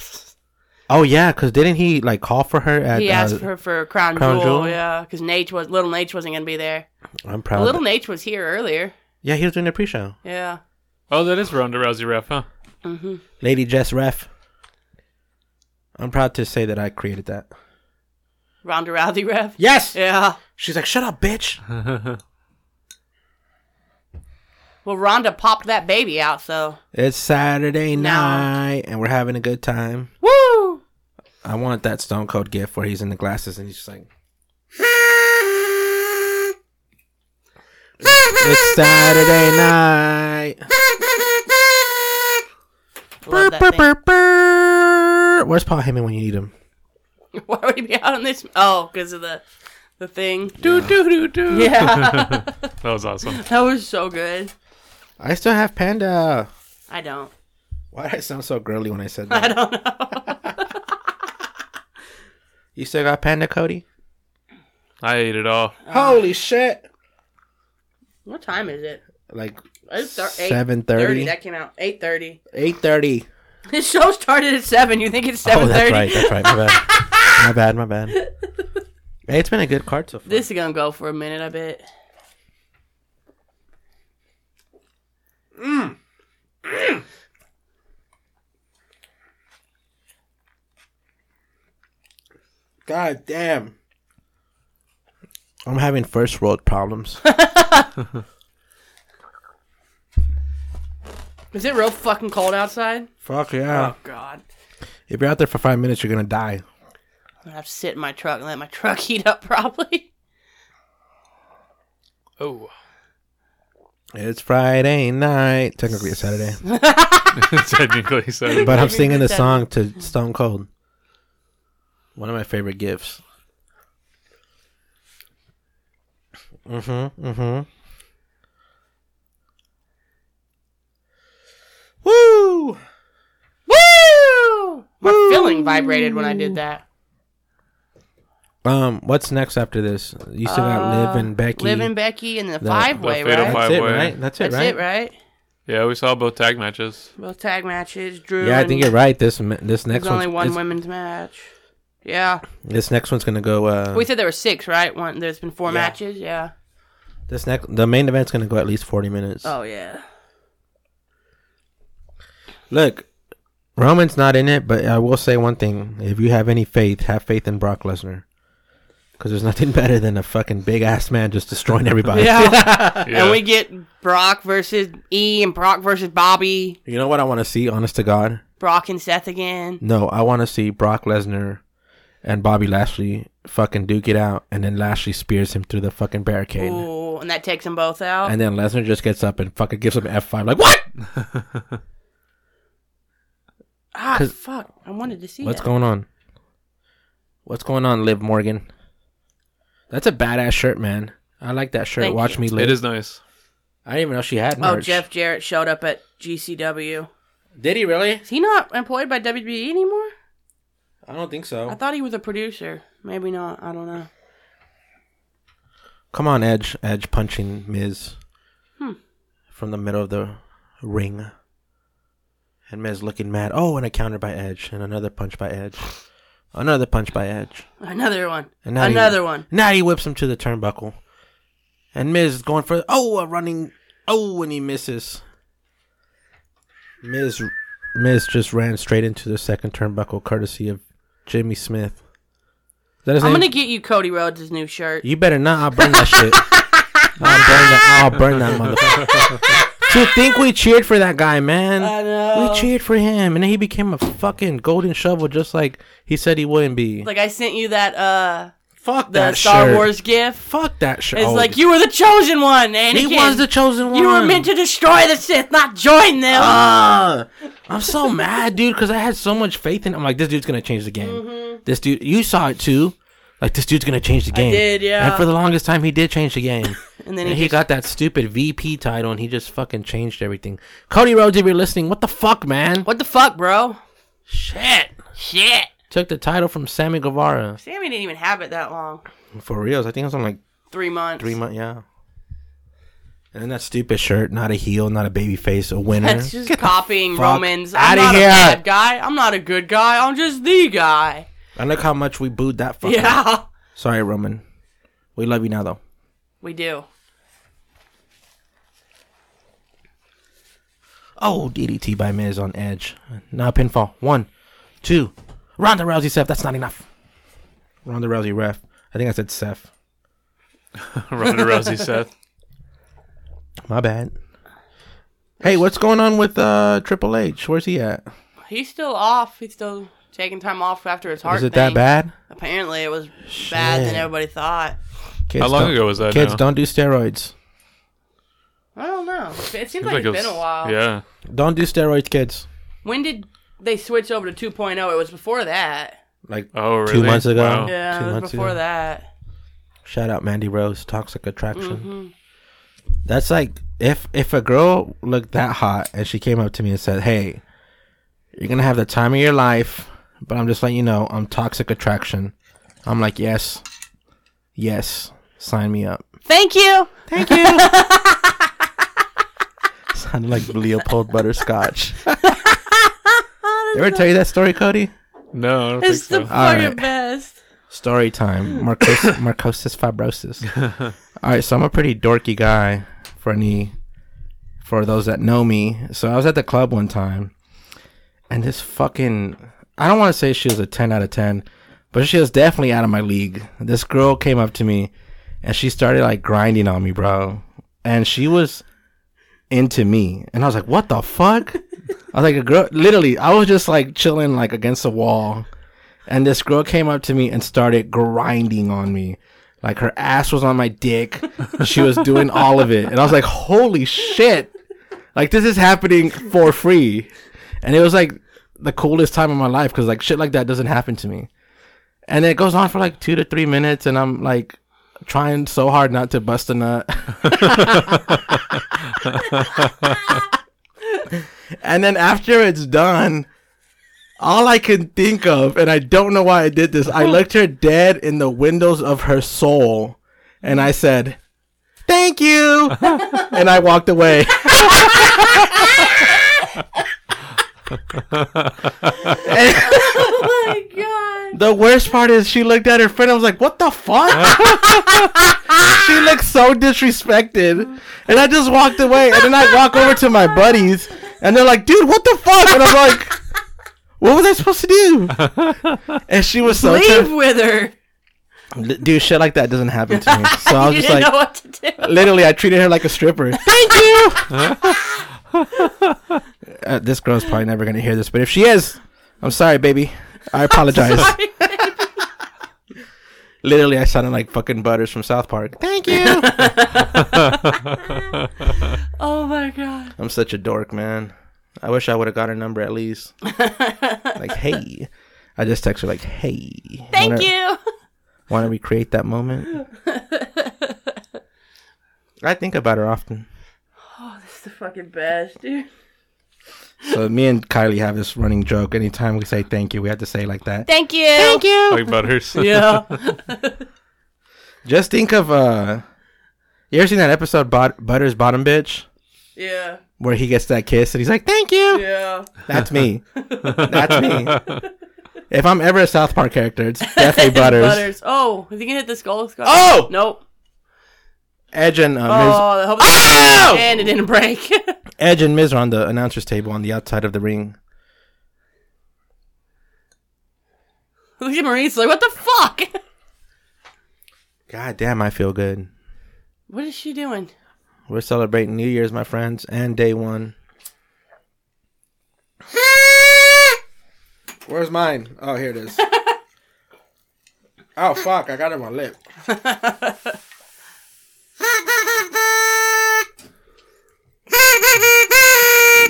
Oh yeah, because didn't he like call for her at?
He asked
uh,
her for Crown,
Crown
Jewel,
Jewel?
yeah, because Nate was little Nate wasn't gonna be there.
I'm proud.
Little Nate was here earlier,
yeah, he was doing the pre-show.
yeah.
Oh, that is Ronda Rousey ref, huh?
hmm
Lady Jess Ref. I'm proud to say that I created that.
Ronda Rousey ref,
Yes.
yeah.
She's like, shut up, bitch.
Well, Ronda popped that baby out, so
It's Saturday
Nah.
night, and we're having a good time.
woo.
I want that Stone Cold gift where he's in the glasses and he's just like. It's Saturday night.
Love that thing.
Where's Paul Heyman when you need him?
Why would he be out on this? Oh, because of the the thing.
Do do do do.
Yeah,
That was awesome.
that was so good.
I still have Panda.
I don't.
Why did I sound so girly when I said
I
that?
don't know.
You still got Panda, Cody?
I ate it all.
Uh,
Holy shit!
what time is it?
Like
It's thir- eight
seven
thirty.
thirty,
That came out eight thirty.
eight thirty.
This show started at seven. You think it's
Oh,
seven
that's
thirty?
right. That's right. My bad. my bad. My bad. Hey, it's been a good card so far.
This is gonna go for a minute. I bet.
God damn.
I'm having first world problems.
Is it real fucking cold outside?
Fuck yeah!
Oh God.
If you're out there for five minutes, you're gonna die.
I'm gonna have to sit in my truck and let my truck heat up probably.
Oh.
It's Friday night. Technically, it's Saturday,
Technically, so.
but I'm singing the song to Stone Cold. One of my favorite gifts. Mm-hmm. Mm-hmm. Woo!
Woo! My filling vibrated when I did that.
Um, what's next after this? You still got Liv and Becky.
Uh, Liv and Becky and the, five way,
The fatal
right?
five-
That's it,
Way.
right? That's it,
That's
right?
it, right?
Yeah, we saw both tag matches.
Both tag matches. Drew.
Yeah, I
and-
think you're right. This m- this next
There's only
one,
one women's match. Yeah,
this next one's gonna go. Uh,
we said there were six, right? One. There's been four matches. Yeah.
this next, the main event's gonna go at least forty minutes.
Oh yeah.
Look, Roman's not in it, but I will say one thing: if you have any faith, have faith in Brock Lesnar, because there's nothing better than a fucking big ass man just destroying everybody.
Yeah.
Yeah.
And we get Brock versus E and Brock versus Bobby.
You know what I want to see? Honest to God,
Brock and Seth again.
no, I want to see Brock Lesnar and Bobby Lashley fucking duke it out, and then Lashley spears him through the fucking barricade.
Ooh, and that takes them both out.
And then Lesnar just gets up and fucking gives him an F5. Like, what?
ah,
'cause-
fuck! I wanted to see
What's
that.
going on? What's going on, Liv Morgan? That's a badass shirt, man. I like that shirt.
Thank
Watch
you.
me
It
live.
is nice.
I didn't even know she had
Oh,
merch.
Jeff Jarrett showed up at GCW.
Did he really?
Is he not employed by WWE E anymore?
I don't think
I
so.
thought he was a producer. Maybe not. I don't know.
Come on, Edge. Edge punching Miz
Hmm.
from the middle of the ring. And Miz looking mad. Oh, and a counter by Edge. And another punch by Edge. Another punch by Edge.
Another one.
And now he-
Another one.
Now he whips him to the turnbuckle. And Miz is going for oh a running oh and he misses. Miz Miz just ran straight into the second turnbuckle courtesy of Jimmy Smith. Is that his
I'm
name?
gonna get you Cody Rhodes' new shirt.
You better not. I'll burn that shit. I'll burn that. I'll burn that motherfucker. To think we cheered for that guy, man.
I know.
We cheered for him, and then he became a fucking golden shovel, just like he said he wouldn't be.
Like I sent you that uh
fuck
the
that
Star
shirt.
Wars gift.
Fuck that shit.
It's like you were the chosen one, Anakin.
He was the chosen one.
You were meant to destroy the Sith, not join them.
Ah, I'm so mad, dude, because I had so much faith in. I'm like, this dude's gonna change the game.
Mm-hmm.
This dude, you saw it too. Like this dude's gonna change the game.
did, yeah.
And for the longest time, he did change the game.
and then
And he
he, just-
got that stupid VP title, and he just fucking changed everything. Cody Rhodes, if you're listening, what the fuck, man?
what the fuck, bro?
Shit.
Shit.
Took the title from Sammy Guevara.
Sammy didn't even have it that long.
For reals, I think it was on like
Three months.
three months. Yeah. And then that stupid shirt, not a heel, not a baby face, a winner.
That's just copying
fuck
Romans. I'm
outta
not
here.
a bad guy. I'm not a good guy. I'm just the guy.
I look how much we booed that fucker.
Yeah.
Sorry, Roman. We love you now, though.
We do.
Oh, DDT by Miz on Edge. Now pinfall. One, two. Ronda Rousey, Seth. That's not enough. Ronda Rousey, ref. I think I said Seth.
Ronda Rousey, Seth.
My bad. Hey, what's going on with uh Triple H? Where's he at?
He's still off. He's still taking time off after his heart.
Is it that
thing.
bad?
Apparently, it was bad
Shit.
than everybody thought.
Kids
How long
don't-
ago was that?
Kids
now?
don't do steroids.
I don't know. It seems,
Seems
like,
it
it's
was-
been a while.
Yeah.
Don't do steroids, kids.
When did they switch over to 2.0? It was before that.
Like
Oh, really?
Two months ago.
Wow.
Yeah,
Two
it
months
was before
ago.
that.
shout out Mandy Rose, Toxic Attraction.
hmm
That's like if if a girl looked that hot and she came up to me and said, "Hey, you're gonna have the time of your life, but I'm just letting you know I'm Toxic Attraction." I'm like, yes, yes, sign me up.
Thank you.
Thank you. Sounded like Leopold Butterscotch. Ever tell you that story, Cody?
No, I don't
It's the
think so.
fucking
right.
best.
Story time. Marcos- Marcosis fibrosis. All right, so I'm a pretty dorky guy for any for those that know me. So I was at the club one time, and this fucking I don't want to say she was a 10 out of 10, but she was definitely out of my league. This girl came up to me, and she started like grinding on me, bro. And she was into me, and I was like, "What the fuck?" I was like, "A girl." Literally, I was just like chilling like against the wall. And this girl came up to me and started grinding on me. Like her ass was on my dick. She was doing all of it. And I was like, holy shit. Like this is happening for free. And it was like the coolest time of my life because like shit like that doesn't happen to me. And it goes on for like two to three minutes and I'm like trying so hard not to bust a nut. and then after it's done, all I can think of, and I don't know why I did this, I looked her dead in the windows of her soul and I said, Thank you. and I walked away.
Oh my god.
The worst part is she looked at her friend. I was like, "What the fuck?" she looked so disrespected, and I just walked away. And then I walk over to my buddies, and they're like, "Dude, what the fuck?" And I'm like, "What was I supposed to do?" And she was so
Leave with her.
Li- dude. Shit like that doesn't happen to me. So I was
you
just
didn't know
like,
what to do.
literally, I treated her like a stripper. Thank you. uh, this girl's probably never gonna hear this, but if she is, I'm sorry, baby. I apologize. Literally, I sounded like fucking Butters from South Park. Thank you.
oh my god.
I'm such a dork, man. I wish I would have got her number at least. like, hey. I just text her like, hey.
Thank
wanna,
you.
Want to recreate that moment? I think about her often.
It's the fucking best, dude.
So me and Kylie have this running joke. Anytime we say thank you, we have to say it like that.
Thank you. Thank you.
like butters.
Yeah.
Just think of uh, you ever seen that episode Bot- Butters Bottom Bitch
yeah.
where he gets that kiss and he's like thank you.
Yeah.
That's me. That's me. If I'm ever a South Park character, it's definitely Butters.
Butters. Oh, is he gonna hit this goal? Scott?
Oh!
Nope.
Edge and uh, Miz,
Oh, I hope
Ow!
and it didn't break.
Edge and Miz are on the announcers table on the outside of the ring.
Look at Maurice like, what the fuck?
God damn, I feel good.
What is she doing?
We're celebrating New Year's, my friends, and day one. Where's mine? Oh, here it is. oh fuck! I got it on my lip.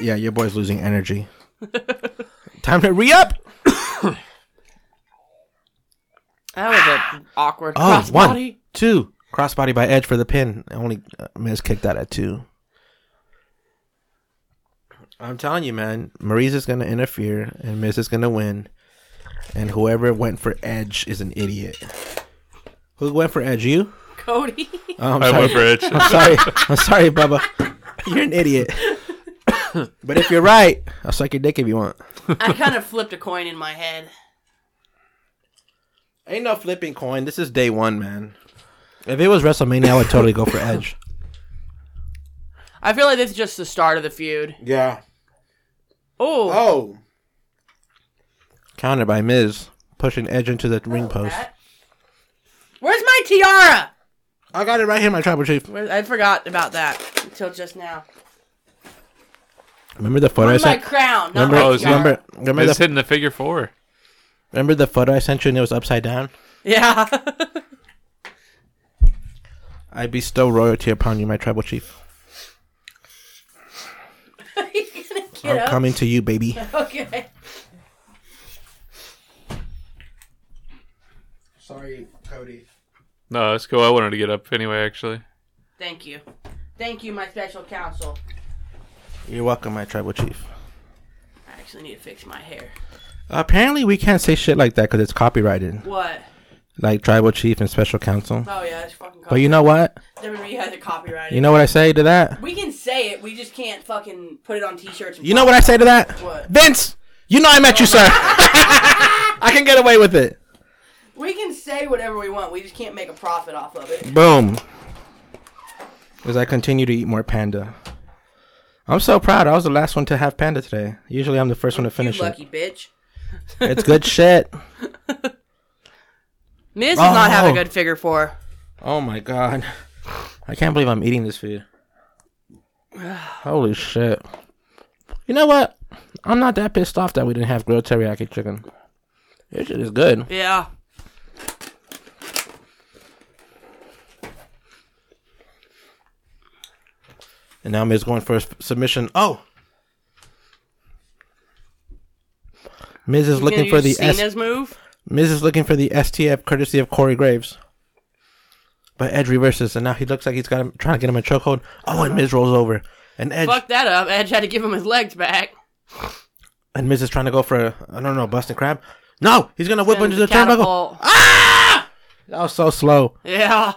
yeah, your boy's losing energy. Time to re up.
That was an awkward
Oh,
crossbody.
one, two. Crossbody by Edge for the pin. Only uh, Miz kicked that at two. I'm telling you, man. Maurice is going to interfere, and Miz is going to win. And whoever went for Edge is an idiot. Who went for Edge? You?
Cody.
Oh, I'm
I
sorry.
went for Edge.
I'm sorry. I'm sorry, Bubba. You're an idiot. but if you're right, I'll suck your dick if you want.
I kind of flipped a coin in my head.
Ain't no flipping coin. This is day one, man. If it was WrestleMania, I would totally go for Edge.
I feel like this is just the start of the feud.
Yeah.
Oh,
Oh. Counter by Miz, pushing Edge into the ring post.
Where's my tiara?
I got it right here, my tribal chief.
Where, I forgot about that until just now.
Remember the photo I
Where's my
sent?
crown? Not
Remember,
my
Oh, it's
tiara.
remember, remember,
It's
the,
hitting the figure four.
remember the photo I sent you and it was upside down?
Yeah.
I bestow royalty upon you, my tribal chief.
you gonna get
I'm
up?
coming to you, baby.
Okay.
Sorry, Cody.
No, that's cool. I wanted to get up anyway. Actually,
Thank you. Thank you, my special counsel.
You're welcome, my tribal chief.
I actually need to fix my hair.
Apparently, we can't say shit like that because it's copyrighted,
What?
like tribal chief and special counsel.
Oh yeah, it's fucking.
But you know what?
WWE has it copyrighted.
You know what I say to that?
we can say it. We just can't fucking put it on T-shirts. and
You know what I say to that?
What?
Vince, you know I met you, sir. I can get away with it.
We can say whatever we want. We just can't make a profit off of it.
Boom. As I continue to eat more panda. I'm so proud. I was the last one to have panda today. Usually I'm the first one to
You
finish
lucky
it.
bitch.
It's good shit.
Miz does not have
Oh.
a good figure four.
Oh my god. I can't believe I'm eating this food. Holy shit. You know what? I'm not that pissed off that we didn't have grilled teriyaki chicken. This shit is good.
Yeah.
And now Miz going for a s- submission. Oh. Miz is looking for the S-
Cena's move.
Miz is looking for the STF courtesy of Corey Graves. But Edge reverses and now he looks like he's got him trying to get him a chokehold. Oh and Miz rolls over. And Edge
Fuck that up. Edge had to give him his legs back.
and Miz is trying to go for a I don't know, busting crab. No, he's gonna whip into the turnbuckle.
Catapult.
That was so slow.
Yeah.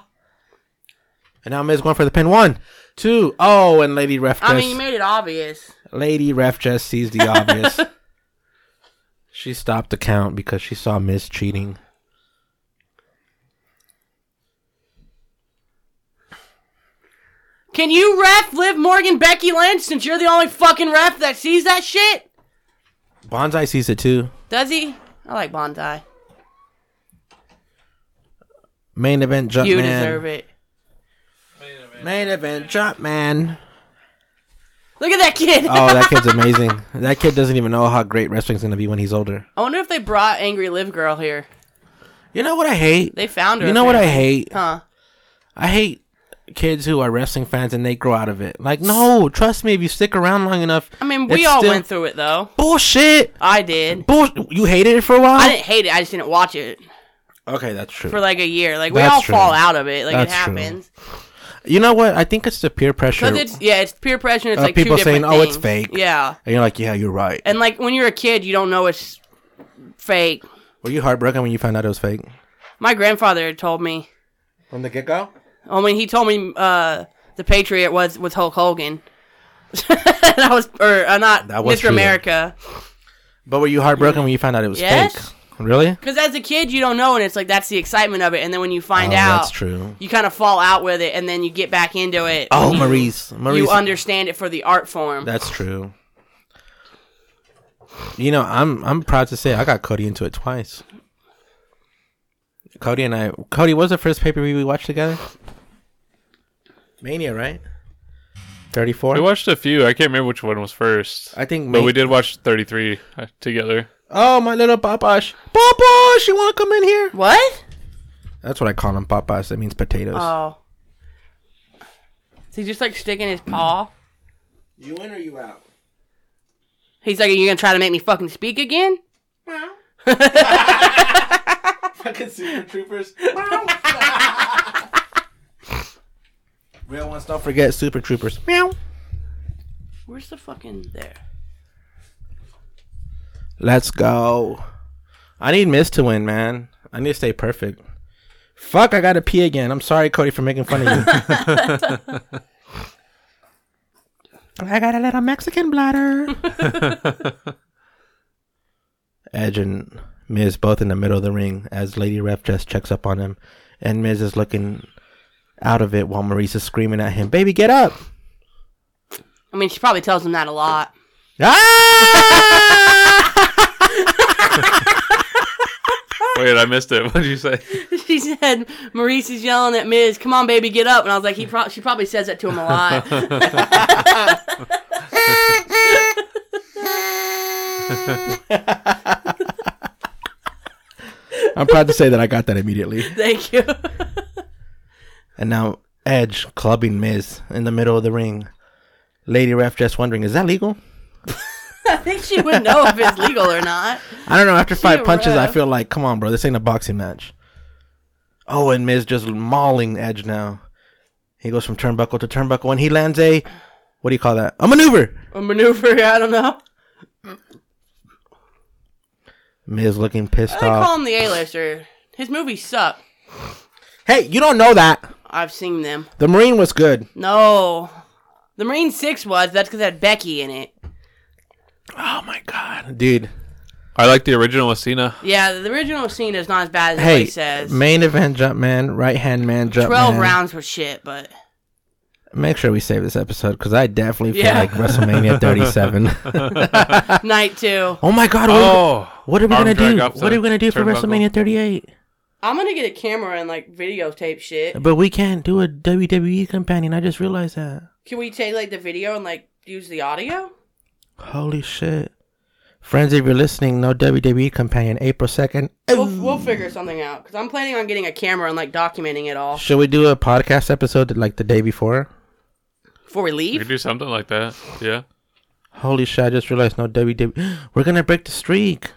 And now Miz going for the pin. One, two, oh, and Lady Ref just
I mean, you made it obvious.
Lady Ref just sees the obvious. she stopped the count because she saw Miz cheating.
Can you ref Liv Morgan Becky Lynch since you're the only fucking ref that sees that shit?
Bonsai sees it too.
Does he? I like Bondi.
Main event jump
You
man.
deserve it.
Main event jump man.
Look at that kid.
Oh, that kid's amazing. that kid doesn't even know how great wrestling's gonna be when he's older.
I wonder if they brought Angry Liv Girl here.
You know what I hate?
They found her.
You know what I
apparently.
hate?
Huh.
I hate kids who are wrestling fans and they grow out of it. Like, no, trust me, if you stick around long enough.
I mean, we all went through it though.
bullshit.
I did.
Bull. You hated it for a while.
I didn't hate it. I just didn't watch it
okay, that's true.
for like a year. Like we
That's
all
true.
fall out of it. Like
That's
it
true.
happens.
You know what? I think it's the peer pressure.
Because it's yeah, it's peer pressure. It's
Uh,
like two
people saying,
different
"Oh, it's
things."
fake.
Yeah,
and you're like, yeah, you're right.
and like when you're a kid, you don't know it's fake.
Were you heartbroken when you found out it was fake?
My grandfather had told me.
From the get go?
I mean, he told me uh, the Patriot was was Hulk Hogan. and I was, or uh, not
That was
Mr.
true, though.
America.
But were you heartbroken when you found out it was
Yes.
fake? Really?
Because as a kid, you don't know, and it's like that's the excitement of it. And then when you find
Oh,
out,
That's true.
you kind of fall out with it, and then you get back into it.
Oh,
you,
Maurice. Maurice.
you understand it for the art form.
That's true. You know, I'm I'm proud to say I got Cody into it twice. Cody and I. Cody, what was the first pay per view we watched together? Mania, right? Thirty
We
four.
watched a few. I can't remember which one was first.
I think.
but
Ma-
we did watch 33 uh, together.
Oh, my little Poposh. Poposh, you want to come in here?
what?
That's what I call him, Poposh. That means potatoes.
Oh. Is he just like sticking his paw?
you in or you out?
He's like, Are you gonna try to make me fucking speak again?
Fucking Super Troopers. Real ones, don't forget Super Troopers. Meow.
Where's the fucking there?
Let's go. I need Miss to win, man. I need to stay perfect. Fuck, I gotta pee again. I'm sorry, Cody, for making fun of you. I got a little Mexican bladder. Edge and Miz both in the middle of the ring as Lady Ref just checks up on him. And Miz is looking out of it while Maurice is screaming at him, Baby, get up!
I mean, she probably tells him that a lot.
Ah!
Wait, I missed it. What did you say?
she said, Maurice is yelling at Miz, come on, baby, get up. And I was like, he pro- she probably says that to him a lot.
I'm proud to say that I got that immediately.
Thank you.
And now Edge clubbing Miz in the middle of the ring. Lady ref just wondering, is that legal?
I think she would know if it's legal or not.
I don't know. After
a
five punches, I
ref.
feel like, come on, bro, this ain't a boxing match. Oh, and Miz just mauling Edge now. He goes from turnbuckle to turnbuckle, and he lands a what do you call that? A maneuver.
A maneuver, I don't know.
Miz looking pissed
I
off.
call him the A-lister. His movies suck.
hey, you don't know that
I've seen them.
the Marine was good.
No. The Marine 6 was. That's because it had Becky in it.
Oh my god, dude.
I like the original with Cena.
Yeah, the original scene is not as bad as
Hey,
everybody says.
main event jump man, right hand man jump
12
man.
rounds were shit, but
Make sure we save this episode because I definitely
Yeah.
feel like WrestleMania 37.
night two.
oh my god, what,
Oh,
what are we
Arm
gonna
drag
do?
up
What
the
are we gonna do for
turnbuckle.
WrestleMania 38?
I'm gonna get a camera and like videotape shit.
But we can't do a WWE companion. I just realized that.
Can we take like the video and like use the audio?
Holy shit. Friends, if you're listening, no WWE companion. April 2nd.
We'll, we'll figure something out because I'm planning on getting a camera and like documenting it all
Should we do a podcast episode like the day before?
before we
you could
leave.
do something like that. Yeah.
Holy shit, I just realized no WWE. We're gonna break the streak.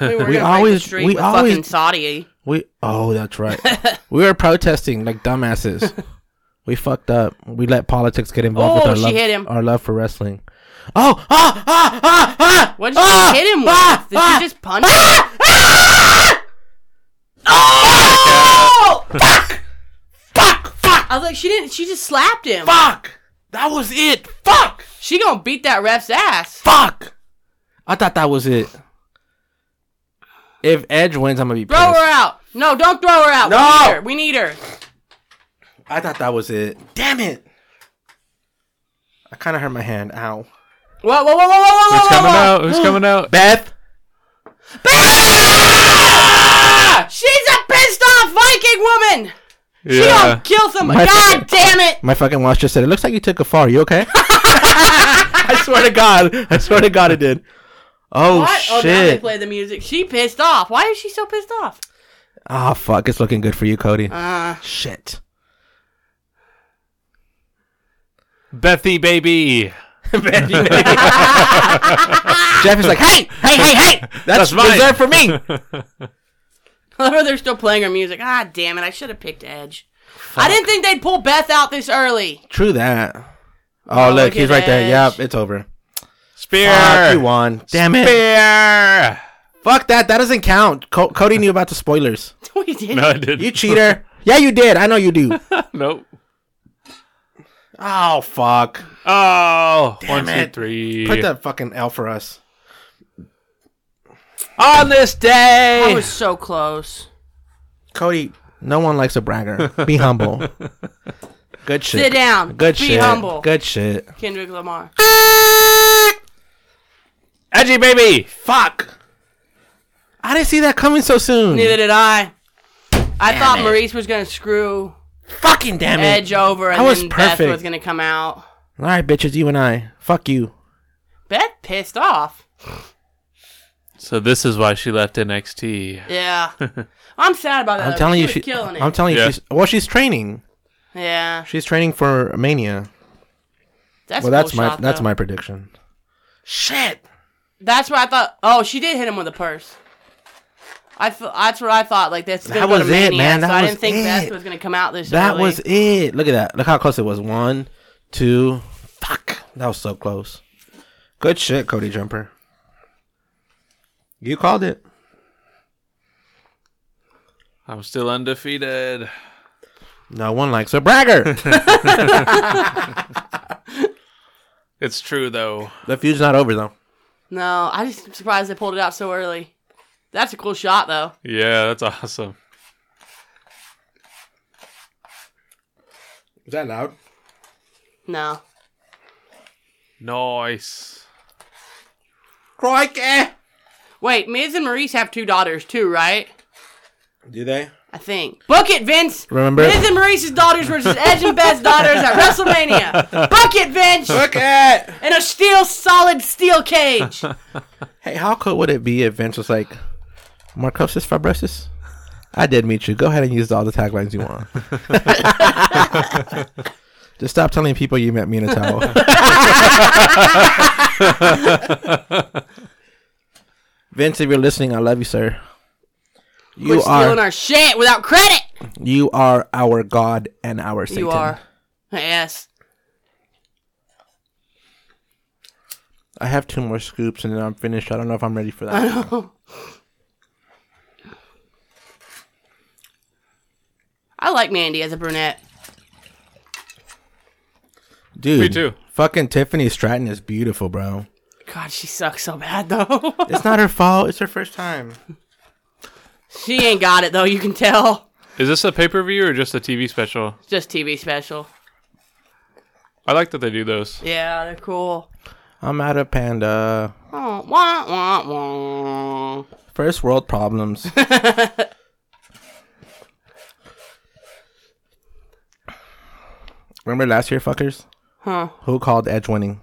We, were
We
gonna break
always-
the street
we
with
always-
fucking Saudi.
We oh, that's right. we were protesting like dumbasses. we fucked up. We let politics get involved with
Oh,
our
she
love,
hit him.
our love for wrestling. Oh, ah, ah, ah, ah!
What did you
ah,
hit him with?
ah,
did
ah,
you just punch him? Oh! fuck!
fuck, fuck,
I was like, she didn't. She just slapped him.
fuck! That was it. Fuck,
She gonna beat that ref's ass.
fuck! I thought that was it. If Edge wins, I'm gonna be
Throw
pissed.
her out. No, don't throw her out.
No!
We need her. We need her.
I thought that was it. Damn it! I kind of hurt my hand. Ow.
Whoa, whoa, whoa, whoa, whoa, whoa,
Who's
whoa,
coming
whoa.
out? Who's coming out?
Beth.
She's a pissed off Viking woman. She
Yeah.
gonna kill somebody.
My-
God damn it.
My fucking watch just said, "It looks like you took a far. You okay?" I swear to God, I swear to God, it did. Oh
What? Oh, now they
shit!
play the music. She pissed off. Why is she so pissed off?
Ah, fuck! It's looking good for you, Cody.
Uh,
shit.
Bethy baby.
Jeff is like, "Hey, hey, hey, hey! That's,
That's mine.
reserved for me."
however, they're still playing her music. Ah, damn it. I should have picked Edge. I didn't think they'd pull Beth out this early.
True that. Oh,
look
look, he's
at
right there.
Edge.
Yep, it's over.
Spear.
Fuck, you won. Damn it.
Spear.
Fuck that. That doesn't count. Co- Cody knew about the spoilers.
we did.
No, I didn't.
You cheater. yeah, you did. I know you do.
nope.
oh, fuck.
Oh, one, two,
it.
three.
Put that fucking L for us.
on this
I
day.
was so close.
Cody, no one likes a bragger. Be humble. Good shit.
Sit down.
Good
Be
shit.
humble.
Good shit.
Kendrick Lamar.
Edgy baby.
Fuck. I didn't see that coming so soon.
Neither did I. I thought Maurice was gonna screw
Fucking damn it.
Edge over, and
I was
then Beth
perfect.
was gonna come out.
All right, bitches, you and I. Fuck you.
Beth pissed off.
So this is why she left NXT.
Yeah, I'm sad about that.
I'm
though.
telling you,
Uh, she was
she.
killing it.
I'm telling you,
Yeah.
she's well. She's training.
yeah,
She's training for Mania.
that's
well,
a cool
that's my
shot,
that's
though.
my prediction. Shit.
That's what I thought. Oh, she did hit him with a purse. I th- that's what I thought. Like that's gonna
That
go to
was it,
Mania,
man. That
so I
was
didn't think Beth
it.
was gonna come out this.
That
early.
was it. Look at that. Look how close it was. One, two. Fuck. That was so close. Good shit, Cody Jumper. You called it.
I'm still undefeated.
No one likes a bragger.
It's true though.
the feud's not over though.
no. I just am surprised they pulled it out so early. That's a cool shot though.
Yeah, that's awesome.
Is that loud?
No,
Nice.
Crikey.
wait. Miz and Maurice have two daughters too, right?
Do they?
I think. Book it, Vince.
Remember?
Miz and Maurice's daughters versus Edge and Beth's daughters at WrestleMania. Book it, Vince.
Look at.
In a steel, solid steel cage.
Hey, how cool would it be if Vince was like, Marcosis fibrosis? I did meet you. Go ahead and use all the taglines you want. Just stop telling people you met me in a towel. Vince, if you're listening, I love you, sir. You
We're
are
stealing our shit without credit.
you are our God and our Satan.
You are. Yes.
I have two more scoops and then I'm finished. I don't know if I'm ready for that.
I like Mandy as a brunette.
Dude,
Me too.
Fucking Tiffany Stratton is beautiful, bro.
God, she sucks so bad though.
It's not her fault. It's her first time.
she ain't got it though. You can tell.
Is this a pay per view or just a TV special?
It's Just TV special.
I like that they do those.
Yeah, they're cool.
I'm out of panda.
Oh, wah, wah, wah.
First world problems. Remember last year, fuckers?
Huh?
Who called Edge winning?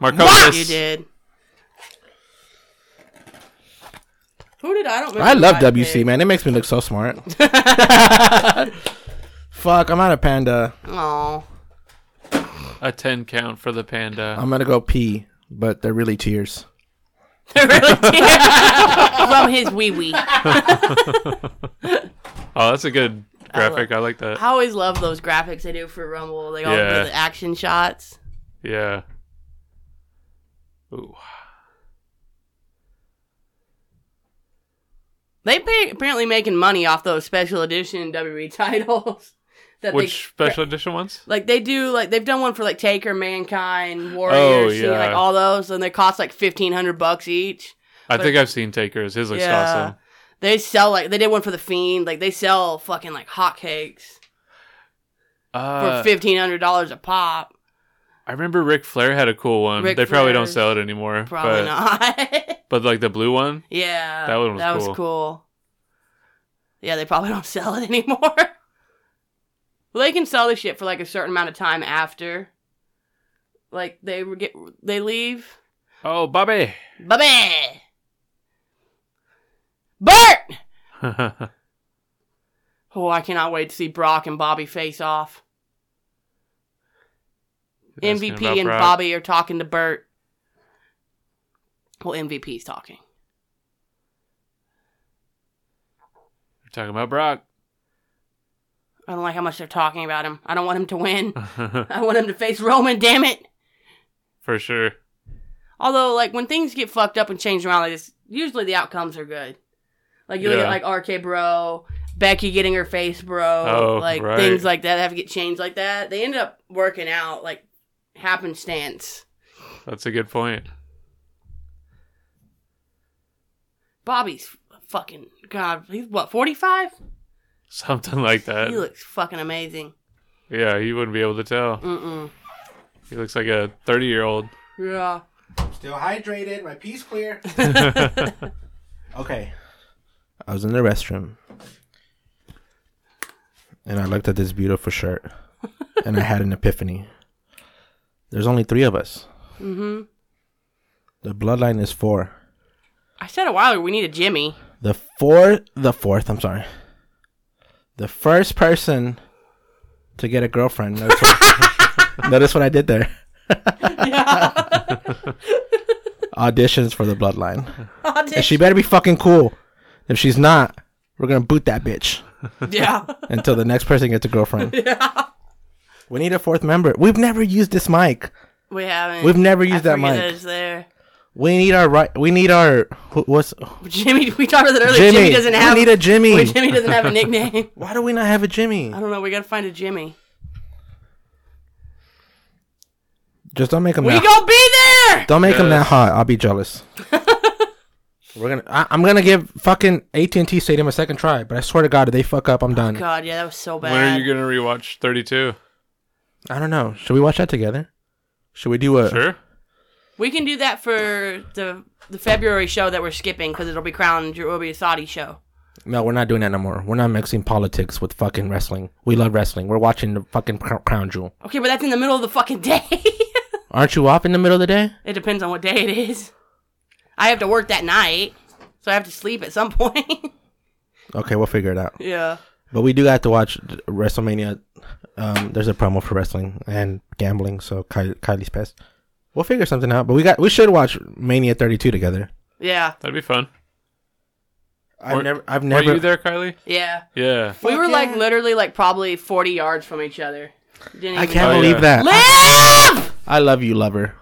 Marcosis.
You did. Who did I don't? remember
I love
who
WC,
picked.
man. It makes me look so smart. Fuck, I'm out of panda.
Oh,
A ten count for the panda.
I'm gonna go pee, but they're really tears.
they really did. From his wee wee.
oh, that's a good graphic. I like that.
I always love those graphics they do for Rumble. They all
Yeah.
do the action shots.
Yeah. Ooh.
They pay, apparently making money off those special edition WWE titles. That they-
Which special edition ones?
Like they do, like they've done one for like Taker, Mankind, Warriors,
Oh,
you know,
yeah.
like all those, and they cost like fifteen hundred bucks each.
I
But-
think I've seen Taker's. His looks
Yeah.
awesome.
They sell like they did one for the Fiend, like they sell fucking like hotcakes
Uh,
for fifteen hundred dollars a pop.
I remember Ric Flair had a cool one.
Ric
they probably don't
Flair's-
sell it anymore.
Probably
but,
not.
But like the blue one,
yeah,
That one was
that
cool.
was cool. Yeah, they probably don't sell it anymore. well, they can sell this shit for like a certain amount of time after, like they re- get they leave.
oh Bobby.
Bobby. Bert. Oh, I cannot wait to see Brock and Bobby face off.
Asking
MVP
about
and
Brock.
Bobby are talking to Bert. Well, MVP's talking.
We're talking about Brock.
I don't like how much they're talking about him. I don't want him to win. I want him to face Roman. Damn it!
For sure.
Although, like when things get fucked up and changed around like this, usually the outcomes are good. Like you look
Yeah.
at like RK Bro, Becky getting her face bro,
Oh,
like
right.
things like that have to get changed like that. They end up working out like happenstance.
That's a good point.
Bobby's fucking God. He's what forty five.
Something like that.
He looks fucking amazing.
yeah, you wouldn't be able to tell.
Mm mm.
He looks like a 30 year old.
Yeah.
Still hydrated. My pee's clear.
yeah,
Okay.
I was in the restroom and I looked at this beautiful shirt and I had an epiphany. There's only three of us.
hmm
The bloodline is four.
I said a while ago we need a Jimmy.
The fourth, the fourth, I'm sorry. The first person to get a girlfriend. Notice what, notice what I did there. Auditions for the bloodline. And she better be fucking cool. If she's not, we're gonna boot that bitch
yeah.
until the next person gets a girlfriend.
yeah.
We need a fourth member. We've never used this mic.
We haven't.
We've never
I
used that
forget
mic.
it's there.
We need our right. We need our who, what's
Jimmy, we talked about that earlier.
Jimmy.
Jimmy, doesn't have.
we need a Jimmy.
Well, Jimmy doesn't have a nickname.
Why do we not have a Jimmy?
I don't know. We gotta find a Jimmy.
Just don't make him.
We
that-
gonna be there.
Don't make them that
Yes.
hot. I'll be jealous. We're gonna. I, I'm gonna give fucking AT and T Stadium a second try, but I swear to God, if they fuck up, I'm done.
Oh God, yeah, that was so bad.
when are you gonna rewatch 32?
I don't know. Should we watch that together? Should we do a?
Sure.
we can do that for the the February show that we're skipping because it'll be Crown Drew will be a Saudi show.
No, we're not doing that no more. We're not mixing politics with fucking wrestling. We love wrestling. We're watching the fucking Cro- Crown Jewel.
Okay, but that's in the middle of the fucking day.
Aren't you off in the middle of the day?
it depends on what day it is. I have to work that night, so I have to sleep at some point.
Okay, we'll figure it out.
yeah.
But we do have to watch WrestleMania. Um, there's a promo for wrestling and gambling, so Ky- Kylie's pissed. We'll figure something out. But we got we should watch Mania 32 together.
Yeah.
That'd be fun.
I've
Were-
never. I've
Were
never.
you there, Kylie?
Yeah.
Yeah.
we were like
yeah.
literally like probably forty yards from each other. Didn't
I
even-
can't
Oh,
believe
yeah.
that.
Live.
I love you, lover.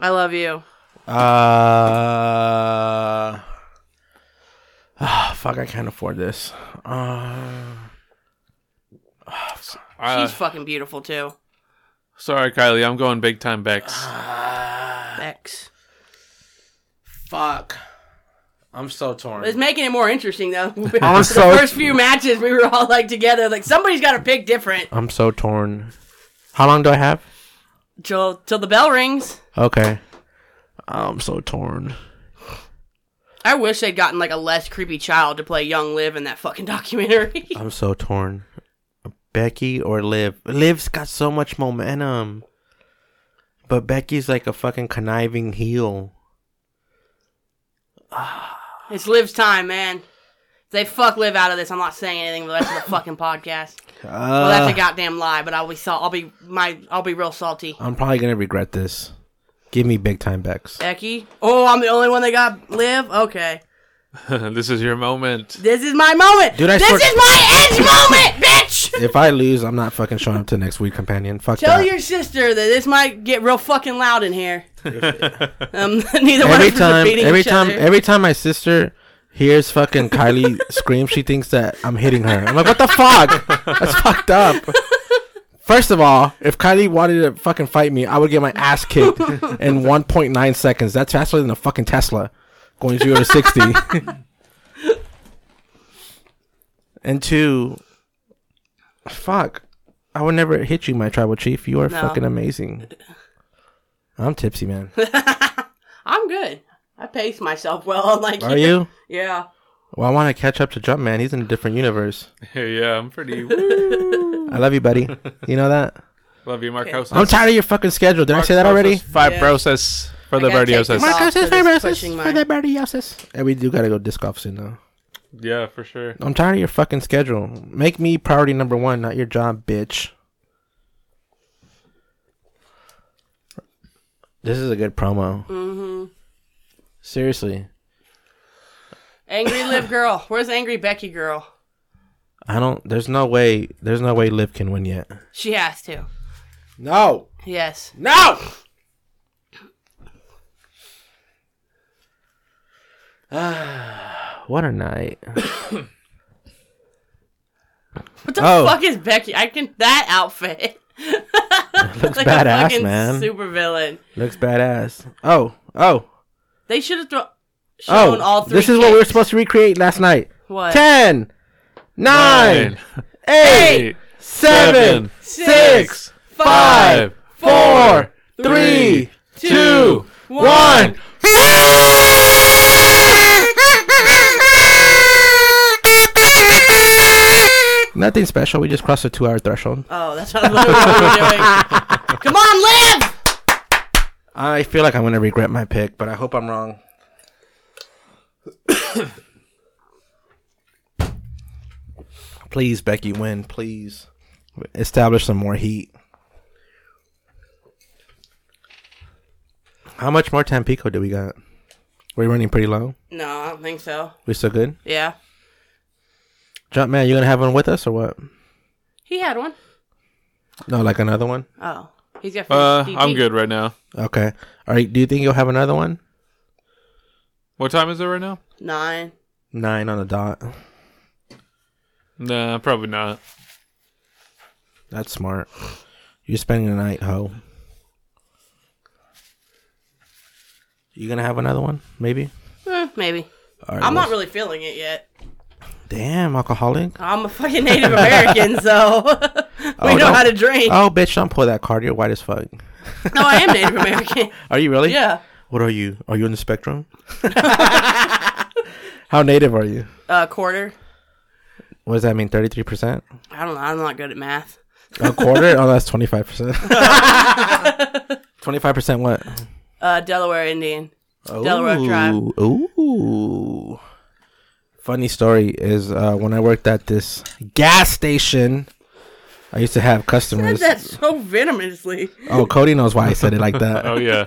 I love you.
Uh, ah, fuck, I can't afford this. Uh,
Uh,
She's fucking beautiful too.
sorry, Kylie. I'm going big time Bex.
X.
fuck. I'm so torn.
It's making it more interesting though. the
Also-
first few matches, we were all like together, like somebody's got to pick different.
I'm so torn. How long do I have?
Till till the bell rings.
Okay. I'm so torn.
I wish they'd gotten like a less creepy child to play Young Liv in that fucking documentary.
I'm so torn. Becky or Liv? Liv's got so much momentum. But Becky's like a fucking conniving heel.
it's Liv's time, man. If they fuck Liv out of this, I'm not saying anything for the rest of the fucking podcast. Well,
Uh.
that's a goddamn lie, but I'll be sal- I'll be my I'll be real salty.
I'm probably gonna regret this. Give me big time Bex.
Becky. Oh, I'm the only one that got Liv. Okay.
this is your moment.
This is my moment.
Dude, I
this
swear-
is my edge moment, bitch.
If I lose, I'm not fucking showing up to next week, companion. Fuck
Tell
that.
your sister that this might get real fucking loud in here. um, neither one
every
of us are
time,
beating
every
each
time,
other.
every time my sister hears fucking Kylie scream, she thinks that I'm hitting her. I'm like, what the fuck? That's fucked up. First of all, if Kylie wanted to fucking fight me, I would get my ass kicked in 1.9 seconds. That's faster than a fucking Tesla going zero to 60. and two, fuck. I would never hit you, my tribal chief. You are
No.
fucking amazing. I'm tipsy, man.
I'm good. I pace myself well. Like
Are you?
Yeah.
Well, I want to catch up to Jumpman. He's in a different universe.
yeah, I'm pretty.
I love you, buddy. You know that?
Love you, Marcos.
I'm tired of your fucking schedule. Did I say that already?
Fibrosis for the
I gotta take
birdiosis.
this off.
Marcos
for
is
this pushing
fibrosis
my-
for the birdiosis. And we do gotta go disc off soon, though.
Yeah, for sure.
I'm tired of your fucking schedule. Make me priority number one, not your job, bitch. This is a good promo. Mm-hmm. Seriously.
Angry Liv girl. Where's Angry Becky girl?
I don't. There's no way. There's no way Liv can win yet.
She has to.
No.
Yes.
No. Ah, what a night.
What the
Oh.
fuck is Becky? I can that outfit. Looks like
badass,
a fucking
man.
Super villain.
Looks badass. Oh, oh,
They should have thrown
oh.
shown all three.
this is what we were
kicks.
supposed to recreate last night.
What?
Ten, nine,
Nine,
eight,
eight,
seven,
seven,
six,
six,
five,
five,
four, three,
three,
two,
two,
one. Nothing special. We just crossed the two-hour threshold.
Oh, that's what I literally what we were doing. Come on, live.
I feel like I'm gonna regret my pick, but I hope I'm wrong. please, Becky, win. Please establish some more heat. How much more Tampico do we got? We're running pretty low.
No, I don't think so.
We still good?
Yeah,
Jumpman, you gonna have one with us or what?
he had one.
No, like another one.
Oh, he's got.
Uh,
DT.
I'm good right now.
Okay. All right. Do you think you'll have another one?
What time is it right now?
Nine.
Nine on the dot.
Nah, probably not.
That's smart. You're spending the night, ho. You gonna have another one, maybe?
Eh, maybe.
All right,
I'm
well-
not really feeling it yet.
Damn, alcoholic.
I'm a fucking Native American, so we
Oh,
know
no.
how to drink.
Oh, bitch, don't pull that card. You're white as fuck.
No, I am Native American.
Are you really?
Yeah.
What are you? Are you on the spectrum? How native are you?
Uh, quarter.
What does that mean? Thirty-three percent?
I don't know. I'm not good at math.
A quarter? oh, that's twenty-five percent. Twenty-five percent what?
Uh, Delaware Indian. Delaware Drive.
Ooh. Ooh. Funny story is uh, when I worked at this gas station, I used to have
Said
customers.
that so venomously.
Oh, Cody knows why I said it like that.
Oh yeah,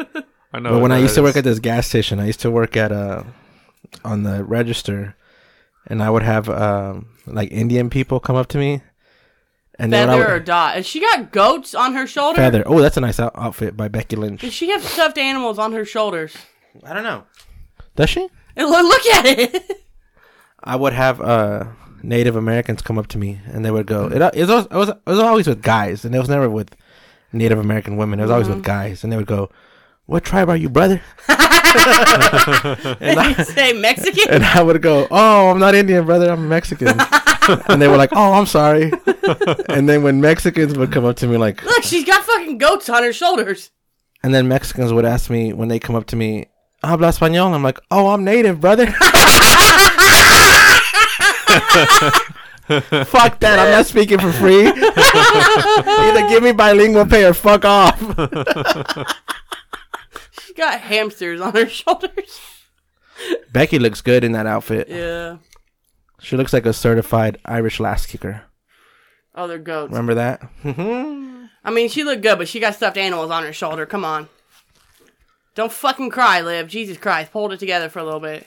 I know.
but when I used to work at
the
this gas station, I used to work at uh on the register, and I would have um like Indian people come up to me, and then I
Feather or
would,
dot. And she got goats on her shoulder.
feather. Oh, that's a nice out- outfit by Becky Lynch.
Does she have stuffed animals on her shoulders?
I don't know. Does she?
And lo- look at it.
I would have uh, Native Americans come up to me, and they would go. It, uh, it, was, it was it was always with guys, and it was never with Native American women. It was always with guys, and they would go, "What tribe are you, brother?" and,
you
I,
say Mexican?
and I would go, "Oh, I'm not Indian, brother. I'm Mexican." and they were like, "Oh, I'm sorry." and then when Mexicans would come up to me, like,
Look, she's got fucking goats on her shoulders.
and then Mexicans would ask me when they come up to me, "Habla español?" I'm like, "Oh, I'm Native, brother." fuck that. I'm not speaking for free. Either give me bilingual pay or fuck off.
She's got hamsters on her shoulders.
Becky looks good in that outfit.
Yeah.
She looks like a certified Irish last kicker.
Oh, they're goats.
Remember that?
I mean, she looked good, but she got stuffed animals on her shoulder. Come on. Don't fucking cry, Liv. Jesus Christ. Hold it together for a little bit.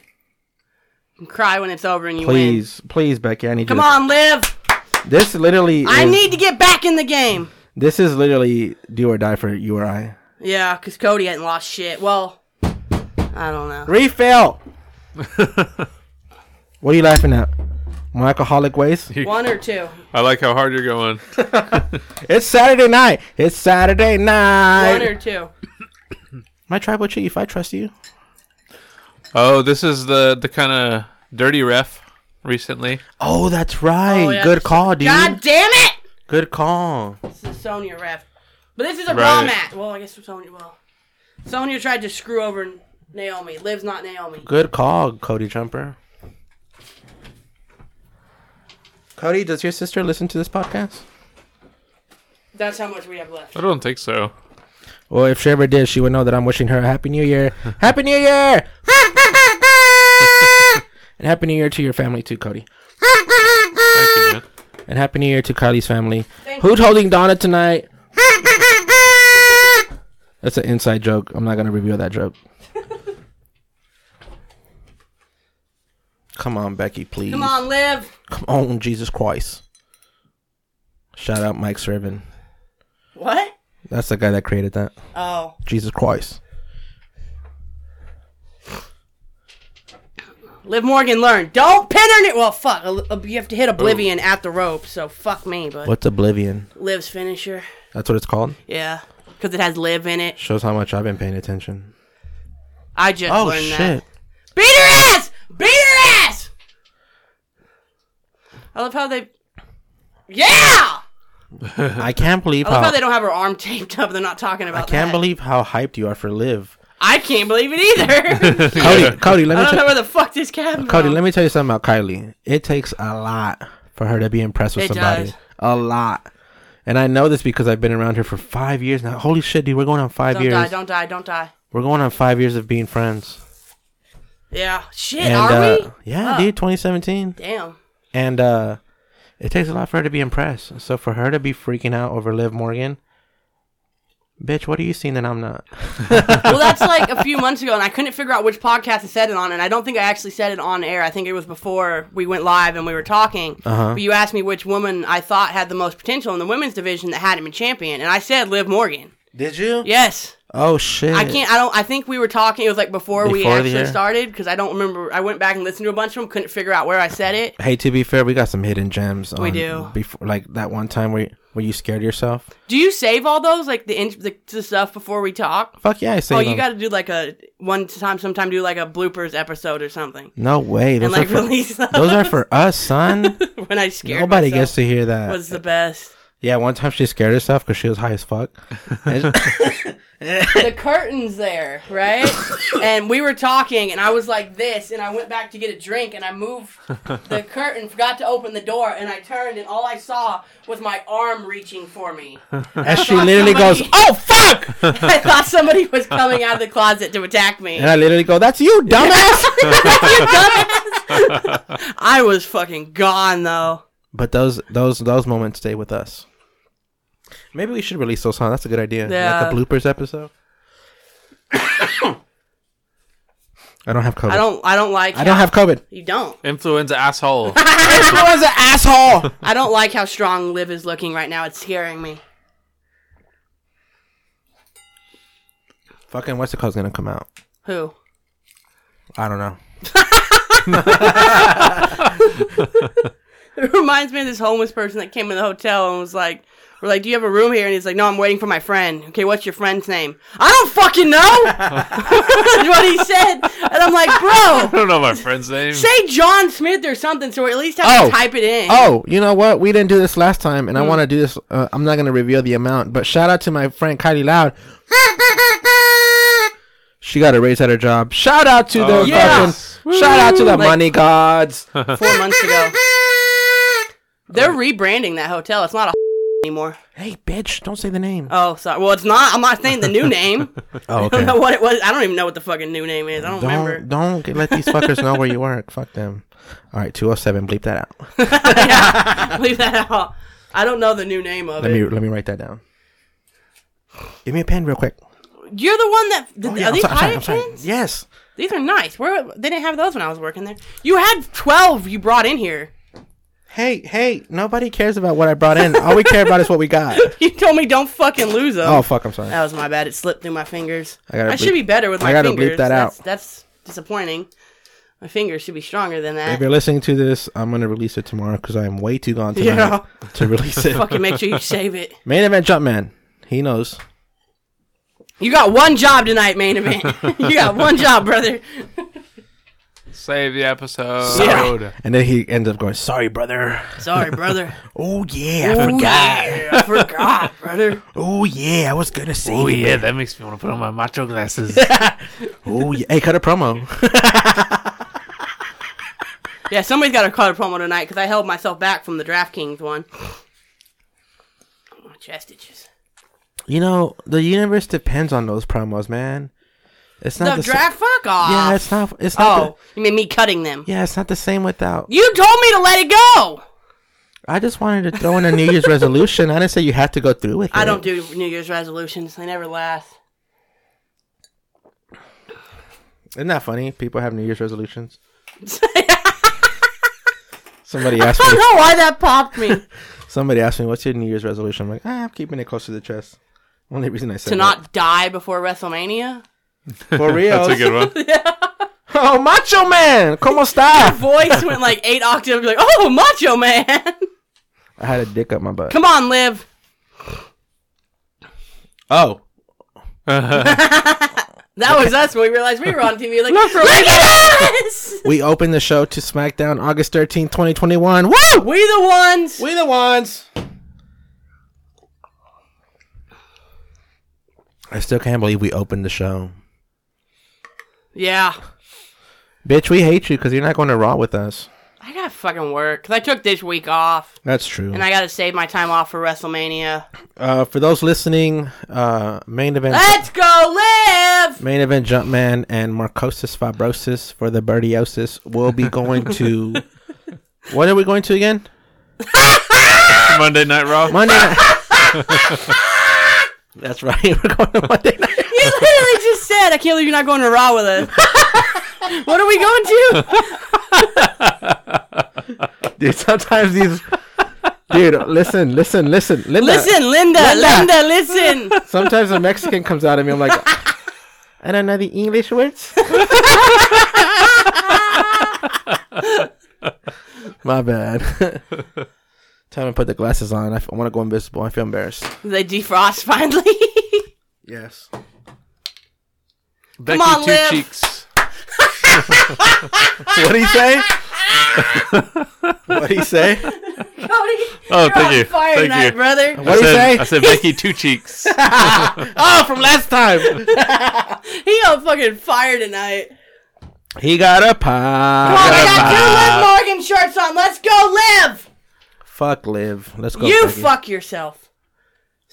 And cry when it's over and you win.
Please, please, Becky, I need
Come
you. to-
on, Liv.
This literally.
I
is-
need to get back in the game.
This is literally do or die for you or I.
Yeah, because Cody hadn't lost shit. Well, I don't know.
Refill. what are you laughing at? My alcoholic ways.
One or two.
I like how hard you're going.
It's Saturday night. It's Saturday
One or
night.
two.
My tribal chief, I trust you.
Oh, this is the the kind of dirty ref recently.
Oh, that's right.
Oh, yeah,
Good
there's-
call, dude.
God damn it!
Good call.
This is Sonya ref. But this is a raw
Right.
match. Well, I guess Sonya, well. Sonya tried to screw over Naomi. Liv's not Naomi.
Good call, Cody Jumper. Cody, does your sister listen to this podcast?
That's how much we have left.
I don't think so.
Well, if she ever did, she would know that I'm wishing her a happy new year. happy new year! and happy new year to your family too, Cody.
Thank you, man.
And happy new year to Kylie's family.
Thank
Who's holding Donna tonight? That's an inside joke. I'm not gonna reveal that joke. Come on, Becky, please.
Come on, live.
Come on, Jesus Christ. Shout out Mike Servin.
What?
That's the guy that created that.
Oh,
Jesus Christ.
live Morgan, learn. Don't pin her. Well, fuck. uh, You have to hit Oblivion at the rope, so fuck me. But
What's Oblivion?
Liv's finisher.
That's what it's called.
Yeah, because it has live in it.
Shows how much I've been paying attention.
I just
Oh
learned
shit!
that. Beat her ass! Beat her ass! I love how they. Yeah! I
I can't believe
love how
how
Oh, they don't have her arm taped up. They're not talking about
I can't
that.
believe how hyped you are for Live.
I can't believe it either.
Cody, Cody,
I
let
don't
me
know
t-
where the fuck this cab.
Cody, let me tell you something about Kylie. It takes a lot for her to be impressed with
It
somebody.
does.
A lot. And I know this because I've been around her for five years now. Holy shit, dude, we're going on 5
Don't
years.
die! Don't die! Don't die!
We're going on five years of being friends.
Yeah. Shit.
And
are
uh,
we?
yeah,
Fuck.
dude, 2017.
Damn.
And uh it takes a lot for her to be impressed. So for her to be freaking out over Liv Morgan, bitch, what are you seeing that I'm not?
well, that's like a few months ago, and I couldn't figure out which podcast I said it on, and I don't think I actually said it on air. I think it was before we went live and we were talking.
Uh-huh.
But you asked me which woman I thought had the most potential in the women's division that hadn't been champion, and I said Liv Morgan.
Did you?
Yes,
Oh shit.
I can't. I don't. I think we were talking. It was like before, we
Before the
actually
air?
started because I don't remember. I went back and listened to a bunch of them, couldn't figure out where I said it.
Hey, to be fair, we got some hidden gems. On
We do.
Before, like that one time where where you scared yourself.
Do you save all those like the in- the, the stuff before we talk?
Fuck yeah, I say.
Oh, you got to do like a one time, sometime do like a bloopers episode or something,
No way.
and
Those are
like
for,
release them.
those are for us, son.
when I scared.
Nobody
myself.
gets to hear that.
was the best.
yeah, one time she scared herself because she was high as fuck. And-
the curtains there, right? and we were talking, and I was like this, and I went back to get a drink, and I moved the curtain, forgot to open the door, and I turned, and all I saw was my arm reaching for me.
and she literally
somebody-
goes, "Oh fuck!"
I thought somebody was coming out of the closet to attack me.
and I literally go, "That's you, dumbass."
I was fucking gone though.
But those those those moments stay with us. Maybe we should release those, huh? That's a good idea.
Yeah.
Like a bloopers episode. I don't have COVID.
I don't. I don't like.
I don't
how-
have COVID.
You don't.
Influenza asshole.
Everyone's an asshole.
I don't like how strong Liv is looking right now. It's scaring me.
Fucking what's the call's gonna come out?
Who?
I don't know.
It reminds me of this homeless person that came in the hotel and was like, "We're like, do you have a room here?" And he's like, "No, I'm waiting for my friend." Okay, what's your friend's name? I don't fucking know. That's what he said, and I'm like,
I
bro,
don't know my friend's name.
say John Smith or something, so we at least have
Oh.
to type it in.
Oh, you know what? We didn't do this last time, and I want to do this. Uh, I'm not gonna reveal the amount, but shout out to my friend Kylie Loud. She got a raise at her job. Shout out to
Oh,
the
yes.
fucking. Shout out to the
Like-
money gods.
four months ago, they're rebranding that hotel. It's not a anymore.
hey, bitch! Don't say the name.
Oh, sorry. Well, it's not. I'm not saying the new name.
Oh,
I don't know what it was. I don't even know what the fucking new name is. I don't, remember.
Don't, don't get- let these fuckers know where you work. Fuck them. All right, 207, bleep that out.
yeah, leave that out. I don't know the new name of
Let
it.
me let me write that down. Give me a pen real quick.
You're the one that. Did,
Oh, yeah,
are
I'm
these
sorry, I'm sorry,
pirate
I'm sorry.
pins?
Yes.
These are nice. Where they didn't have those when I was working there. You had twelve. You brought in here.
Hey, hey, nobody cares about what I brought in. All we care about is what we got.
You told me don't fucking lose them.
Oh, fuck, I'm sorry.
that was my bad. It slipped through my fingers.
I
I,
gotta bleep-
should be better with
I
my
gotta bleep
fingers.
that
that's,
out.
That's disappointing. My fingers should be stronger than
If
that.
you're listening to this, I'm going to release it tomorrow because I am way too gone tonight
Yeah.
to release it.
fucking make sure you save it.
Main event Jumpman. He knows.
You got one job tonight, main event. you got one job, brother.
Save the episode.
Sorry.
And then he ends up going, sorry, brother.
Sorry, brother.
Oh, yeah, I
Ooh,
forgot.
yeah, I forgot, brother.
Oh, yeah, I was going to say.
Oh
it,
yeah, that makes me want to put on my macho glasses.
Oh, yeah. Hey, cut a promo.
Yeah, somebody's got to cut a promo tonight because I held myself back from the DraftKings one. My chest itches.
You know, the universe depends on those promos, man. It's not the,
The draft? Fuck off.
Same. Yeah, it's not. It's not.
oh, you mean me cutting them?
The, yeah, it's not the same without.
You told me to let it go.
I just wanted to throw in a New Year's resolution. I didn't say you had to go through with it.
I don't do New Year's resolutions. They never last.
Isn't that funny? People have New Year's resolutions. Somebody
I
asked
don't
me.
know why that popped me.
Somebody asked me, "What's your New Year's resolution?" I'm like, ah, "I'm keeping it close to the chest." Only reason I said that.
to not die before WrestleMania.
for real.
That's a good one.
oh, Macho Man, como
Your
está?
voice went like eight octaves, like, oh, macho man.
I had a dick up my butt.
Come on, Liv.
Oh,
That was us when we realized we were on TV. Like, look, at us!
we opened the show to SmackDown, August 13th, 2021. Woo!
We the ones.
We the ones. I still can't believe we opened the show.
yeah.
Bitch, we hate you because you're not going to Raw with us.
I got to fucking work. 'Cause I took this week off.
That's true.
And I got to save my time off for WrestleMania.
uh, for those listening, uh, main event,
Let's go, Liv!
main event, Jumpman and Marcosis Fibrosis for the Birdiosis will be going to. what are we going to again?
Monday Night Raw.
Monday night. That's right. We're going to Monday night.
You literally just said, I can't believe you're not going to Raw with us. what are we going to?
Dude, sometimes these. Dude, listen, listen, listen. Linda,
Listen, Linda,
Linda.
Linda, listen.
Sometimes a Mexican comes out of me. I'm like, I don't know the English words. My bad. Time to put the glasses on. I, f- I want to go invisible. I feel embarrassed.
they defrost finally.
Yes.
Becky
on,
Two
Liv.
Cheeks.
What do you say? what do you say?
Cody,
Oh,
you're
thank
on
you.
Fire
Thank
tonight,
you.
brother.
What do you
said-
say?
I said Becky Two Cheeks.
Oh, from last time.
He on fucking fire tonight.
He got a pop.
Come on, I got two Liv Morgan shirts on. Let's go, Liv.
Fuck live. Let's go.
you
Becky.
fuck yourself.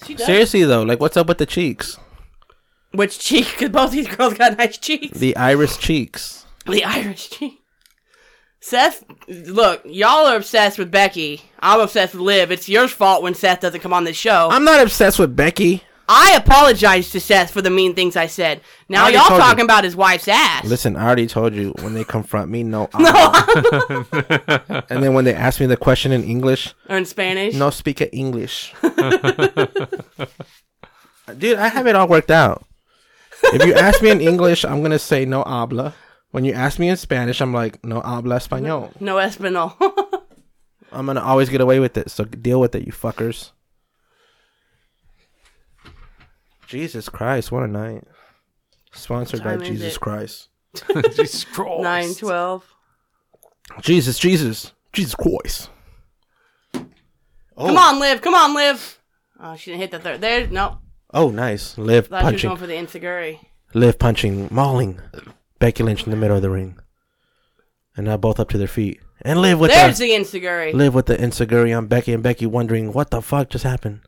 She does.
Seriously though, like what's up with the cheeks?
Which cheek? Because both these girls got nice cheeks.
The iris cheeks.
The Irish cheek. Seth, look, y'all are obsessed with Becky. I'm obsessed with Liv. It's your fault when Seth doesn't come on this show.
I'm not obsessed with Becky.
I apologize to Seth for the mean things I said. Now
already
y'all
told you.
talking about his wife's ass.
Listen, I already told you when they confront me, no. No. and then when they ask me the question in English,
Or in Spanish.
no speak a English. Dude, I have it all worked out. If you ask me in English, I'm gonna say no habla. When you ask me in Spanish, I'm like no habla español.
No Espanol.
Oh, I'm gonna always get away with it. So deal with it, you fuckers. Jesus Christ, what a night! Sponsored by
time is
Jesus
it?
Christ.
Jesus Christ.
9, 12.
Jesus, Jesus, Jesus Christ. oh.
Come on, Liv. Come on, Liv. Oh, she didn't hit the third. There, no.
Oh, nice. Live
Thought she was
punching,
going for the insiguri.
live punching, mauling Becky Lynch in the middle of the ring, and now both up to their feet and live with
There's
the
the insiguri.
live with the insecurity on Becky and Becky wondering what the fuck just happened.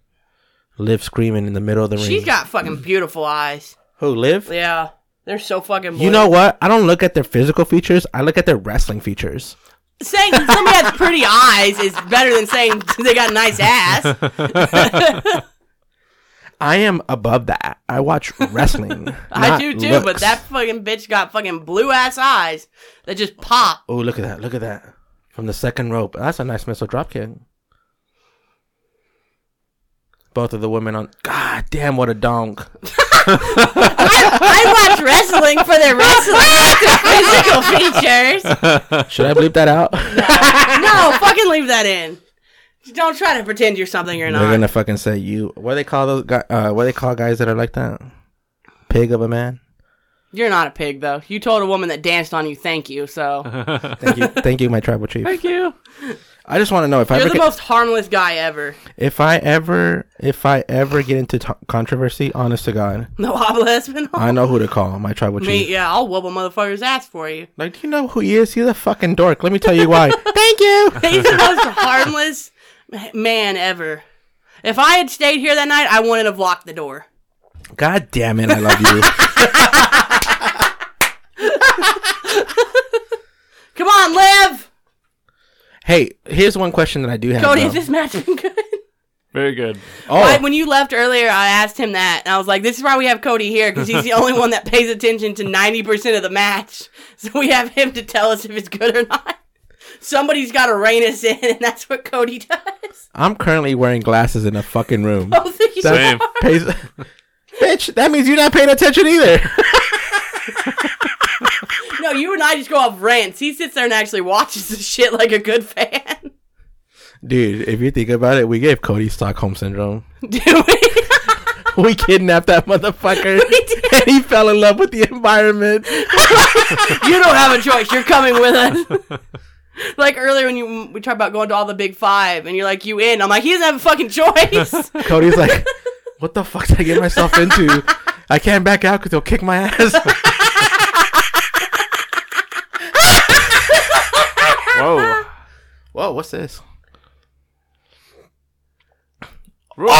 Liv screaming in the middle of the ring.
She's got fucking beautiful eyes.
who live?
Yeah, they're so fucking. Blue.
You know what? I don't look at their physical features. I look at their wrestling features.
saying that somebody has pretty eyes is better than saying they got nice ass.
I am above that. I watch wrestling.
I
not
do too, but
looks.
that fucking bitch got fucking blue ass eyes that just pop.
Oh, look at that! Look at that! From the second rope. That's a nice missile drop kick. Both of the women on. God damn! What a donk!
I watch wrestling for their wrestling not their physical features.
Should I bleep that out?
No, fucking leave that in. Don't try to pretend you're something you're
They're
not.
gonna fucking say you. What do they call those guys? Uh, what do they call guys that are like that? Pig of a man.
You're not a pig though. You told a woman that danced on you, thank you. So
Uh-huh. Thank you, thank you, my tribal chief.
Thank you.
I just want to know if I
you're
ever
the
get-
most harmless guy ever.
if I ever if I ever get into t- controversy. Honest to God,
No obelisk.
I know who to call. My tribal chief.
Me, yeah, I'll whoop a motherfucker's ass for you.
Like, do you know who he is? He's a fucking dork. Let me tell you why. Thank you.
He's the most harmless man ever. If I had stayed here that night, I wouldn't have locked the door.
God damn it, I love you.
Come on, Liv!
hey, here's one question that I do have.
Cody, has
though.
this match been good?
Very good.
oh,
Right, when you left earlier, I asked him that, and I was like, this is why we have Cody here, because he's the only one that pays attention to 90% of the match. So we have him to tell us if it's good or not. Somebody's got to rein us in, and that's what Cody does.
I'm currently wearing glasses in a fucking room.
Both of you.
That
Same.
pays- bitch, that means you're not paying attention either.
No, you and I just go off rants. He sits there and actually watches the shit like a good fan.
Dude, if you think about it, we gave Cody Stockholm syndrome.
Do we?
We kidnapped that motherfucker. and he fell in love with the environment.
you don't have a choice. You're coming with us. like earlier when you we talked about going to all the big five, and you're like, you in? I'm like, he doesn't have a fucking choice.
Cody's like, what the fuck did I get myself into? I can't back out because they'll kick my ass.
Whoa.
Whoa, what's this?
Roll.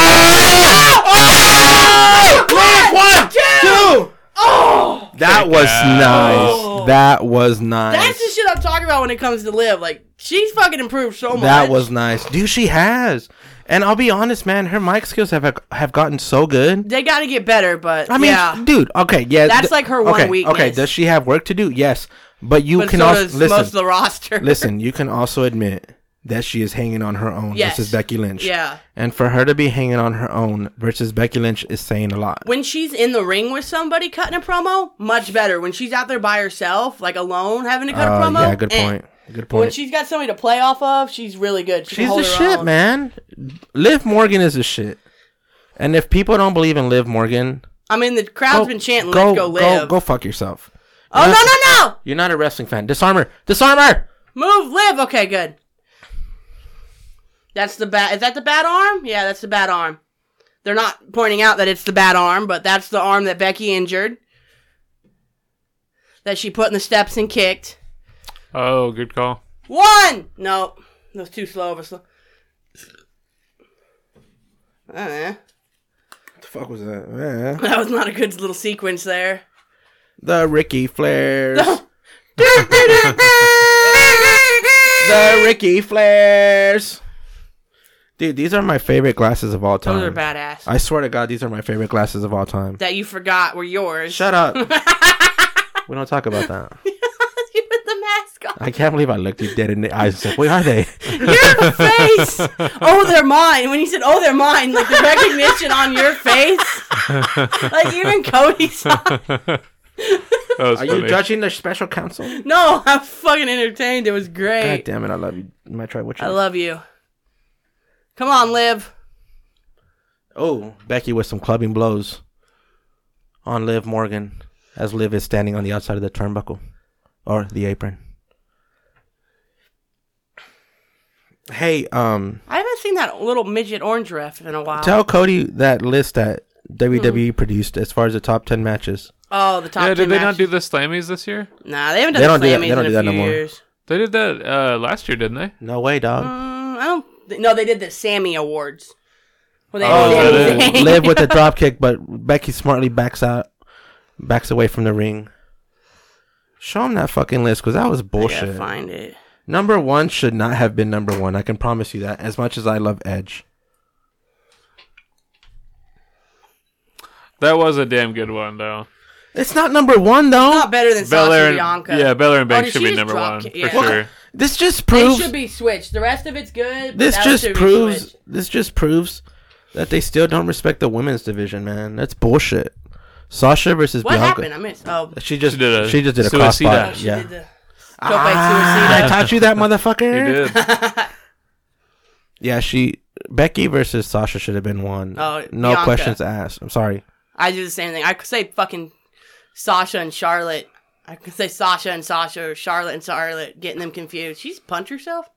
One, two.
oh,
That was
out.
nice. That was nice.
that's the shit I'm talking about when it comes to live. Like she's fucking improved so much.
That was nice, dude. She has, and I'll be honest, man. Her mic skills have have gotten so good.
They got to get better, but
I mean,
yeah,
dude. Okay, yeah.
That's
th-
like her one
okay, Okay,
weakness.
does she have work to do? Yes, but you
but
can
so
also
does most of
listen.
the roster.
listen, you can also admit that she is hanging on her own
Yes.
versus Becky Lynch.
Yeah,
And for her to be hanging on her own versus Becky Lynch is saying a lot.
when she's in the ring with somebody cutting a promo, much better. When she's out there by herself, like alone, having to cut a
Uh,
promo.
yeah, good
eh.
point. Good
When
point.
she's got somebody to play off of, she's really good. She can
She's
hold
the
her
shit,
own.
man. Liv Morgan is the shit. And if people don't believe in Liv Morgan,
I mean, the crowd's been chanting,
go,
"Let's go live."
Go, go fuck yourself.
oh no, no, no!
You're not a wrestling fan. Disarm her. Disarm her.
Move, live. Okay, good. That's the bat. Is that the bad arm? Yeah, that's the bad arm. They're not pointing out that it's the bad arm, but that's the arm that Becky injured. That she put in the steps and kicked.
Oh, good call.
One. No, that was too slow of a slow. Uh,
What the fuck was that?
that was not a good little sequence there.
The Ricky Flares. the
Those
Ricky Flares. Dude, these are my favorite glasses of all time.
are badass.
I swear to God, these are my favorite glasses of all time.
that you forgot were yours.
Shut up. we don't talk about that.
you put the mask on.
I can't believe I looked you dead in the eyes. and said, Where are they?
Your face. Oh, they're mine. When you said, "Oh, they're mine," like the recognition on your face, like even Cody saw.
That was
Are
funny.
you judging the special counsel?
No, I'm fucking entertained. It was
God
great.
damn it, I love you. My tribe, what you
I love you. Come on, Liv.
Oh, Becky with some clubbing blows on Liv Morgan as Liv is standing on the outside of the turnbuckle or the apron. Hey, um,
I haven't seen that little midget orange ref in a while.
tell Cody that list that WWE produced as far as the top 10 matches.
oh, the top.
yeah, did
two
they not
matches.
do the Slammies this year?
Nah, they haven't
They
done
don't
the
do that-
Slammies
they don't do
in a
that no
few
more.
years.
They did that uh, last year, didn't they?
No way, dog.
Mm, I don't. No, they did the Sammy Awards. When they
Oh,
did
that
the-
is-
Liv with a dropkick, but Becky smartly backs out, backs away from the ring. Show him that fucking list because that was
I gotta
bullshit.
find it.
Number one should not have been number one. I can promise you that. As much as I love Edge.
That was a damn good one, though.
It's not number one though.
Not better than Sasha
Belair
and
and
Bianca.
yeah, Belair and
Oh, did
Banks should
she
be
just
number
drop
one
kick?
for
Yeah.
sure.
This just
It
proves.
should be switched. The rest of it's good. but
this
that
just
should be
proves.
switched.
This just proves that they still don't respect the women's division, man. That's bullshit. Sasha versus
What
Bianca.
happened? I missed. Oh,
She just
She did a
she just did a
suicida.
crossbody.
she
Yeah.
did the.
Ah, I taught you that motherfucker.
You did.
Yeah, she Becky versus Sasha should have been one.
Oh,
no
Bianca.
questions asked. I'm sorry.
I do the same thing. I could say fucking Sasha and Charlotte. I could say Sasha and Sasha or Charlotte and Charlotte, getting them confused. She's punch herself.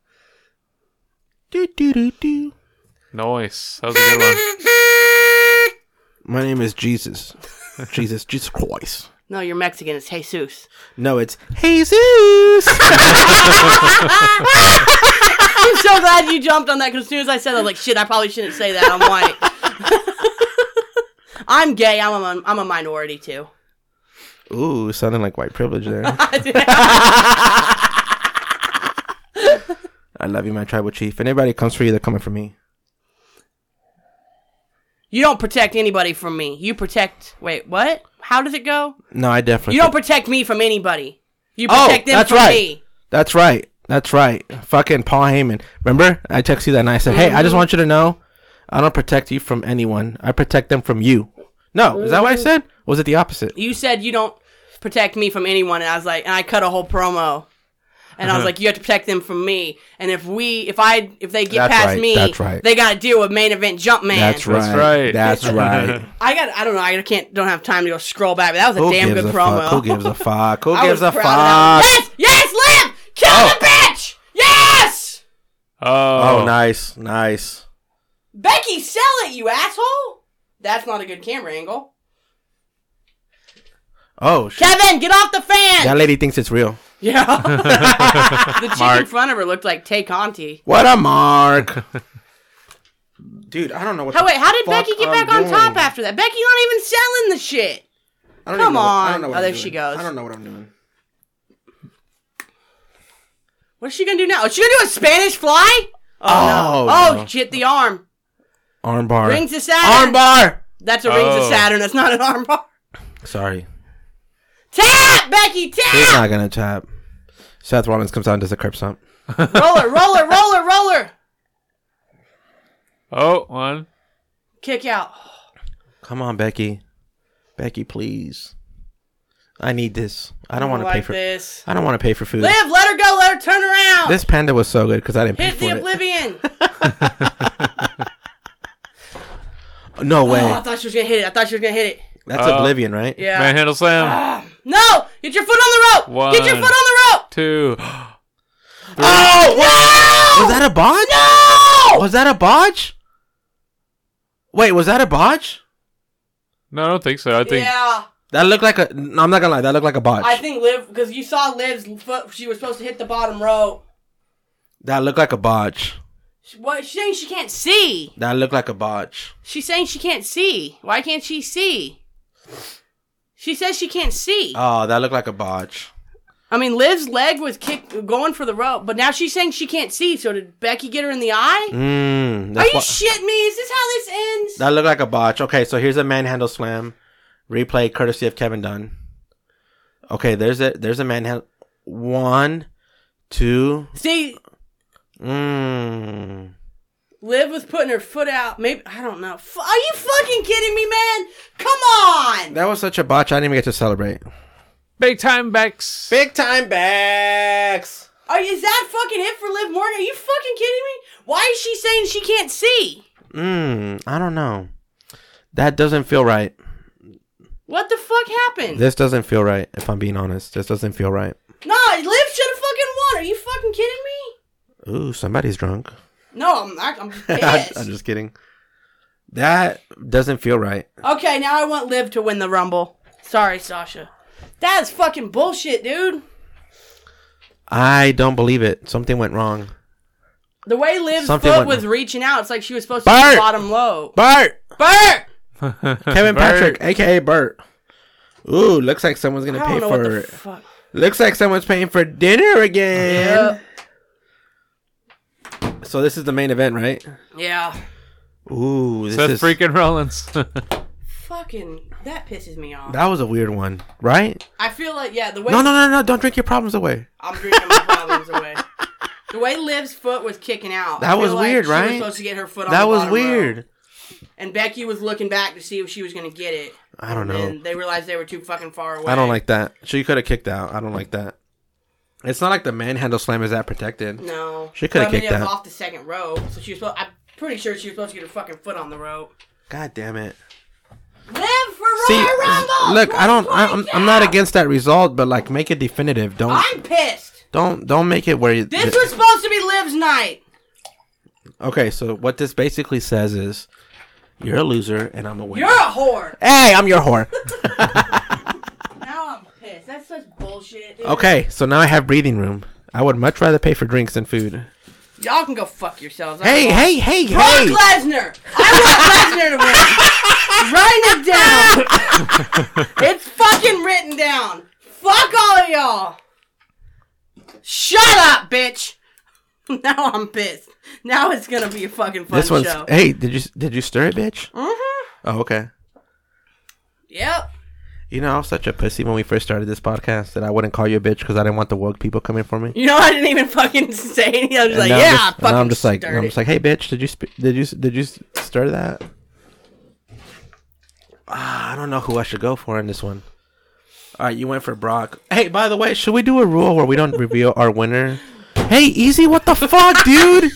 Do do do do.
Nice. That was a good one.
My name is Jesus. Jesus, Jesus Christ.
No, you're Mexican. It's Jesus.
No, it's Jesus.
I'm so glad you jumped on that because as soon as I said, it, I was like, shit, I probably shouldn't say that. I'm white. I'm gay. I'm a, I'm a minority too.
Ooh, sounding like white privilege there. I love you, my tribal chief. If anybody comes for you, they're coming for me.
You don't protect anybody from me. You protect. Wait, what? How does it go?
No, I definitely.
You don't protect me from anybody. You
Oh,
protect them
that's
from
right.
me.
That's right. That's right. Fucking Paul Heyman. Remember? I texted you that and I said, hey, I just want you to know I don't protect you from anyone. I protect them from you. No, is that what I said? Or was it the opposite?
You said you don't protect me from anyone, and I was like, and I cut a whole promo, and
Uh-huh.
I was like, you have to protect them from me. And if we, if I, if they get
That's
past
right,
me,
that's right.
they got to deal with main event jump man.
That's right.
right.
That's right.
I got. I don't know. I can't. Don't have time to go scroll back. But that was a
Who
damn
gives
good
a
promo.
fuck? Who gives a fuck? Who
I was
gives a
proud of that
fuck?
one. Yes, yes, Liv, kill the bitch. Yes,
Oh,
Oh, nice, nice.
Becky, sell it, you asshole. That's not a good camera angle.
Oh, shit.
Kevin, get off the fan.
That lady thinks it's real.
yeah. the chick in
Mark.
front of her looked like Tay Conti.
What a mark. Dude, I don't know what
Oh wait, how did
Fuck
Becky get
I'm
back on
doing.
top after that? Becky not even selling the shit.
I don't
Come
even know what- I don't
on.
know what
Oh,
I'm
there
doing.
she goes.
I don't know what I'm doing.
What's she gonna do now? Is she gonna do a Spanish fly? Oh,
Oh,
no. Oh
no.
shit, the arm.
Armbar.
Rings of Saturn.
Armbar.
That's a rings of
Oh.
Saturn. That's not an armbar.
Sorry.
Tap, Becky, tap.
He's not going to tap. Seth Rollins comes out and does a curb stomp.
roller, roller, roller, roller.
oh, one.
Kick out.
Come on, Becky. Becky, please. I need this. I don't want to pay
like
for
this.
I don't want to pay for food.
Liv, let her go. Let her turn around.
This panda was so good because I didn't pay
Hit
for
the
it.
oblivion.
no way.
Oh, I thought she was gonna hit it. I thought she was gonna hit it.
That's
Oh.
Oblivion, right?
Yeah.
Manhandle slam.
No! Get your foot on the rope. Get your
One.
foot on the rope.
Two.
Oh! Wow! Was that a bodge? No! Was that a bodge? Wait, was that a bodge? No.
No, I don't think so. I think
yeah.
That looked like a. No, I'm not gonna lie. That looked like a bodge.
I think Liv, because you saw Liv's foot, she was supposed to hit the bottom rope.
that looked like a bodge.
She- What? She's saying she can't see.
That looked like a bodge.
She's saying she can't see. Why can't she see? She says she can't see.
Oh, that looked like a bodge.
I mean, Liv's leg was kicked, going for the rope, but now she's saying she can't see. So did Becky get her in the eye?
Mmm.
Are
that's
you
wha-
shitting me? Is this how this ends?
That looked like a botch. Okay, so here's a manhandle slam. Replay courtesy of Kevin Dunn. Okay, there's a there's a manhandle. One, two.
See,
Mmm.
Liv was putting her foot out. Maybe I don't know. F- Are you fucking kidding me, man? Come on.
That was such a botch. I didn't even get to celebrate.
big time backs.
Big time backs.
Are, is that fucking it for Liv Morgan? Are you fucking kidding me? Why is she saying she can't see?
Mmm. I don't know. That doesn't feel right.
What the fuck happened?
This doesn't feel right. If I'm being honest, this doesn't feel right.
no, Liv should have fucking won. Are you fucking kidding me?
Ooh, somebody's drunk.
No, I'm not.
I'm
I'm pissed.
I'm just kidding. That doesn't feel right.
Okay, now I want Liv to win the Rumble. Sorry, Sasha. That is fucking bullshit, dude.
I don't believe it. Something went wrong.
The way Liv's
Something went-
foot was reaching out, it's like she was supposed to
Bert!
be bottom low.
Bart.
Bert!
Kevin
Bert.
Patrick, aka Bert. Ooh, looks like someone's gonna
I don't
pay
know
for.
what the fuck. Uh,
looks like someone's paying for dinner again.
Yeah.
So this is the main event, right?
yeah.
Ooh, this
Seth
is
freaking Rollins.
Fucking, that pisses me off.
that was a weird one, right?
I feel like, yeah, the way
No, no, no, no! Don't drink your problems away.
I'm drinking my problems away. The way Liv's foot was kicking out. I
That
feel
was
like
weird,
she
right?
Was supposed to get her foot on
that
the
was
bottom
weird.
row. And Becky was looking back to see if she was going to get it.
I don't know.
And they realized they were too fucking far away.
I don't like that. She could have kicked out. I don't like that. It's not like the manhandle slam is that protected.
No.
She coulda
But, I mean,
kicked
it was
out.
off the second rope, so she was. Supposed, I'm pretty sure she was supposed to get her fucking foot on the rope.
God damn it.
Live for Royal
See,
Rumble.
look, I don't. I, I'm, I'm not
2022.
against that result, but like, make it definitive. Don't,
I'm pissed.
don't, don't make it where you.
This was supposed to be Liv's night.
Okay, so what this basically says is, you're a loser and I'm a winner.
You're a whore.
hey, I'm your whore.
Now I'm pissed. That's such bullshit. dude.
okay, so now I have breathing room. I would much rather pay for drinks than food.
Y'all can go fuck yourselves. I
Hey,
don't-
hey, hey,
Brock
hey!
Lesnar. I want Lesnar to win. Write it down. it's fucking written down. Fuck all of y'all. Shut up, bitch. Now I'm pissed. Now it's gonna be a fucking fun
This one's. eh.
show. Mm-hmm.
Oh, Hey, did you did you stir it, bitch?
Mhm.
Oh, okay.
Yep.
You know, I was such a pussy when we first started this podcast that I wouldn't call you a bitch because I didn't want the woke people coming for me.
You know, I didn't even fucking say anything. I was just
And
like,
now
yeah,
I'm just,
fucking
now I'm just like,
stirred
now I'm
it.
just like, hey, bitch, did you sp- did you did you s- stir that? Ah, I don't know who I should go for in this one. All right, you went for Brock. Hey, by the way, should we do a rule where we don't reveal our winner? Hey, easy, what the fuck, dude?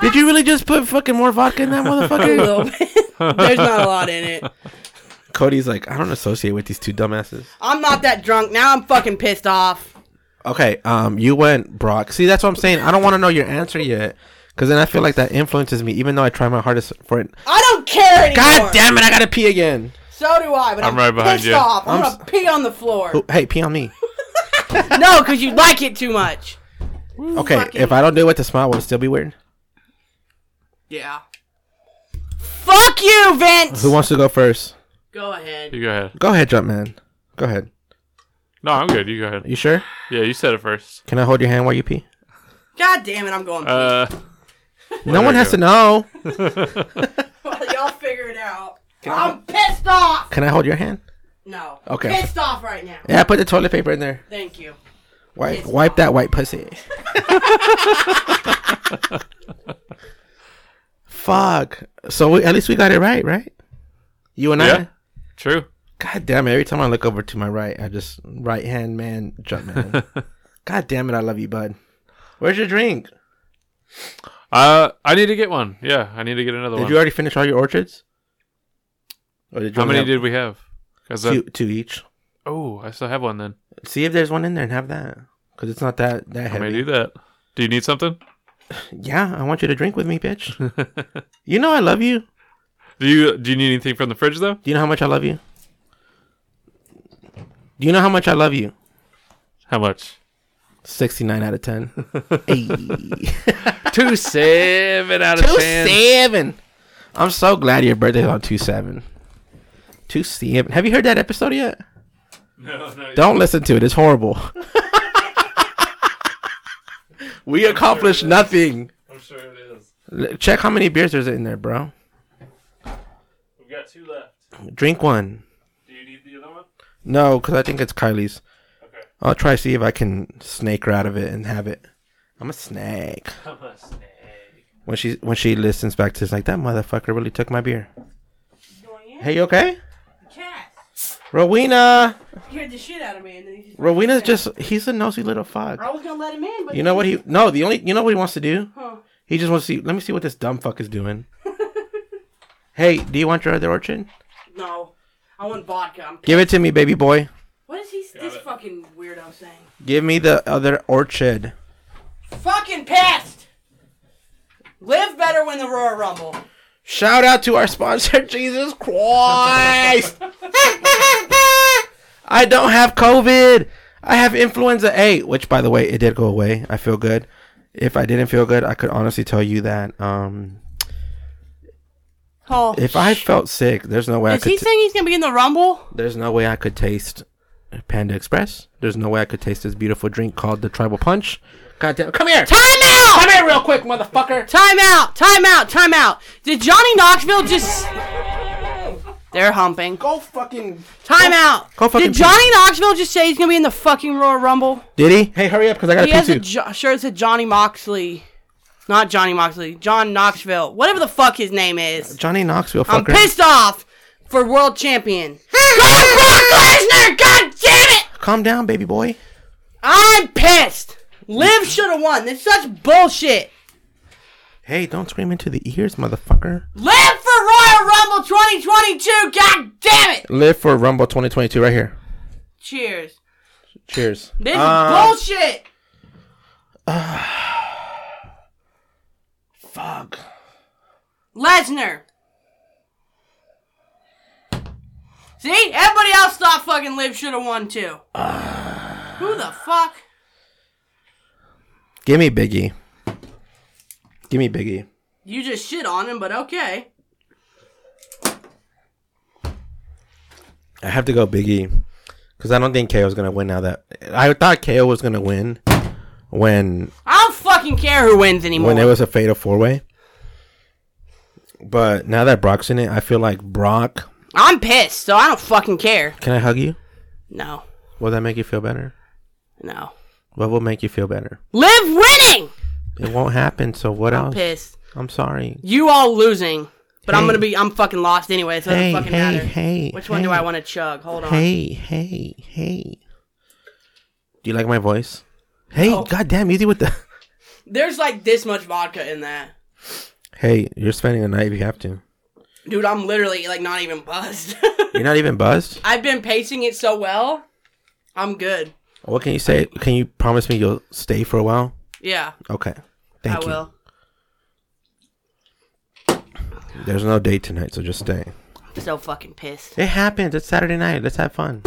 Did you really just put fucking more vodka in that
A
motherfucker?
little bit. There's not a lot in it.
Cody's like, I don't associate with these two dumbasses.
I'm not that drunk. Now I'm fucking pissed off.
Okay, um, you went Brock. See, that's what I'm saying. I don't want to know your answer yet, because then I feel like that influences me, even though I try my hardest for it.
I don't care anymore.
God damn it! I gotta pee again.
So do I, but I'm,
I'm right behind
pissed
you.
off. I'm,
I'm
gonna pee on the floor.
Oh, hey, pee on me.
No, because you like it too much.
Okay,
Fucking-
if I don't do it with the smile, will it still be weird?
Yeah. Fuck you, Vince.
Who wants to go first?
Go ahead.
You go ahead.
Go ahead, jump man. Go ahead.
No, I'm good. You go ahead.
You sure?
Yeah, you said it first.
Can I hold your hand while you pee?
God damn it, I'm going.
Uh,
No one
you
has
go.
to know.
Well, y'all figure it out. I'm pissed off.
Can I hold your hand?
No.
Okay.
Pissed off right now.
Yeah, put the toilet paper in there.
Thank you.
Wipe, wipe that white pussy. Fuck. So we, at least we got it right, right? You and
yeah,
I.
true.
God damn it! Every time I look over to my right, I just right hand man, jump man. God damn it! I love you, bud. Where's your drink?
Uh, I need to get one. Yeah, I need to get another
Did
one.
you already finish all your orchards? Or did you
How
only
many
have
did we have? 'Cause I-
two, two each?
oh, I still have one then.
See if there's one in there and have that, because it's not that that
I may
heavy.
do that. Do you need something?
yeah, I want you to drink with me, bitch. you know I love you.
Do you do you need anything from the fridge though?
Do you know how much I love you? Do you know how much I love you?
How much?
Sixty nine out of ten. Ayy.
Two seven out
two seven. I'm so glad your birthday's on two seven. Two seven. Have you heard that episode yet?
No, no,
Don't listen to it. It's horrible. we accomplished nothing.
I'm sure it is.
L- Check how many beers there's in there, bro.
We've got two left.
Drink one.
Do you need the other one?
No, because I think it's Kylie's.
Okay.
I'll try to see if I can snake her out of it and have it. I'm a snake.
I'm a snake.
When she when she listens back to this, like that motherfucker really took my beer. Hey, you okay?
Cat
Rowena.
scared the shit out of me, and then he just.
Rowena's just he's a nosy little fuck.
I was gonna let him in, but
You know what he? No, the only you know what he wants to do.
Huh.
He just wants to see. Let me see what this dumb fuck is doing. hey, do you want your other orchard?
No, I want vodka. I'm...
Give it to me, baby boy.
What is he? This fucking weirdo saying?
Give me the other orchid.
Fucking pissed. Live better when the Royal Rumble.
Shout out to our sponsor, Jesus Christ. I don't have COVID. I have influenza A, which by the way, it did go away. I feel good. If I didn't feel good, I could honestly tell you that um
Oh,
if I felt sick, there's no way I
is
could
he
t-
saying he's gonna be in the Rumble?
there's no way I could taste Panda Express. There's no way I could taste this beautiful drink called the Tribal Punch. God damn Come here.
Time out!
Come here real quick, motherfucker.
Time out! Time out! Time out! Did Johnny Knoxville just? They're humping.
Go fucking
Time out!
go fucking
Did Johnny Knoxville just say he's gonna be in the fucking Royal Rumble?
Did he? Hey, hurry up cuz I got to
He
pee
has
too.
a jo- shirt that said Johnny Moxley, not Johnny Moxley, John Knoxville, whatever the fuck his name is.
Johnny Knoxville
I'm
fucker.
pissed off for world champion. Go Brock Lesnar! God damn it!
Calm down, baby boy.
I'm pissed. Liv should have won. This is such bullshit.
Hey, don't scream into the ears, motherfucker.
Live for Royal Rumble 2022. God damn it!
Live for Rumble 2022 right here.
Cheers.
Cheers.
This
Uh,
is bullshit.
Fuck.
Lesnar. See, everybody else thought fucking Liv should have won too. Who the fuck?
Give me Biggie. Give me Biggie.
You just shit on him, but okay.
I have to go Biggie because I don't think KO is gonna win now. That I thought KO was gonna win when
I don't fucking care who wins anymore.
when it was a fatal four way. But now that Brock's in it, I feel like Brock
I'm pissed, so I don't fucking care.
Can I hug you?
No,
Will that make you feel better?
no.
What will make you feel better?
Live winning.
It won't happen. So what
I'm
else?
pissed.
I'm sorry.
You all losing, but I'm
Hey.
gonna be. I'm fucking lost anyway. So it
Hey,
doesn't fucking
hey,
matter.
hey,
Which one do
hey.
I want to chug? Hold on.
Hey, hey, hey. Do you like my voice? Hey,
Oh.
goddamn, easy with the.
There's like this much vodka in that.
Hey, you're spending the night if you have to.
Dude, I'm literally like not even buzzed.
You're not even buzzed.
I've been pacing it so well. I'm good.
What can you say? Can you promise me you'll stay for a while?
Yeah,
Okay. Thank
I
you.
will.
There's no date tonight, so just stay.
I'm so fucking pissed.
It happens. It's Saturday night. Let's have fun.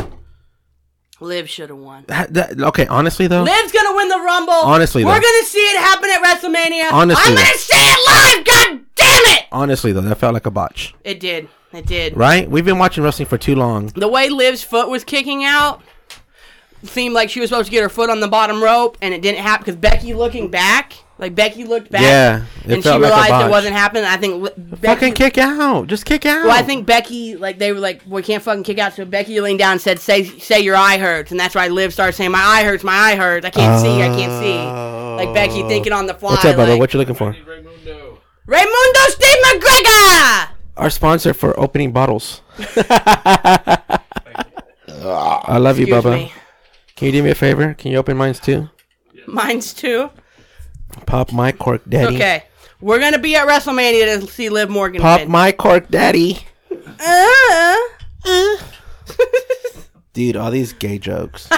Liv should have won.
That, that- okay, honestly though,
Liv's gonna win the Rumble.
Honestly,
we're
though.
gonna see it happen at WrestleMania.
Honestly,
I'm
though.
gonna see it live. God damn it!
honestly though, that felt like a botch.
It did. It did.
Right? We've been watching wrestling for too long.
The way Liv's foot was kicking out seemed like she was supposed to get her foot on the bottom rope, and it didn't happen because Becky looking back, like Becky looked back,
Yeah, it
and she
felt like a
realized
botch.
it wasn't happening. I think Li- Becky
Fucking kick out. Just kick out.
Well, I think Becky, like they were like, we can't fucking kick out. So Becky leaned down and said, "Say, say your eye hurts," and that's why Liv started saying, "My eye hurts, my eye hurts, I can't see, I can't see." Like Becky thinking on the fly.
Oh. What's up, brother?
like,
What you looking for?
Raymundo Steve McGregor.
Our sponsor for opening bottles. I love you,
Excuse
Bubba.
me.
Can you do me a favor? Can you open mines too?
Mine's too.
Pop my cork, daddy.
Okay, we're gonna be at WrestleMania to see Liv Morgan.
Pop
win.
my cork, daddy.
Uh, uh.
Dude, all these gay jokes.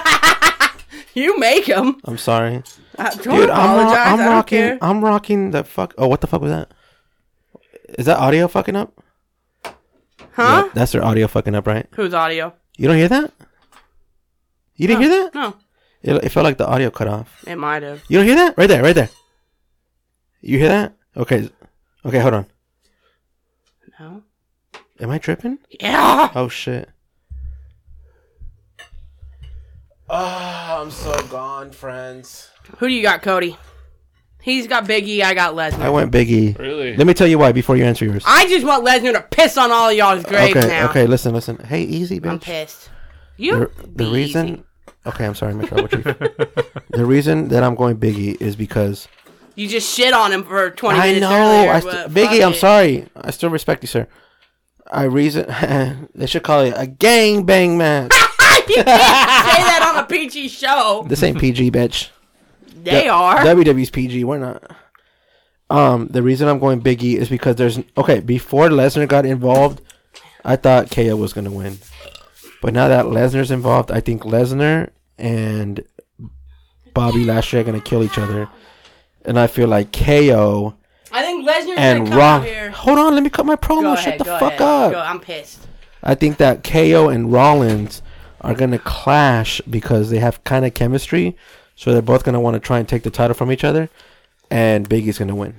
you make them.
I'm sorry.
I don't
Dude, I'm, ro-
apologize.
I'm
I don't
rocking.
care.
I'm rocking the fuck. Oh, what the fuck was that? Is that audio fucking up?
Huh?
Yeah, that's their audio fucking up, right?
Whose audio?
You don't hear that? You didn't hear that?
No,
It, it felt like the audio cut off.
it might have.
You don't hear that? Right there, right there. You hear that? Okay. Okay, hold on.
No.
Am I tripping?
Yeah.
Oh shit. Oh, I'm so gone, friends.
Who do you got, Cody? He's got Biggie. I got Lesnar.
I went Biggie.
Really?
Let me tell you why before you answer yours.
I just want Lesnar to piss on all y'all's graves
okay,
now.
okay, listen, listen. Hey, easy, bitch.
I'm pissed. You
the, the
be
reason
easy.
okay i'm sorry Michelle, what you, the reason that i'm going biggie is because
you just shit on him for 20
i
minutes.
know
earlier,
I
but
st-
fuck
biggie i'm
it.
sorry i still respect you sir i reason they should call it a gang bang match
you can't say that on a PG show.
this ain't pg bitch
They are.
ww's pg we're not um the reason i'm going biggie is because there's okay before lesnar got involved i thought ko was gonna win but now that lesnar's involved i think lesnar and bobby lashley are gonna kill each other and i feel like ko
I think Lesnar's
and
gonna come
Rock.
out here.
Hold on, let me cut my promo.
Go
Shut
ahead,
the
go
fuck
ahead.
up.
Go- I'm pissed.
I think that KO and Rollins are gonna clash because they have kind of chemistry, so they're both gonna want to try and take the title from each other, and Biggie's gonna win.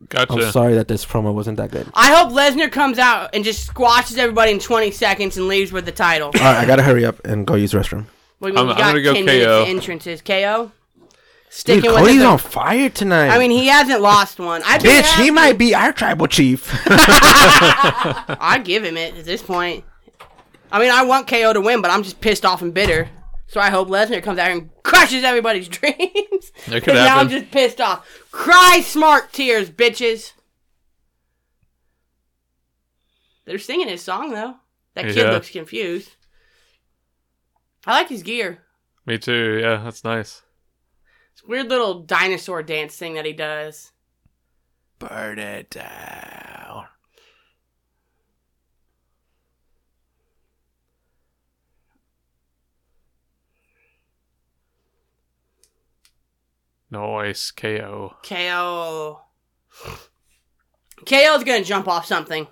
I'm
Gotcha.
sorry that this promo wasn't that good.
I hope Lesnar comes out and just squashes everybody in 20 seconds and leaves with the title.
All right, I gotta hurry up and go use the restroom.
We,
I'm-
we got
I'm gonna go
10 minutes
KO.
to entrances. KO?
Dude,
Sticking with
Cody's
the-
on fire tonight.
I mean, he hasn't lost one. I
bitch, he might be our tribal chief.
I give him it at this point. I mean, I want KO to win, but I'm just pissed off and bitter. So I hope Lesnar comes out here and crushes everybody's dreams.
It could
'Cause Now I'm
happen.
just pissed off. Cry smart tears, bitches. They're singing his song though. That kid
Yeah.
looks confused. I like his gear.
Me too. Yeah, that's nice.
It's a weird little dinosaur dance thing that he does.
Burn it down.
Nice KO.
KO. KO's gonna jump off something.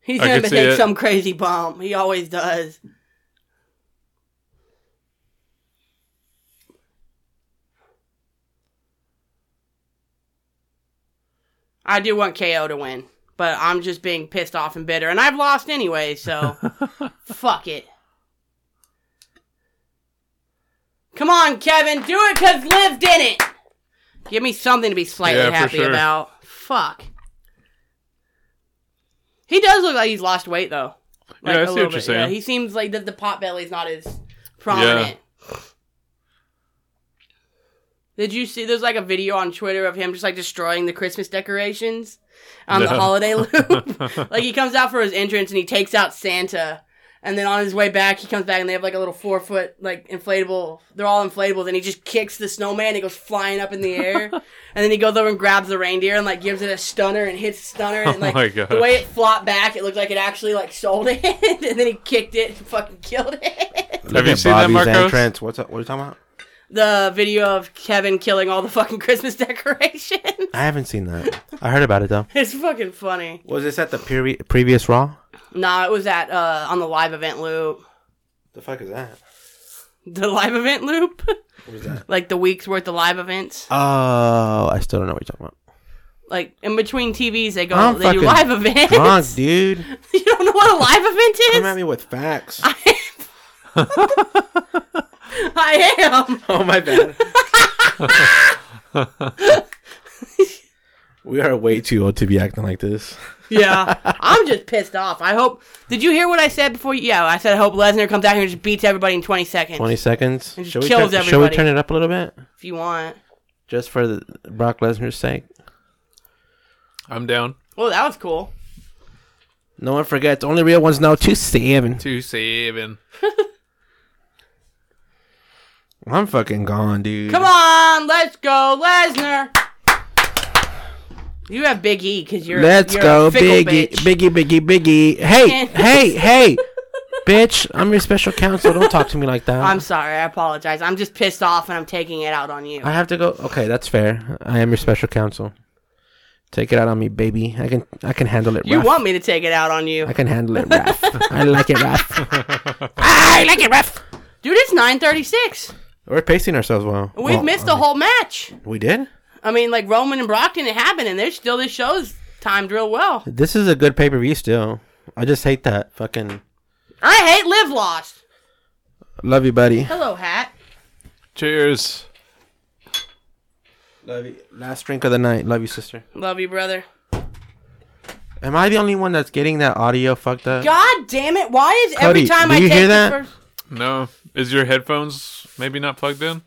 He's
I
gonna
can see
take
it.
some crazy bomb. He always does. I do want KO to win, but I'm just being pissed off and bitter, and I've lost anyway, so fuck it. Come on, Kevin, do it because Liv did it. Give me something to be slightly
Yeah, for
happy
sure.
about. Fuck. He does look like he's lost weight though.
Yeah,
Like,
I
a
see what
little
you're
bit.
saying.
Yeah, he seems like the, the pot belly's not as prominent. Did you see? There's like a video on Twitter of him just like destroying the Christmas decorations on the
No.
holiday loop. like he comes out for his entrance and he takes out Santa, and then on his way back he comes back and they have like a little four foot like inflatable. They're all inflatables and he just kicks the snowman. He goes flying up in the air, and then he goes over and grabs the reindeer and like gives it a stunner and hits stunner and
Oh
like
my
the
gosh.
way it flopped back, it looked like it actually like sold it, and then he kicked it and fucking killed it.
Have you seen that, Marcos?
Trent. What's up? What are you talking about?
The video of Kevin killing all the fucking Christmas decorations.
I haven't seen that.
I heard about it though.
it's fucking funny.
Was this at the peri- previous Raw?
Nah, it was at uh on the live event loop.
The fuck is that?
The live event loop?
What is that?
like the week's worth of live events.
Oh, I still don't know what you're talking about.
Like in between TVs they go
I'm
they do
fucking
live events.
Drunk, dude.
you don't know what a live event is?
Come at me with facts.
I am.
oh my bad. we are way too old to be acting like this.
Yeah. I'm just pissed off. I hope Did you hear what I said before you Yeah, I said I hope Lesnar comes out here and just beats everybody in twenty seconds.
Twenty seconds.
It just
Should we,
kills
turn, should we
everybody.
turn it up a little bit
if you want.
just for the Brock Lesnar's sake?
I'm down.
Well, Oh, that was cool.
No one forgets. Only real ones know two seven.
Two seven.
I'm fucking gone, dude.
Come on, let's go, Lesnar. You have Big E because you're
Let's
you're
go, E,
a fickle
Biggie, Biggie,
bitch.
Biggie, Biggie. Hey,
And-
hey, hey, bitch! I'm your special counsel. Don't talk to me like that.
I'm sorry. I apologize. I'm just pissed off and I'm taking it out on you.
I have to go. Okay, that's fair. I am your special counsel. Take it out on me, baby. I can, I can handle it.
You
Raph.
want me to take it out on you,
I can handle it, Raph. I like it, Raph.
I like it, ref. Dude, it's 9:36.
We're pacing ourselves well.
We've
Well,
missed a whole match.
We did.
I mean, like Roman and Brock didn't happen, and there's still this show's timed real well.
This is a good pay per view. Still, I just hate that fucking.
I hate live lost.
Love you, buddy.
Hello, hat.
Cheers.
Love you. Last drink of the night. Love you, sister.
Love you, brother.
Am I the only one that's getting that audio fucked up?
God damn it! Why is every
Cody,
time
do
I
you
take
hear
the
that?
first-
No, is your headphones maybe not plugged in?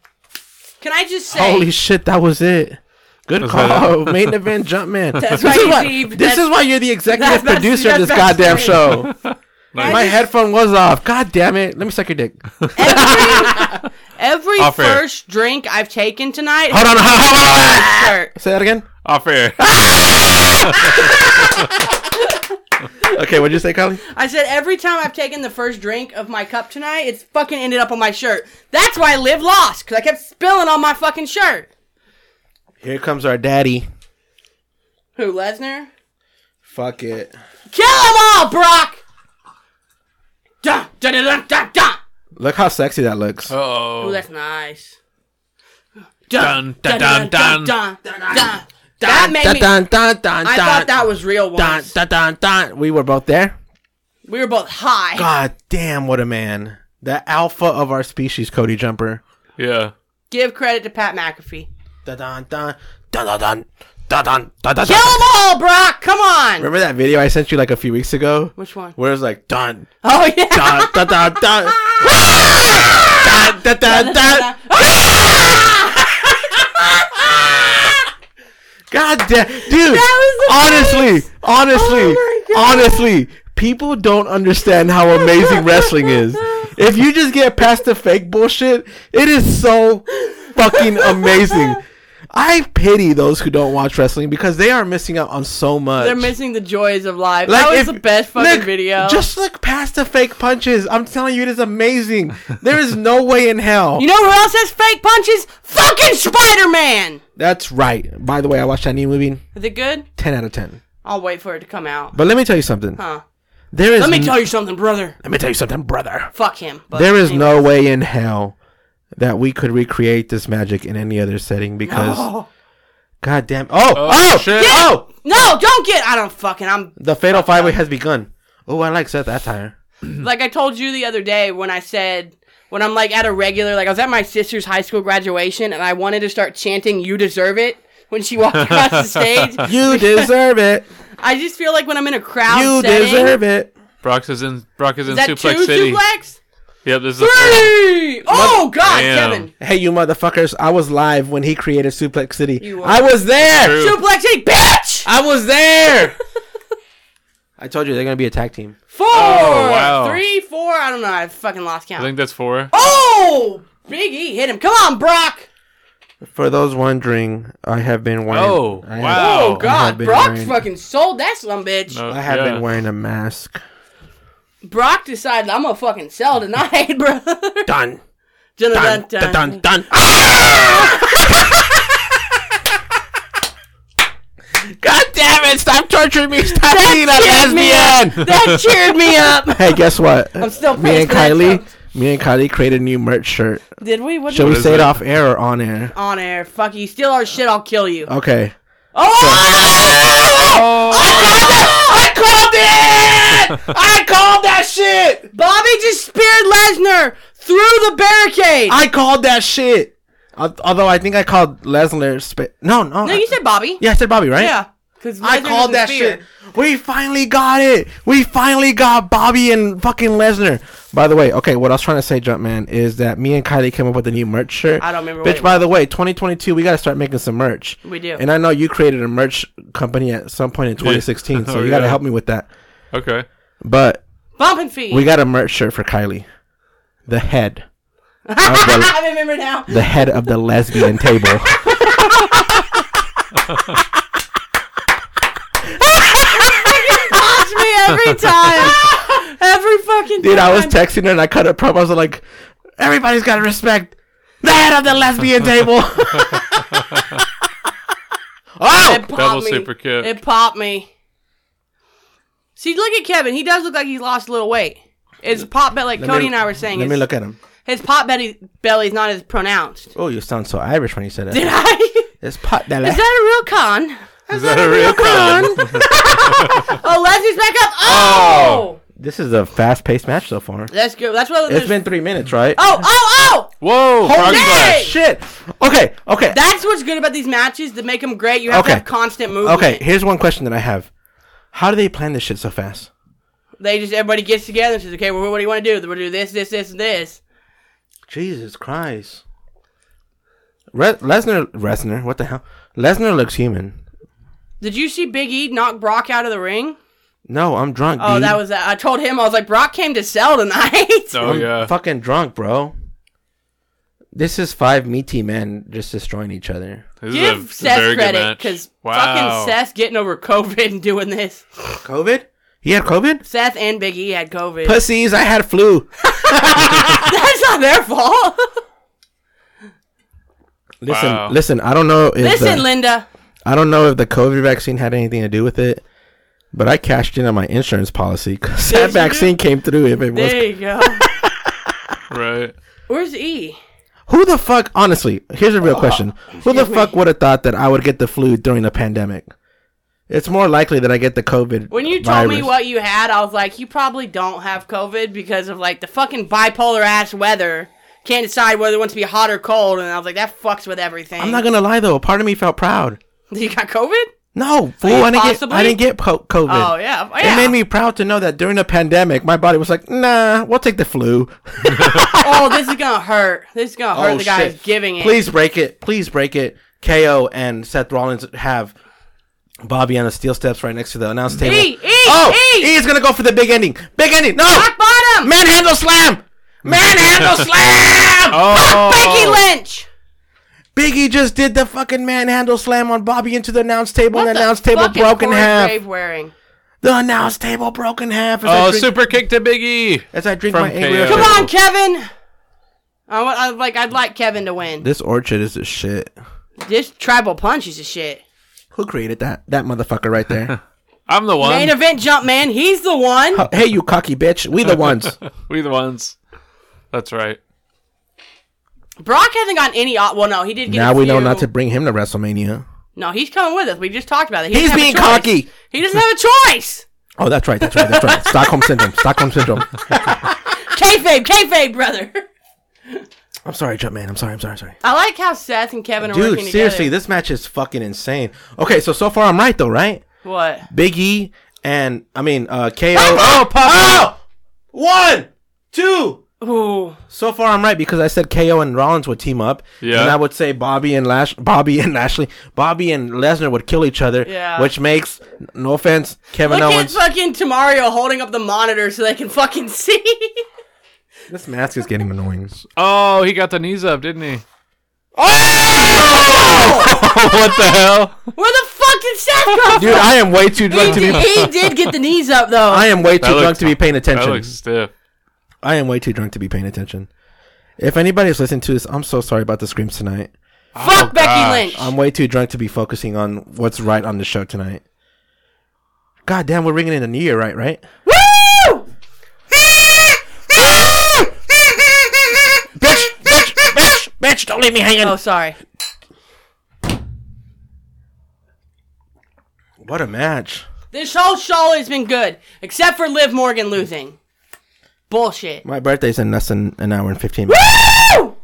Can I just say?
Holy shit, that was it. Good
Was
call. Main event Jumpman. this
That's right,
is why,
Steve.
this
That's-
is why you're the
that's-
executive
that's-
producer of
that's
this
best
goddamn
friend.
show.
Nice.
My headphone was off. God damn it. Let me suck your dick. Hold
every, every
Off air.
first drink I've taken
on.
tonight.
Hold on.
Sir,
Say that again.
Off air.
Okay, what'd you say, Colleen?
I said every time I've taken the first drink of my cup tonight, it's fucking ended up on my shirt. That's why I live lost because I kept spilling on my fucking shirt.
Here comes our daddy.
Who Lesnar?
Fuck it.
Kill them all, Brock. Dun, dun, dun, dun, dun, dun.
Look how sexy that looks.
Oh,
Oh,
that's nice.
Dun, dun, dun,
dun, dun, dun, dun. That made
Dun,
me.
dun, dun, dun,
I
dun,
thought that was real
dun,
once.
dun, dun, dun. We were both there.
We were both high.
God damn, what a man. The alpha of our species, Cody Jumper.
yeah.
Give credit to Pat McAfee.
Dun, dun, dun, dun, dun, dun, dun, dun, dun, dun,
Kill
dun.
them all, Brock. Come on.
Remember that video I sent you like a few weeks ago?
Which one?
Where it was like dun
Oh yeah.
dun dun dun dun dun dun dun dun. God damn, dude!
That was the
honestly, honestly,
Oh my God.
honestly, people don't understand how amazing wrestling is. If you just get past the fake bullshit, it is so fucking amazing. I pity those who don't watch wrestling because they are missing out on so much.
They're missing the joys of life. that was
if-
the best fucking
look,
video.
Just look past the fake punches. I'm telling you, it is amazing. there is no way in hell.
you know who else has fake punches? Fucking Spider Man.
That's right. By the way, I watched that new movie.
Is it good?
Ten out of ten.
I'll wait for it to come out.
But let me tell you something.
Huh.
There is.
Let me
n-
tell you something, brother.
Let me tell you something, brother.
Fuck him. But
There is
anyway.
no way in hell that we could recreate this magic in any other setting because.
No.
Goddamn! Oh,
Oh,
oh,
shit.
oh!
No, don't get. I don't fucking. I'm
The fatal five way has begun. Oh, I like Seth Attire.
like I told you the other day when I said when I'm like at a regular like I was at my sister's high school graduation and I wanted to start chanting "You deserve it." when she walked across the stage.
You deserve it.
I just feel like when I'm in a crowd
You
setting,
deserve it.
Brock's is in Brock is in
is that
Suplex
two
City.
suplex?
Yep, this is
Three! Oh God,
Damn.
Kevin!
Hey, you motherfuckers! I was live when he created Suplex City.
You are-
I was there.
True.
Suplex City, bitch!
I was there. I told you they're gonna be a tag team.
Four,
Oh, wow.
three, four. I don't know. I fucking lost
I
count.
think that's four.
oh, Big E hit him. Come on, Brock.
For those wondering, I have been wearing.
Oh,
I have-
wow.
Oh,
I
God,
have been
Brock
wearing-
fucking sold that some bitch.
No,
I have
yeah.
been wearing a mask.
Brock decided I'm gonna fucking sell tonight, bro.
Done.
dun,
Dun dun dun. dun. God damn it! Stop torturing me. Stop being a
cheered me
lesbian.
That cheered me up.
Hey, guess what?
I'm still
me
pissed
and
for that
Kylie. Me and Kylie created a new merch shirt.
Did we? What
Should
did
we
we?
is
say it
it?
off air or on air?
On air. Fuck you. Steal our shit. I'll kill you.
Okay.
Oh!
I called it! I called that shit!
Bobby just speared Lesnar through the barricade.
I called that shit! Al- Although I think I called Lesnar. Sp- no, no.
no, you said Bobby.
yeah, I said Bobby, right?
Yeah. Because
I called that shit. We finally got it. We finally got Bobby and fucking Lesnar. By the way, okay, what I was trying to say, Jumpman, is that me and Kylie came up with a new merch shirt.
I don't remember what
Bitch,
it
by the way, 2022, we got to start making some merch.
We do.
And I know you created a merch company at some point in 2016, so
Oh,
you got to
yeah.
help me with that.
Okay.
But
Bumping feet.
we got a merch shirt for Kylie. The head. Of the,
I remember now.
the head of the lesbian table.
Watch me every time. Every fucking
Dude,
time.
I was texting her and I cut her promo. I was like, everybody's got to respect the head of the lesbian table. oh!
It popped
Double
me.
super kick.
It popped me. See, look at Kevin. He does look like he's lost a little weight. His pop belly, like
Let me-
Cody and I were saying,
Let
his,
me look at him.
his pop belly belly's not as pronounced.
Oh, you sound so Irish when you said
Did
it.
I?
It's pot that
Is that a real con?
Is that a real con?
Oh, Leslie's back up. Oh,
This is a fast paced match so far.
that's good. That's what.
It's been three minutes, right?
oh, oh, oh!
Whoa, frog
Hey!
splash.
Shit! Okay, okay.
That's what's good about these matches that make them great. You have
Okay.
to have constant movement.
Okay, here's one question that I have. How do they plan this shit so fast?
They just everybody gets together and says, "Okay, well, what do you want to do? We'll do this, this, this, and this."
Jesus Christ. Re- Lesnar, Lesnar, what the hell? Lesnar looks human.
Did you see Big E knock Brock out of the ring?
No, I'm drunk.
Oh,
dude.
that was. I told him I was like, Brock came to sell tonight.
Oh yeah.
fucking drunk, bro. This is five meaty men just destroying each other.
This
Give
is a very
Seth
good
credit
match.
because
wow.
fucking Seth getting over COVID and doing this.
COVID? He had COVID?
Seth and Big E had COVID.
Pussies, I had flu.
That's not their fault.
Listen,
Wow.
listen, I don't know if
Listen,
the,
Linda.
I don't know if the COVID vaccine had anything to do with it, but I cashed in on my insurance policy because
Did
that
you?
vaccine came through if it was
There you go.
Right.
Where's E?
Who the fuck, honestly, here's a real question. Who the fuck would have thought that I would get the flu during the pandemic? It's more likely that I get the COVID.
When you told me
virus.
what you had, I was like, you probably don't have COVID because of like the fucking bipolar ass weather. Can't decide whether it wants to be hot or cold. And I was like, that fucks with everything.
I'm not gonna lie though, part of me felt proud.
You got COVID?
No, fool, I didn't get, I
possibly?
didn't get po- COVID.
Oh, yeah. yeah.
It made me proud to know that during the pandemic, my body was like, nah, we'll take the flu.
oh, this is going to hurt. This is going
Oh,
to hurt the guy who's giving it.
Oh, Please break it. Please break it. KO and Seth Rollins have Bobby on the steel steps right next to the announce table.
E, E,
oh,
E.
he's gonna go for the big ending. Big ending. No.
Rock bottom!
Manhandle slam! Manhandle slam!
Becky
Oh.
Lynch!
Biggie just did the fucking manhandle slam on Bobby into the announce table, and the announce table
fuck is
broke in
Corey
half.
Graves wearing?
The announce table broke in half. As I
Oh,
drink,
super kick to Big E.
as I drink
from
my angry.
KO.
Come
Orchard.
on, Kevin! I, wa- I like. I'd like Kevin to win.
This orchard is a shit.
This tribal punch is a shit.
Who created that? That motherfucker right there.
I'm the
Um,
one.
Main event jump man. He's the one.
Oh, hey, you cocky bitch. We the ones.
We the ones. That's right.
Brock hasn't gotten any. Op- well, no, he did. get
now
a
we know
few-
not to bring him to WrestleMania.
No, he's coming with us. We just talked about it. He
He's
doesn't have a
being
choice.
cocky.
He doesn't have a choice.
Oh, that's right. That's right. That's right. Stockholm syndrome. Stockholm syndrome.
Kayfabe, kayfabe, brother.
I'm sorry, Jumpman. I'm sorry. I'm sorry. I'm sorry.
I like how Seth and Kevin are
Dude,
working
seriously,
together.
this match is fucking insane. Okay, so so far I'm right though, right?
What?
Big E and I mean uh KO. Oh, Papa! One, two.
Ooh.
So far I'm right because I said KO and Rollins would team up.
Yeah.
And I would say Bobby and Lash, Bobby and Lashley, Bobby and Lesnar would kill each other.
Yeah.
Which makes no offense, Kevin
Look
Owens.
at fucking Tamario holding up the monitor so they can fucking see.
This mask is getting annoying.
Oh, he got the knees up, didn't he? Oh! what the hell?
Where the fuck did Seth come
Dude, I am way too drunk
from?
to
He
be.
did, he did get the knees up though.
I am way too
That looks-
drunk to be paying attention.
That looks stiff.
I am way too drunk to be paying attention. If anybody's listening to this, I'm so sorry about the screams tonight.
fuck
Oh,
Becky
gosh.
Lynch.
I'm way too drunk to be focusing on what's right on the show tonight. God damn, we're ringing in the new year, right? Right?
Woo!
Bitch, bitch, bitch, bitch! Don't leave me hanging.
Oh, sorry.
What a match!
This whole show has been good, except for Liv Morgan losing. Bullshit.
My birthday's in less than an hour and fifteen minutes.
Woo!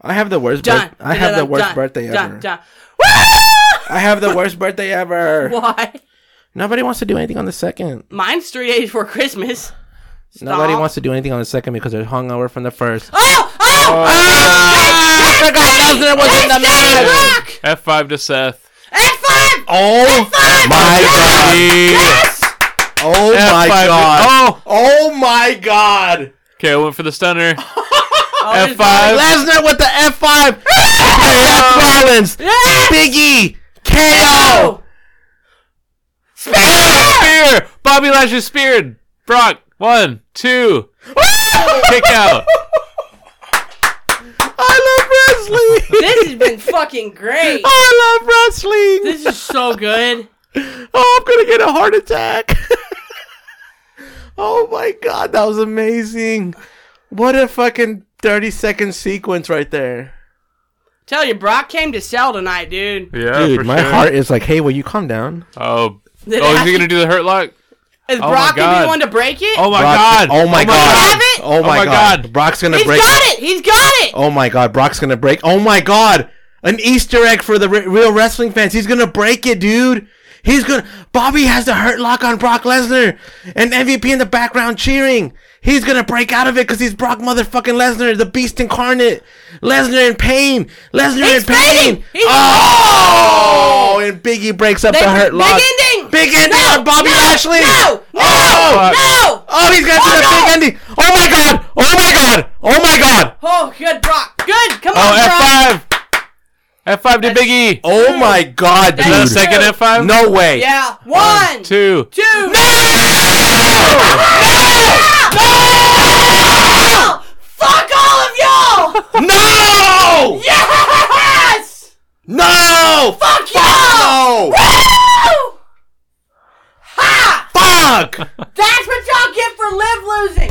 I have the worst.
Done.
Bir- I have the
Done.
worst
Done.
birthday
Done.
ever.
Done.
I have the worst birthday ever.
Why?
Nobody wants to do anything on the second.
Mine's three days before Christmas.
Nobody
Stop.
wants to do anything on the second because they're hungover from the first.
Oh! Oh!
Uh,
Ah!
I forgot Lesnar was in the match.
Look!
F5 to Seth.
F5!
Oh my god!
Yes!
Oh my
F5
god!
Oh!
Oh my god!
Okay, I went for the stunner.
Oh,
F5.
Lesnar with the F5! Seth Rollins! Biggie! KO!
Oh,
Spear! Bobby Lashley speared. Brock. One, two. Kick out.
I love wrestling!
This has been fucking great.
Oh. I love wrestling!
This is so good.
Oh, I'm gonna get a heart attack. oh my god, that was amazing. What a fucking 30 second sequence right there.
Tell you, Brock came to sell tonight, dude.
Yeah, for sure.
is like, hey, will you calm down?
Oh. Oh, is he going to do the hurt lock?
Is
my
Brock gonna be
God.
the one to break it?
Oh my god.
Oh my
Have
god.
it?
Oh my god. Brock's gonna
He's
break.
got it. He's got it.
Oh my god, Brock's gonna break. Oh my god. An Easter egg for the re- real wrestling fans. He's gonna break it, dude. He's gonna. Bobby has the hurt lock on Brock Lesnar, and MVP in the background cheering. He's gonna break out of it because he's Brock motherfucking Lesnar, the Beast incarnate. Lesnar in pain. Lesnar
He's
in pain.
fading. He's-
oh, and Biggie breaks up
They-
the hurt
big
lock.
ending.
Big ending
No,
on Bobby
no,
Lashley.
no, no,
Oh!
No.
Oh, he's got to the
no.
big ending. Oh my god. Oh my god. Oh my god.
Oh, good, Brock. Good. Come on, Brock.
Oh, F5. F5 to Big E.
Oh my god,
Is that
The
dude.
second F5?
No way.
Yeah. One, two,
Two.
two. No. Fuck all of y'all.
No!
Yes.
No!
Fuck y'all.
No!
Woo! Ha!
Fuck!
That's what y'all get for live losing.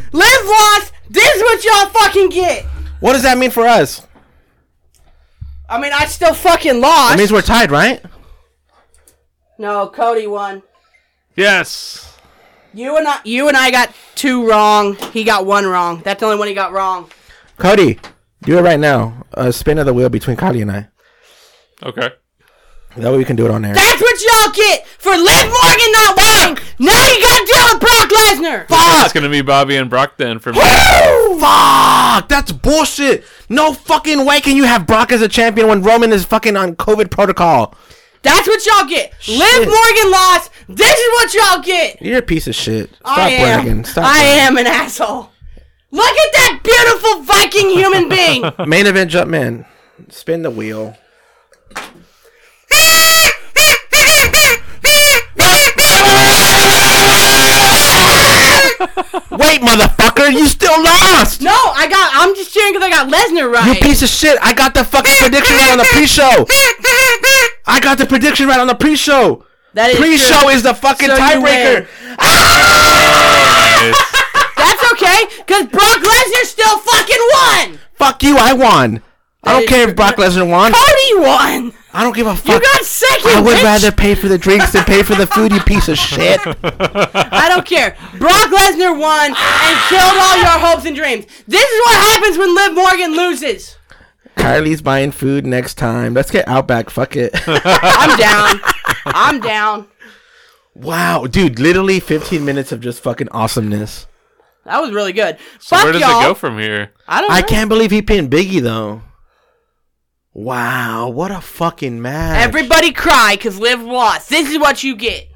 Fuck. Live lost. This is what y'all fucking get.
What does that mean for us?
I mean, I still fucking lost.
That means we're tied, right?
no, Cody won.
Yes.
You and I, you and I got two wrong. He got one wrong. That's the only one he got wrong.
Cody, do it right now. A spin of the wheel between Cody and I.
Okay.
That way we can do it on air.
That's what y'all get for Liv Morgan not winning. Now you got to deal with Brock Lesnar.
It's going to be Bobby and Brock then for me.
Fuck! That's bullshit! No fucking way can you have Brock as a champion when Roman is fucking on COVID protocol.
That's what y'all get. Liv
Shit.
Morgan lost. This is what y'all get.
You're a piece of shit. Stop
I am.
bragging. Stop
I
bragging.
am an asshole. Look at that beautiful Viking human being.
Main event jump man. Spin the wheel. Wait, motherfucker, you still lost!
no, I got. I'm just cheering because I got Lesnar
You
right.
piece of shit! I got the fucking prediction right on the pre-show! I got the prediction right on the pre-show!
That is true.
Pre-show is the fucking
So you
tiebreaker!
Nice.
That's okay, because Brock Lesnar still fucking won.
Fuck you, I won! I
is
don't care if
true.
Brock Lesnar won.
Cody won.
I don't give a
You
fuck.
got sick. You
I would
bitch!
rather pay for the drinks than pay for the food, you piece of shit.
I don't care. Brock Lesnar won and killed all your hopes and dreams. This is what happens when Liv Morgan loses.
Kylie's buying food next time. Let's get Outback. Fuck it.
I'm down. I'm down.
wow, dude, literally 15 minutes of just fucking awesomeness.
That was really good. Fuck
Where does
y'all.
it go from here?
I don't. Know.
I can't believe he pinned Biggie though. Wow, what a fucking match.
Everybody cry because Liv lost. This is what you get.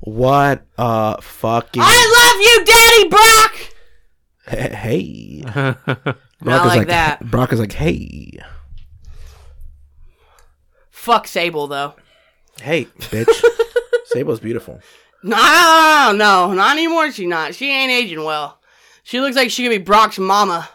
what a fucking
Ah! I love you, Daddy Brock.
hey. is
Not like that.
Brock is like, "Hey.
Fuck Sable though.
Hey, bitch. Sable's beautiful."
No, no, not anymore. She not. She ain't aging well. She looks like she could be Brock's mama.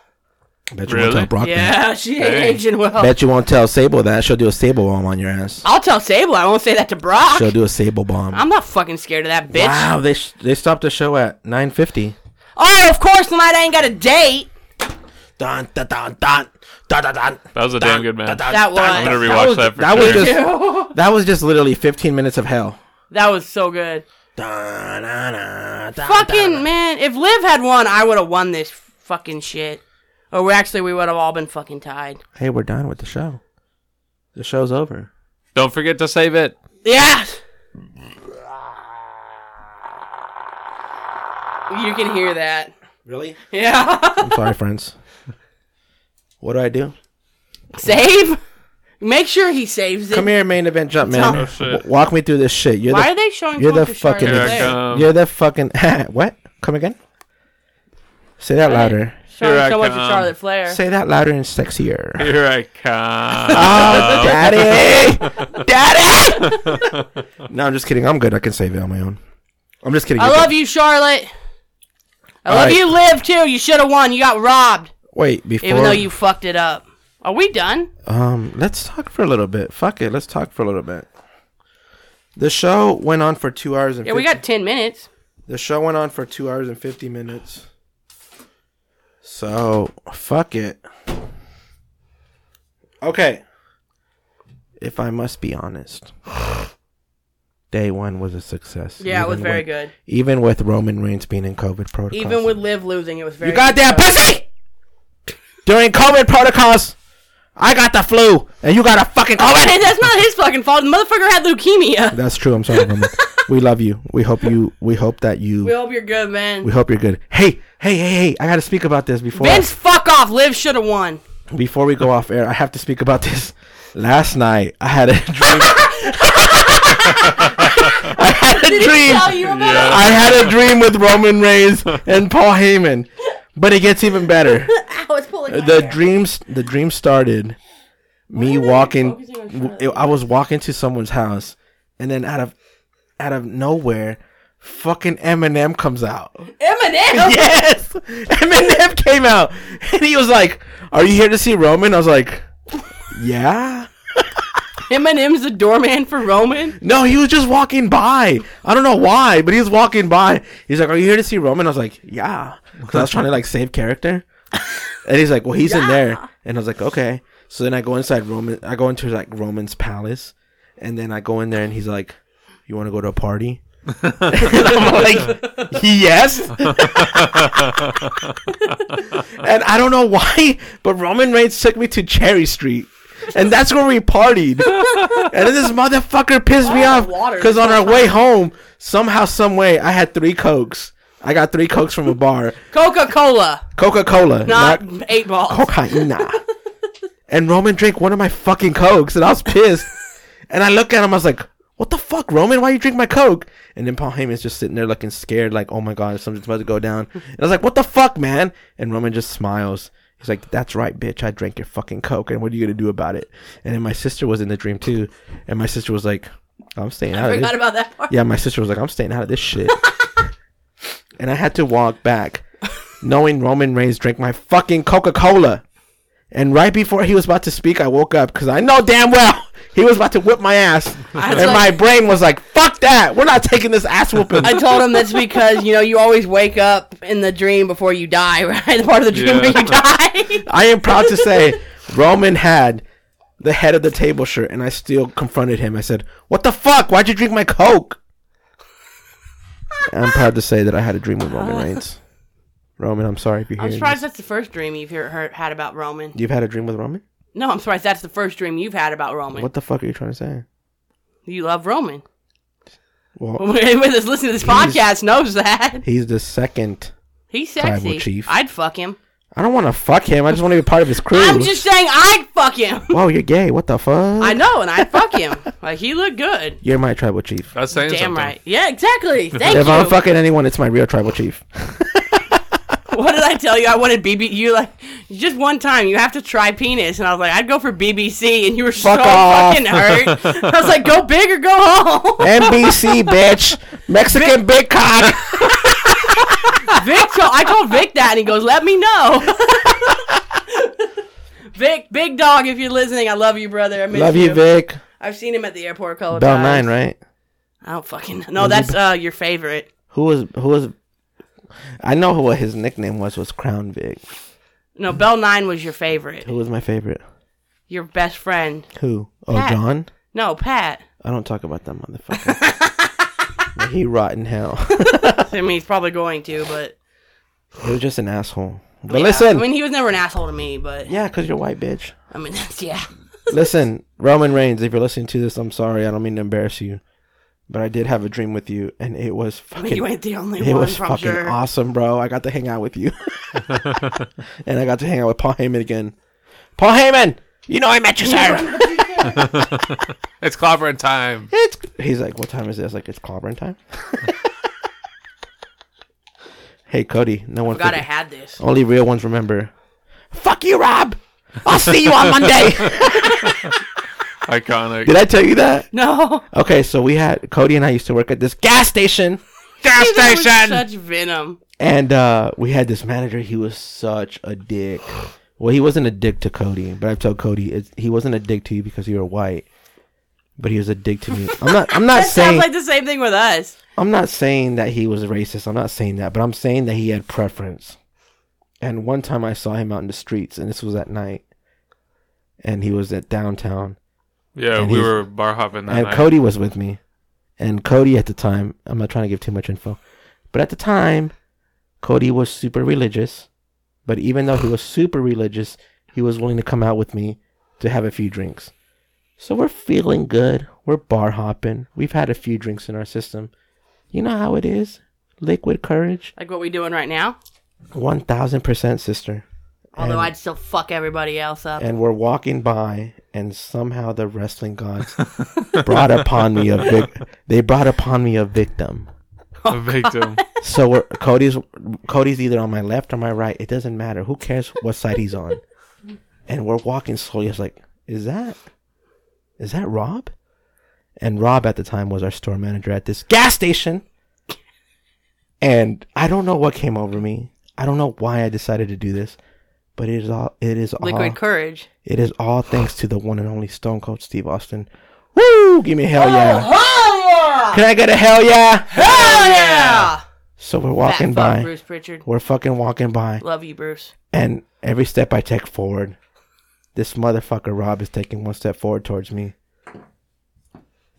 Bet you won't
Really?
tell Brock that.
Yeah, she ain't
Dang.
aging well.
Bet you won't tell Sable that. She'll do a Sable bomb on your ass.
I'll tell Sable. I won't say that to Brock.
She'll do a Sable bomb.
I'm not fucking scared of that bitch.
Wow, they sh- they stopped the show at 9:50.
Oh, of course, tonight I ain't got a date.
Dun dun dun dun dun dun. dun.
That was a damn good match.
That was.
I'm gonna
That
rewatch
was-
that, for
that was
sure.
just- That was just literally 15 minutes of hell.
That was so good.
Dun, dun, dun, dun,
Fucking man, if Liv had won, I would have won this fucking shit. Or we actually, we would have all been fucking tied.
Hey, we're done with the show. The show's over.
Don't forget to save it.
Yeah. You can hear that.
Really?
Yeah.
I'm sorry, friends. What do I do?
Save. Make sure he saves it.
Come here, main event jump man.
Oh, shit.
W- Walk me through this shit. You're
Why
the
are they showing
you're the
Conquer Shark
fucking
Here I
there?
come.
you're the fucking what? Come again? Say that louder.
Showing
Here I
so much of
come.
Charlotte Flair.
Say that louder and sexier.
Here I come.
Oh, daddy, daddy. no, I'm just kidding. I'm good. I can save it on my own. I'm just kidding.
I love you, Charlotte. I love
right.
you, Liv too. You should have won. You got robbed,
Wait, before
even though you fucked it up. Are we done?
Um, let's talk for a little bit. Fuck it, let's talk for a little bit. The show went on for two hours and
Yeah, we
50
got ten minutes.
the show went on for two hours and fifty minutes. So fuck it. Okay. If I must be honest, day one was a success.
Yeah, it was
Even
very
with-
good.
Even with Roman Reigns being in COVID protocol,
Even with Liv losing, it was very.
you goddamn pussy! During COVID protocols, I got the flu, and you got a fucking
Hey,
COVID.
Oh, that's not his fucking fault. The motherfucker had leukemia.
That's true. I'm sorry, Roman. we love you. We hope you. We hope that you.
We hope you're good, man.
we hope you're good. Hey, hey, hey, hey! I got to speak about this before
Vince, fuck off. Liv should have won.
before we go off air. I have to speak about this. Last night, I had a dream. I had a dream.
Tell you about
Yeah.
I had a dream with Roman Reigns and Paul Heyman, but it gets even better.
how it's pulling.
the dreams the dream started me walking
focusing on
w- i was walking to someone's house and then out of out of nowhere fucking eminem comes out
Eminem.
yes eminem came out and he was like are you here to see roman i was like yeah
Eminem's the doorman for Roman.
no he was just walking by i don't know why but he was walking by he's like are you here to see roman i was like yeah 'Cause i was trying to like save character And he's like, "Well, he's in there." And I was like, "Okay." So then I go inside Roman. I go into like Roman's palace, and then I go in there, and he's like, "You want to go to a party?" and I'm like, "Yes." and I don't know why, but Roman Reigns took me to Cherry Street. And that's where we partied. and then this motherfucker pissed me off
water.
because on our way home, somehow, some way, I had three cokes. I got three cokes from a bar,
Coca Cola,
Coca Cola,
not, eight balls.
cocaina. and Roman drank one of my fucking cokes, and I was pissed. and I look at him, I was like, "What the fuck, Roman? Why you drink my coke?" And then Paul Heyman's just sitting there looking scared, like, "Oh my god, something's about to go down." And I was like, "What the fuck, man?" And Roman just smiles. He's like, "That's right, bitch. I drank your fucking coke, and what are you gonna do about it?" And then my sister was in the dream too, and my sister was like, "I'm staying out
I
of this."
forgot about that part.
Yeah, my sister was like, I'm staying out of this shit. and I had to walk back knowing Roman Reigns drank my fucking Coca Cola. And right before he was about to speak, I woke up because I know damn well he was about to whip my ass.
I
And
was
my
like-
brain was like, fuck that. We're not taking this ass whooping.
I told him that's because you know you always wake up in the dream before you die, right? The part of the dream
Yeah.
where you die.
I am proud to say Roman had the head of the table shirt, and I still confronted him. I said, "What the fuck? Why'd you drink my coke?" I'm proud to say that I had a dream with Roman
Uh.
Reigns. Roman, I'm sorry if you're
I'm
hearing
surprised
this.
that's the first dream you've heard, heard had about Roman.
You've had a dream with Roman.
No, I'm surprised that's the first dream you've had about Roman.
What the fuck are you trying to say?
You love Roman.
Well,
Anyone that's listening to this podcast knows that.
he's the second.
He's
Tribal
sexy.
chief.
I'd fuck him.
I don't want to fuck him. I just want to be part of his crew.
I'm just saying I'd fuck him.
Wow, you're gay. What the fuck?
I know, and I'd fuck him. Like, he looked good.
You're my tribal chief.
That's saying
Damn
something.
right. Yeah, exactly. Thank
if
you.
I'm fucking anyone, it's my real tribal chief.
what did I tell you? I wanted BB. You like just one time. You have to try penis, and I was like, I'd go for BBC, and you were
Fuck
so
off.
fucking hurt. I was like, go big or go home.
NBC, bitch. Mexican big cock.
Vic, so I told Vic that, and he goes, "Let me know." Vic, big dog, if you're listening, I love you, brother. I miss
Love you, Vic.
I've seen him at the airport a couple
Bell nine,
times.
right?
I don't fucking know. No, that's uh, your favorite.
Who was who was? I know who what his nickname was was Crown Vic.
No, Bell Nine was your favorite.
Who was my favorite?
Your best friend.
Who? Oh,
Pat.
John.
No, Pat.
I don't talk about that motherfucker. Well, he rot in hell.
I mean, he's probably going to, but.
he was just an asshole. But
Yeah.
listen,
I mean, he was never an asshole to me, but.
yeah, because you're white, bitch.
I mean, that's, yeah.
Listen, Roman Reigns, if you're listening to this, I'm sorry. I don't mean to embarrass you, but I did have a dream with you, and it was
I
fucking.
mean, you ain't the only
it
one,
was
I'm
fucking
sure.
awesome, bro. I got to hang out with you, and I got to hang out with Paul Heyman again. Paul Heyman, you know I met you, sir.
It's clobbering time.
it's he's like, what time is this? Like it's clobbering time. hey Cody, no one.
God, I
forget-
had this.
Only real ones remember. Fuck you, Rob. I'll see you on Monday.
Iconic.
Did I tell you that?
No.
Okay, so we had Cody and I used to work at this gas station,
Gas
That was
station.
Such venom.
and uh, we had this manager. He was such a dick. Well, he wasn't a dick to Cody, but I've told Cody it's, he wasn't a dick to you because you were white. But he was a dick to me. I'm not. I'm not
That sounds
saying.
like the same thing with us.
I'm not saying that he was racist. I'm not saying that. But I'm saying that he had preference. And one time I saw him out in the streets, and this was at night, and he was at downtown,
Yeah,
And
we
he's-
were bar hopping that
and
night.
Cody was with me. And Cody at the time, I'm not trying to give too much info, but at the time, Cody was super religious. But even though he was super religious, he was willing to come out with me to have a few drinks. So we're feeling good. We're bar hopping. We've had a few drinks in our system. You know how it is liquid courage,
Like what we doing right now.
1000% sister.
Although
And-
I'd still fuck everybody else up.
and we're walking by and somehow the wrestling gods brought upon me a vic- they brought upon me a victim
a victim.
so we're, cody's cody's either on my left or my right it doesn't matter who cares what side he's on and we're walking slowly it's like is that is that rob and rob at the time was our store manager at this gas station and i don't know what came over me i don't know why i decided to do this but it is all it is all
Liquid courage.
it is all thanks to the one and only Stone Cold Steve Austin. Woo! Give me a
Oh,
hell yeah. Can I get a hell yeah?
Hell yeah!
So we're
Fat
walking
fuck
by.
Bruce Pritchard.
We're fucking walking by.
Love you, Bruce.
And every step I take forward, this motherfucker Rob is taking one step forward towards me.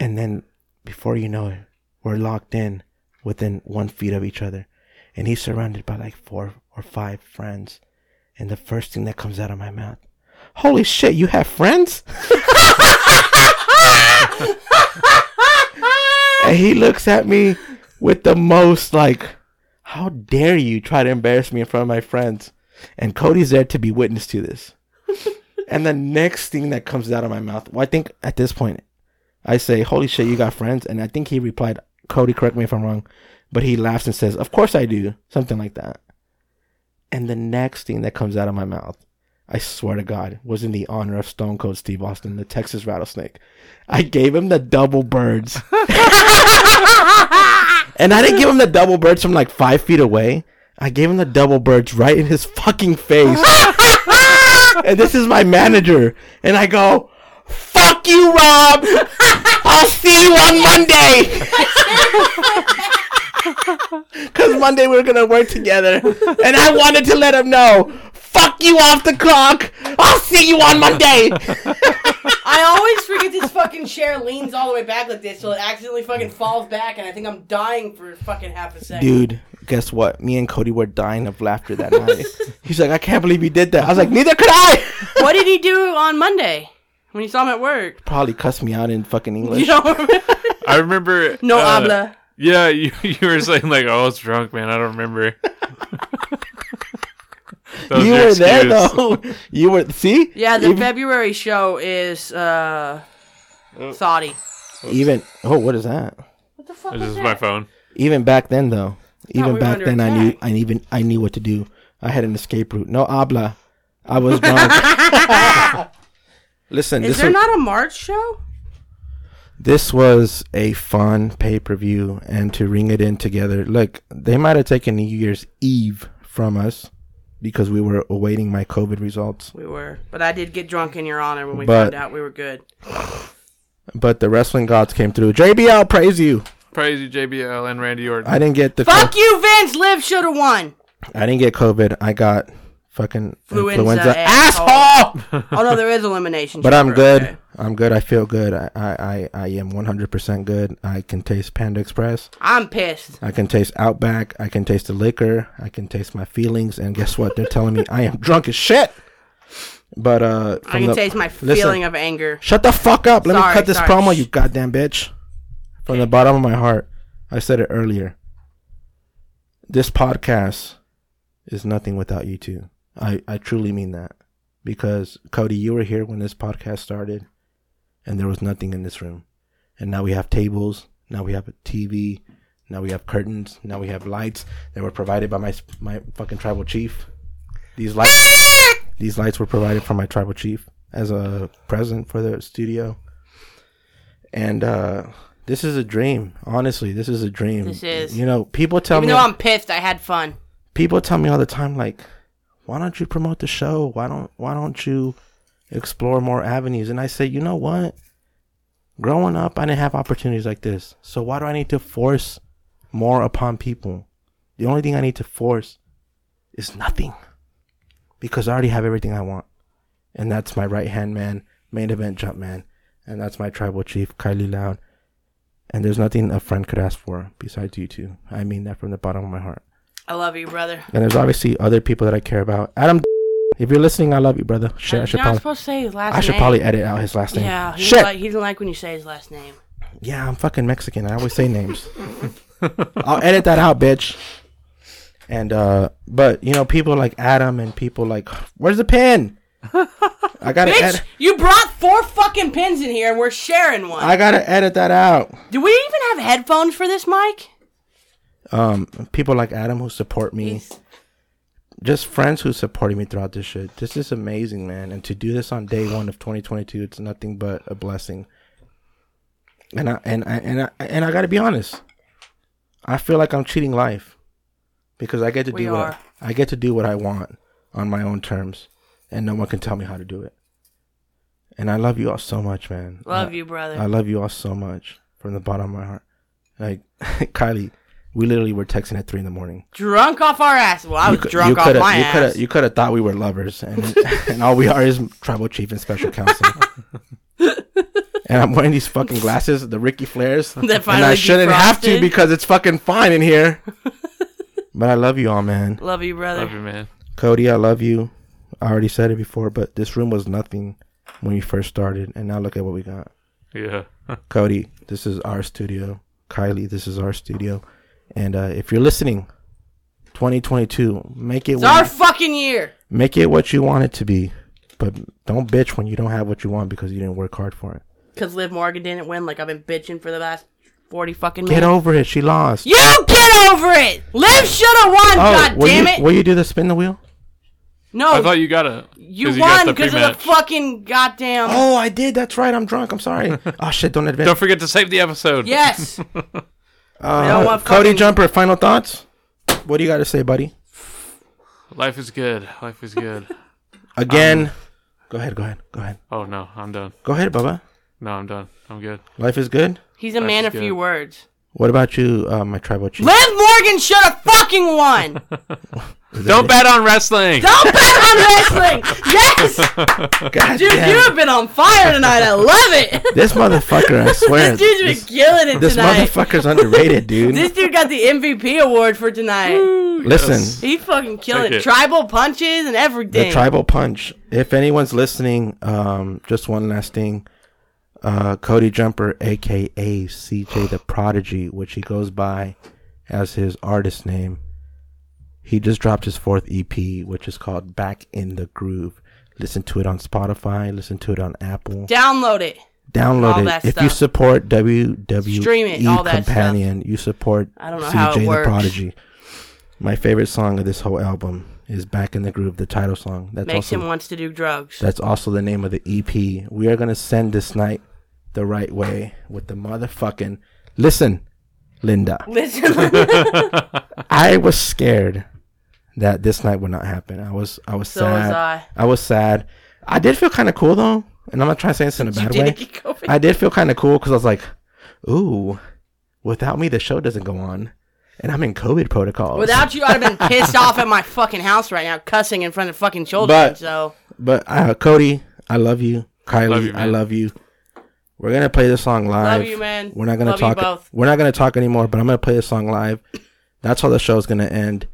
And then before you know it, we're locked in within one feet of each other. And he's surrounded by like four or five friends. And the first thing that comes out of my mouth, holy shit, you have friends? and he looks at me with the most like, how dare you try to embarrass me in front of my friends? And Cody's there to be witness to this. and the next thing that comes out of my mouth, well, I think at this point, I say, Holy shit, you got friends. And I think he replied, Cody, correct me if I'm wrong, but he laughs and says, Of course I do. Something like that. And the next thing that comes out of my mouth, I swear to God, was in the honor of Stone Cold Steve Austin, the Texas Rattlesnake. I gave him the double birds. and I didn't give him the double birds from like five feet away. I gave him the double birds right in his fucking face. and this is my manager. And I go, fuck you, Rob. I'll see you on Monday. Because Monday we are going to work together. And I wanted to let him know, fuck you off the clock. I'll see you on Monday.
I always forget this fucking chair leans all the way back like this, so it accidentally fucking falls back, and I think I'm dying for fucking half a second.
Dude, guess what? Me and Cody were dying of laughter that night. He's like, I can't believe you did that. I was like, neither could I.
What did he do on Monday when you saw him at work?
Probably cussed me out in fucking English.
You don't remember?
I remember.
No
uh,
habla.
Yeah, you, you were saying like, "Oh, I was drunk, man. I don't remember." That was
you
your
were there
excuse.
though. You were see.
Yeah, the
even,
February show is uh, Saudi.
even oh, what is that?
What the fuck
This
was
is
that?
my phone.
Even back then though. Even
we were
back
under
then, I knew.
attack.
I even I knew what to do. I had an escape route. No habla. I was drunk. Listen,
Is
this
there
was,
not a March show?
this was a fun pay per view, and to ring it in together. Look, they might have taken New Year's Eve from us because we were awaiting my COVID results.
We were, but I did get drunk in your honor when we
But-
found out we were good.
But the wrestling gods came through. JBL, praise you.
Praise you, JBL and Randy Orton.
I didn't get the co-
Fuck you, Vince. Liv should have won.
I didn't get COVID. I got fucking
Influenza,
influenza.
asshole.
Asshole!
Oh no, there is elimination.
But
chamber,
I'm good.
okay.
I'm good. I feel good. I, I, I, I am 100% good. I can taste Panda Express.
I'm pissed.
I can taste Outback. I can taste the liquor. I can taste my feelings. And guess what? They're telling me I am drunk as shit. But, uh,
I
from
can
the-
taste my
listen,
feeling of anger.
Shut the fuck up. Let me
Sorry,
cut this
sorry.
promo, you goddamn bitch. From the bottom of my heart, I said it earlier. This podcast is nothing without you two. I, I truly mean that. Because, Cody, you were here when this podcast started, and there was nothing in this room. And now we have tables. Now we have a TV. Now we have curtains. Now we have lights that were provided by my my fucking tribal chief. These lights. These lights were provided from my tribal chief as a present for the studio. And uh, this is a dream. Honestly, this is a dream.
This is.
You know, people tell
Even
me
though I'm pissed, I had fun.
people tell me all the time like, "Why don't you promote the show? Why don't why don't you explore more avenues?" And I say, "You know what? Growing up, I didn't have opportunities like this. So why do I need to force more upon people? The only thing I need to force is nothing." because I already have everything I want. And that's my right hand man, main event jump man. And that's my tribal chief, Kylie Loud. And there's nothing a friend could ask for besides you two. I mean that from the bottom of my heart.
I love you, brother.
And there's obviously other people that I care about. Adam, if you're listening, I love you, brother. Shit, I
You're
should
not
probably,
supposed to say his last
I should
name.
probably edit out his last name.
Yeah, he
Shit.
didn't like he didn't like when you say his last name.
Yeah, I'm fucking Mexican. I always say names. I'll edit that out, bitch. And uh but you know, people like Adam and people like, where's the pen? I gotta
Bitch,
edit.
you brought four fucking pins in here and we're sharing one.
I gotta edit that out.
Do we even have headphones for this mic?
Um, people like Adam who support me,
He's-
just friends who supported me throughout this shit. This is amazing, man. And to do this on day one of 2022, it's nothing but a blessing. And I and I and I and I gotta be honest, I feel like I'm cheating life because I get to
We
do what
are.
I, I get to do what I want on my own terms, and no one can tell me how to do it. And I love you all so much, man.
Love
I-
you, brother.
I love you all so much from the bottom of my heart. Like Kylie, we literally were texting at three in the morning.
drunk off our ass. Well, I was
you cou-
drunk
you
off
coulda-
my
you
ass.
Coulda, you could have thought we were lovers, and and all we are is tribal chief and special counsel. and I'm wearing these fucking glasses, the Ricky Flares, and I
finally
shouldn't have to
defrosted.
because it's fucking fine in here. but I love you all, man.
Love you, brother.
Love you, man.
Cody, I love you. I already said it before, but this room was nothing when we first started, and now look at what we got.
Yeah.
Oh,
Cody, this is our studio. Kylie, this is our studio. And uh, if you're listening, 2022, make it
It's our
what,
fucking year.
make it what you want it to be, but don't bitch when you don't have what you want because you didn't work hard for it.
Because Liv Morgan didn't win like I've been bitching for the last 40 fucking
Get
minutes.
over it. She lost. Oh,
You get over it! Liv should have
Oh,
won, god
will
damn
you,
it!
Will you do the spin the wheel?
I
no,
thought you got a.
you, won because of the
pre-match.
fucking goddamn.
Oh, I did. That's right. I'm drunk. I'm sorry. oh shit! Don't advance.
Don't forget to save the episode.
Yes!
Uh,
don't want
Cody
fucking-
Jumper. Final thoughts. What do you got to say, buddy?
Life is good. Life is good.
Again. go ahead. Go ahead. Go ahead.
oh no, I'm done.
Go ahead, Bubba.
No, I'm done. I'm good.
Life is good.
He's a man of
good.
few words.
What about you, uh, my tribal chief?
Liv Morgan should have fucking won!
Don't bet on wrestling.
Don't bet on wrestling. Yes,
God
dude,
damn.
you have been on fire tonight. I love it.
This motherfucker, I swear.
this dude's been
this
killing it
this
tonight.
motherfucker's underrated, dude.
this dude got the MVP award for tonight.
Mm. Listen,
He fucking killing
Take
it.
it.
Tribal punches and everything.
The tribal punch. If anyone's listening, um, just one last thing. Uh, Cody Jumper, aka CJ the Prodigy, which he goes by as his artist name. He just dropped his fourth EP, which is called Back in the Groove. Listen to it on Spotify. Listen to it on Apple.
Download it. all
Download
that
it. If you
stuff.
support WWE
Stream it, all that
Companion, you support
I don't know
CJ
how it
the
works.
Prodigy. My favorite song of this whole album is "Back in the Groove," the title song. That's
Makes
also
him wants to do drugs.
that's also the name of the EP. We are gonna send this night the right way with the motherfucking listen, Linda.
Listen,
I was scared that this night would not happen. I was I was
so
sad.
was I.
I was sad. I did feel kind of cool though, and I'm not trying to say this in a
You
bad way.
didn't get COVID.
I did feel kind of cool because I was like, "Ooh, without me, the show doesn't go on, and I'm in COVID protocols."
Without you, I'd have been pissed off at my fucking house right now, cussing in front of fucking children.
But-
so
but uh, Cody, I love you. Kylie,
Love you, man.
I love you. We're gonna play this song live.
love you, man.
We're not gonna
love
talk.
You both.
We're not gonna talk anymore. But I'm gonna play this song live. That's how the show's gonna end.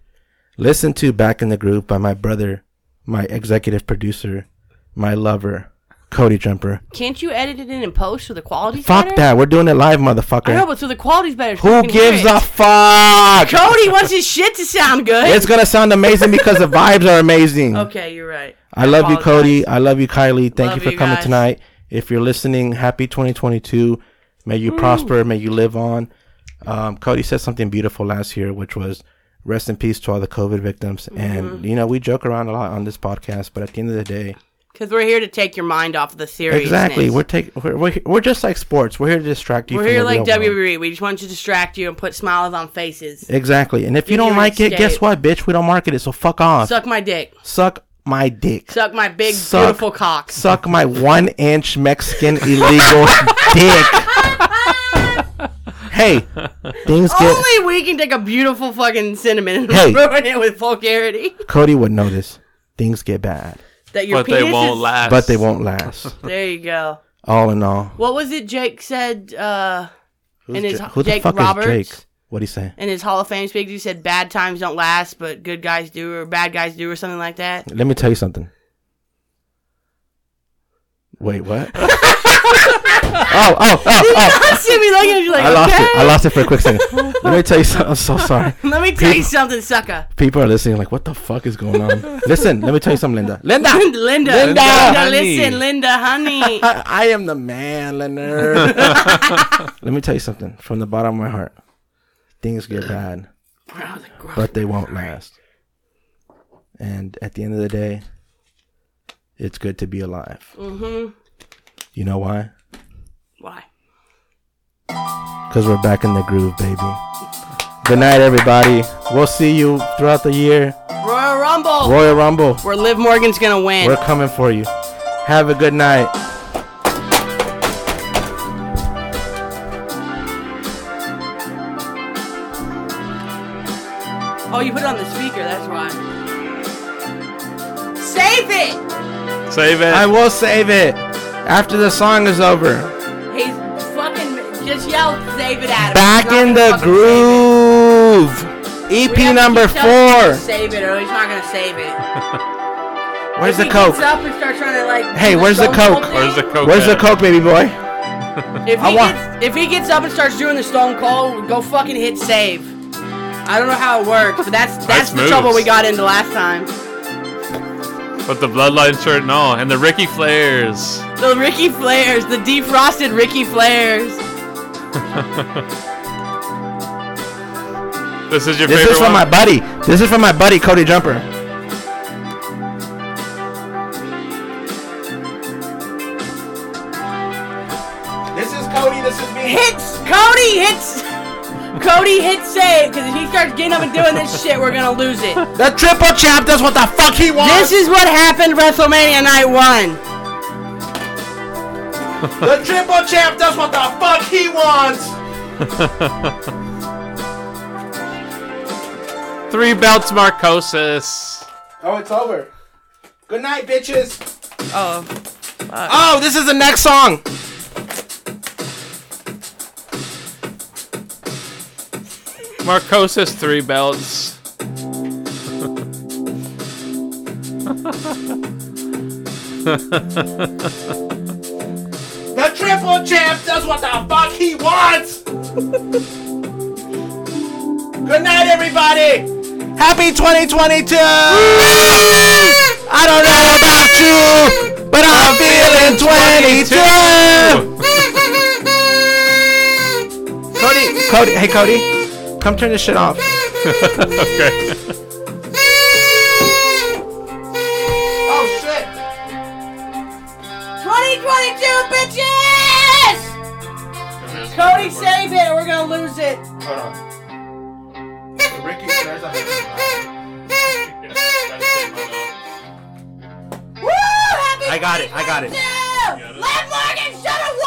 Listen to "Back in the Groove" by my brother, my executive producer, my lover, Cody Jumper.
Can't you edit it in and post so the quality's better?
Fuck that. We're doing it live,
I know,
motherfucker.
but so the quality's better. it's
Who
fucking
gives
great.
a fuck?
Cody wants his shit to sound good.
It's gonna sound amazing because the vibes are amazing.
okay, you're right.
I love you,
apologize.
Cody. I love you, Kylie. Thank
Love
you for
you
coming
guys.
tonight. If you're listening, happy 2022. May you prosper. May you live on. Um, Cody said something beautiful last year, which was rest in peace to all the COVID victims.
Mm-hmm.
And you know, we joke around a lot on this podcast, but at the end of the day,
Because we're here to take your mind off of the seriousness.
exactly, we're taking we're, we're we're just like sports. We're here to distract you.
We're
from
here
the
like
real world.
WWE. We just want to distract you and put smiles on faces.
Exactly. And if you
Give you
don't
an
like it, guess
escape.
what, bitch? We don't market it, so fuck off.
Suck my dick.
Suck my dick.
Suck my big,
Suck.
beautiful cock.
suck my one inch Mexican illegal dick. hey, things get.
Only we can take a beautiful fucking cinnamon and
Hey.
ruin it with vulgarity.
Cody would know this. Things get bad,
That your
but
penis
they won't
is-
last.
but they won't last.
There you go.
All in all,
What was it Jake said uh,
Who's
in his
Ja- who the
Jake
fuck
Roberts?
is Jake? What do you say?
in his Hall of Fame speech? He said bad times don't last, but good guys do, or bad guys do, or something like that.
Let me tell you something. Wait, what? oh, oh, oh, oh!
See me looking at you like,
I lost
okay.
it. I lost it for a quick second. Let me tell you something. I'm so sorry.
Let me tell you something, sucker.
People are listening. Like, what the fuck is going on? Listen, let me tell you something, Linda. Linda.
Linda, Linda,
honey.
listen, Linda, honey.
I, I am the man, Leonard. Let me tell you something from the bottom of my heart. Things get bad, but they won't last. And at the end of the day, it's good to be alive.
mm-hmm.
You know why?
Why?
Because we're back in the groove, baby. Good night, everybody. We'll see you throughout the year.
Royal Rumble,
Royal Rumble,
where Liv Morgan's gonna win.
we're coming for you. Have a good night.
Oh, you put it on the speaker. That's why. Save it.
Save it.
I will save it after the song is over.
He's fucking. Just yell, save it at him.
Back
He's not
in
gonna
the
fucking save it.
groove.
We
EP
have to
number
keep telling him to
four.
Save it, or he's not gonna save it.
Where's
If
the
he
coke?
Gets up and starts trying to like.
Hey,
do
where's the
Stone Cold
Coke?
Where's the
thing,
coke?
Where's the
at?
coke, baby boy?
If
I
he
want-
gets if he gets up and starts doing the Stone Cold, go fucking hit save. I don't know how it works, but that's that's
Nice
the
moves.
trouble we got into last time.
With the bloodline shirt and all, and the Ricky Flairs.
The Ricky Flares, the defrosted Ricky Flares.
This is your
This
favorite
is from my
one.
buddy. This is from my buddy Cody Jumper. This is Cody. This is me.
Hits Cody hits Cody hits save because if he starts getting up and doing this shit, we're gonna lose it.
The triple champ does what the fuck he wants.
This is what happened WrestleMania Night One.
the triple champ does what the fuck he wants.
Three belts, Marcosis.
Oh, it's over. Good night, bitches.
Oh,
Oh, this is the next song.
Marcosis, three belts.
The triple champ does what the fuck he wants. Good night, everybody. Happy 2022. I don't know about you, but I'm feeling 22. Cody, Cody, hey Cody, come turn this shit off.
okay.
Oh shit.
2022, bitches! Cody, save it. We're gonna lose it.
Hold on. Ricky turns on his-
Woo! Happy
I got it, I got it.
2022! Liv Morgan should have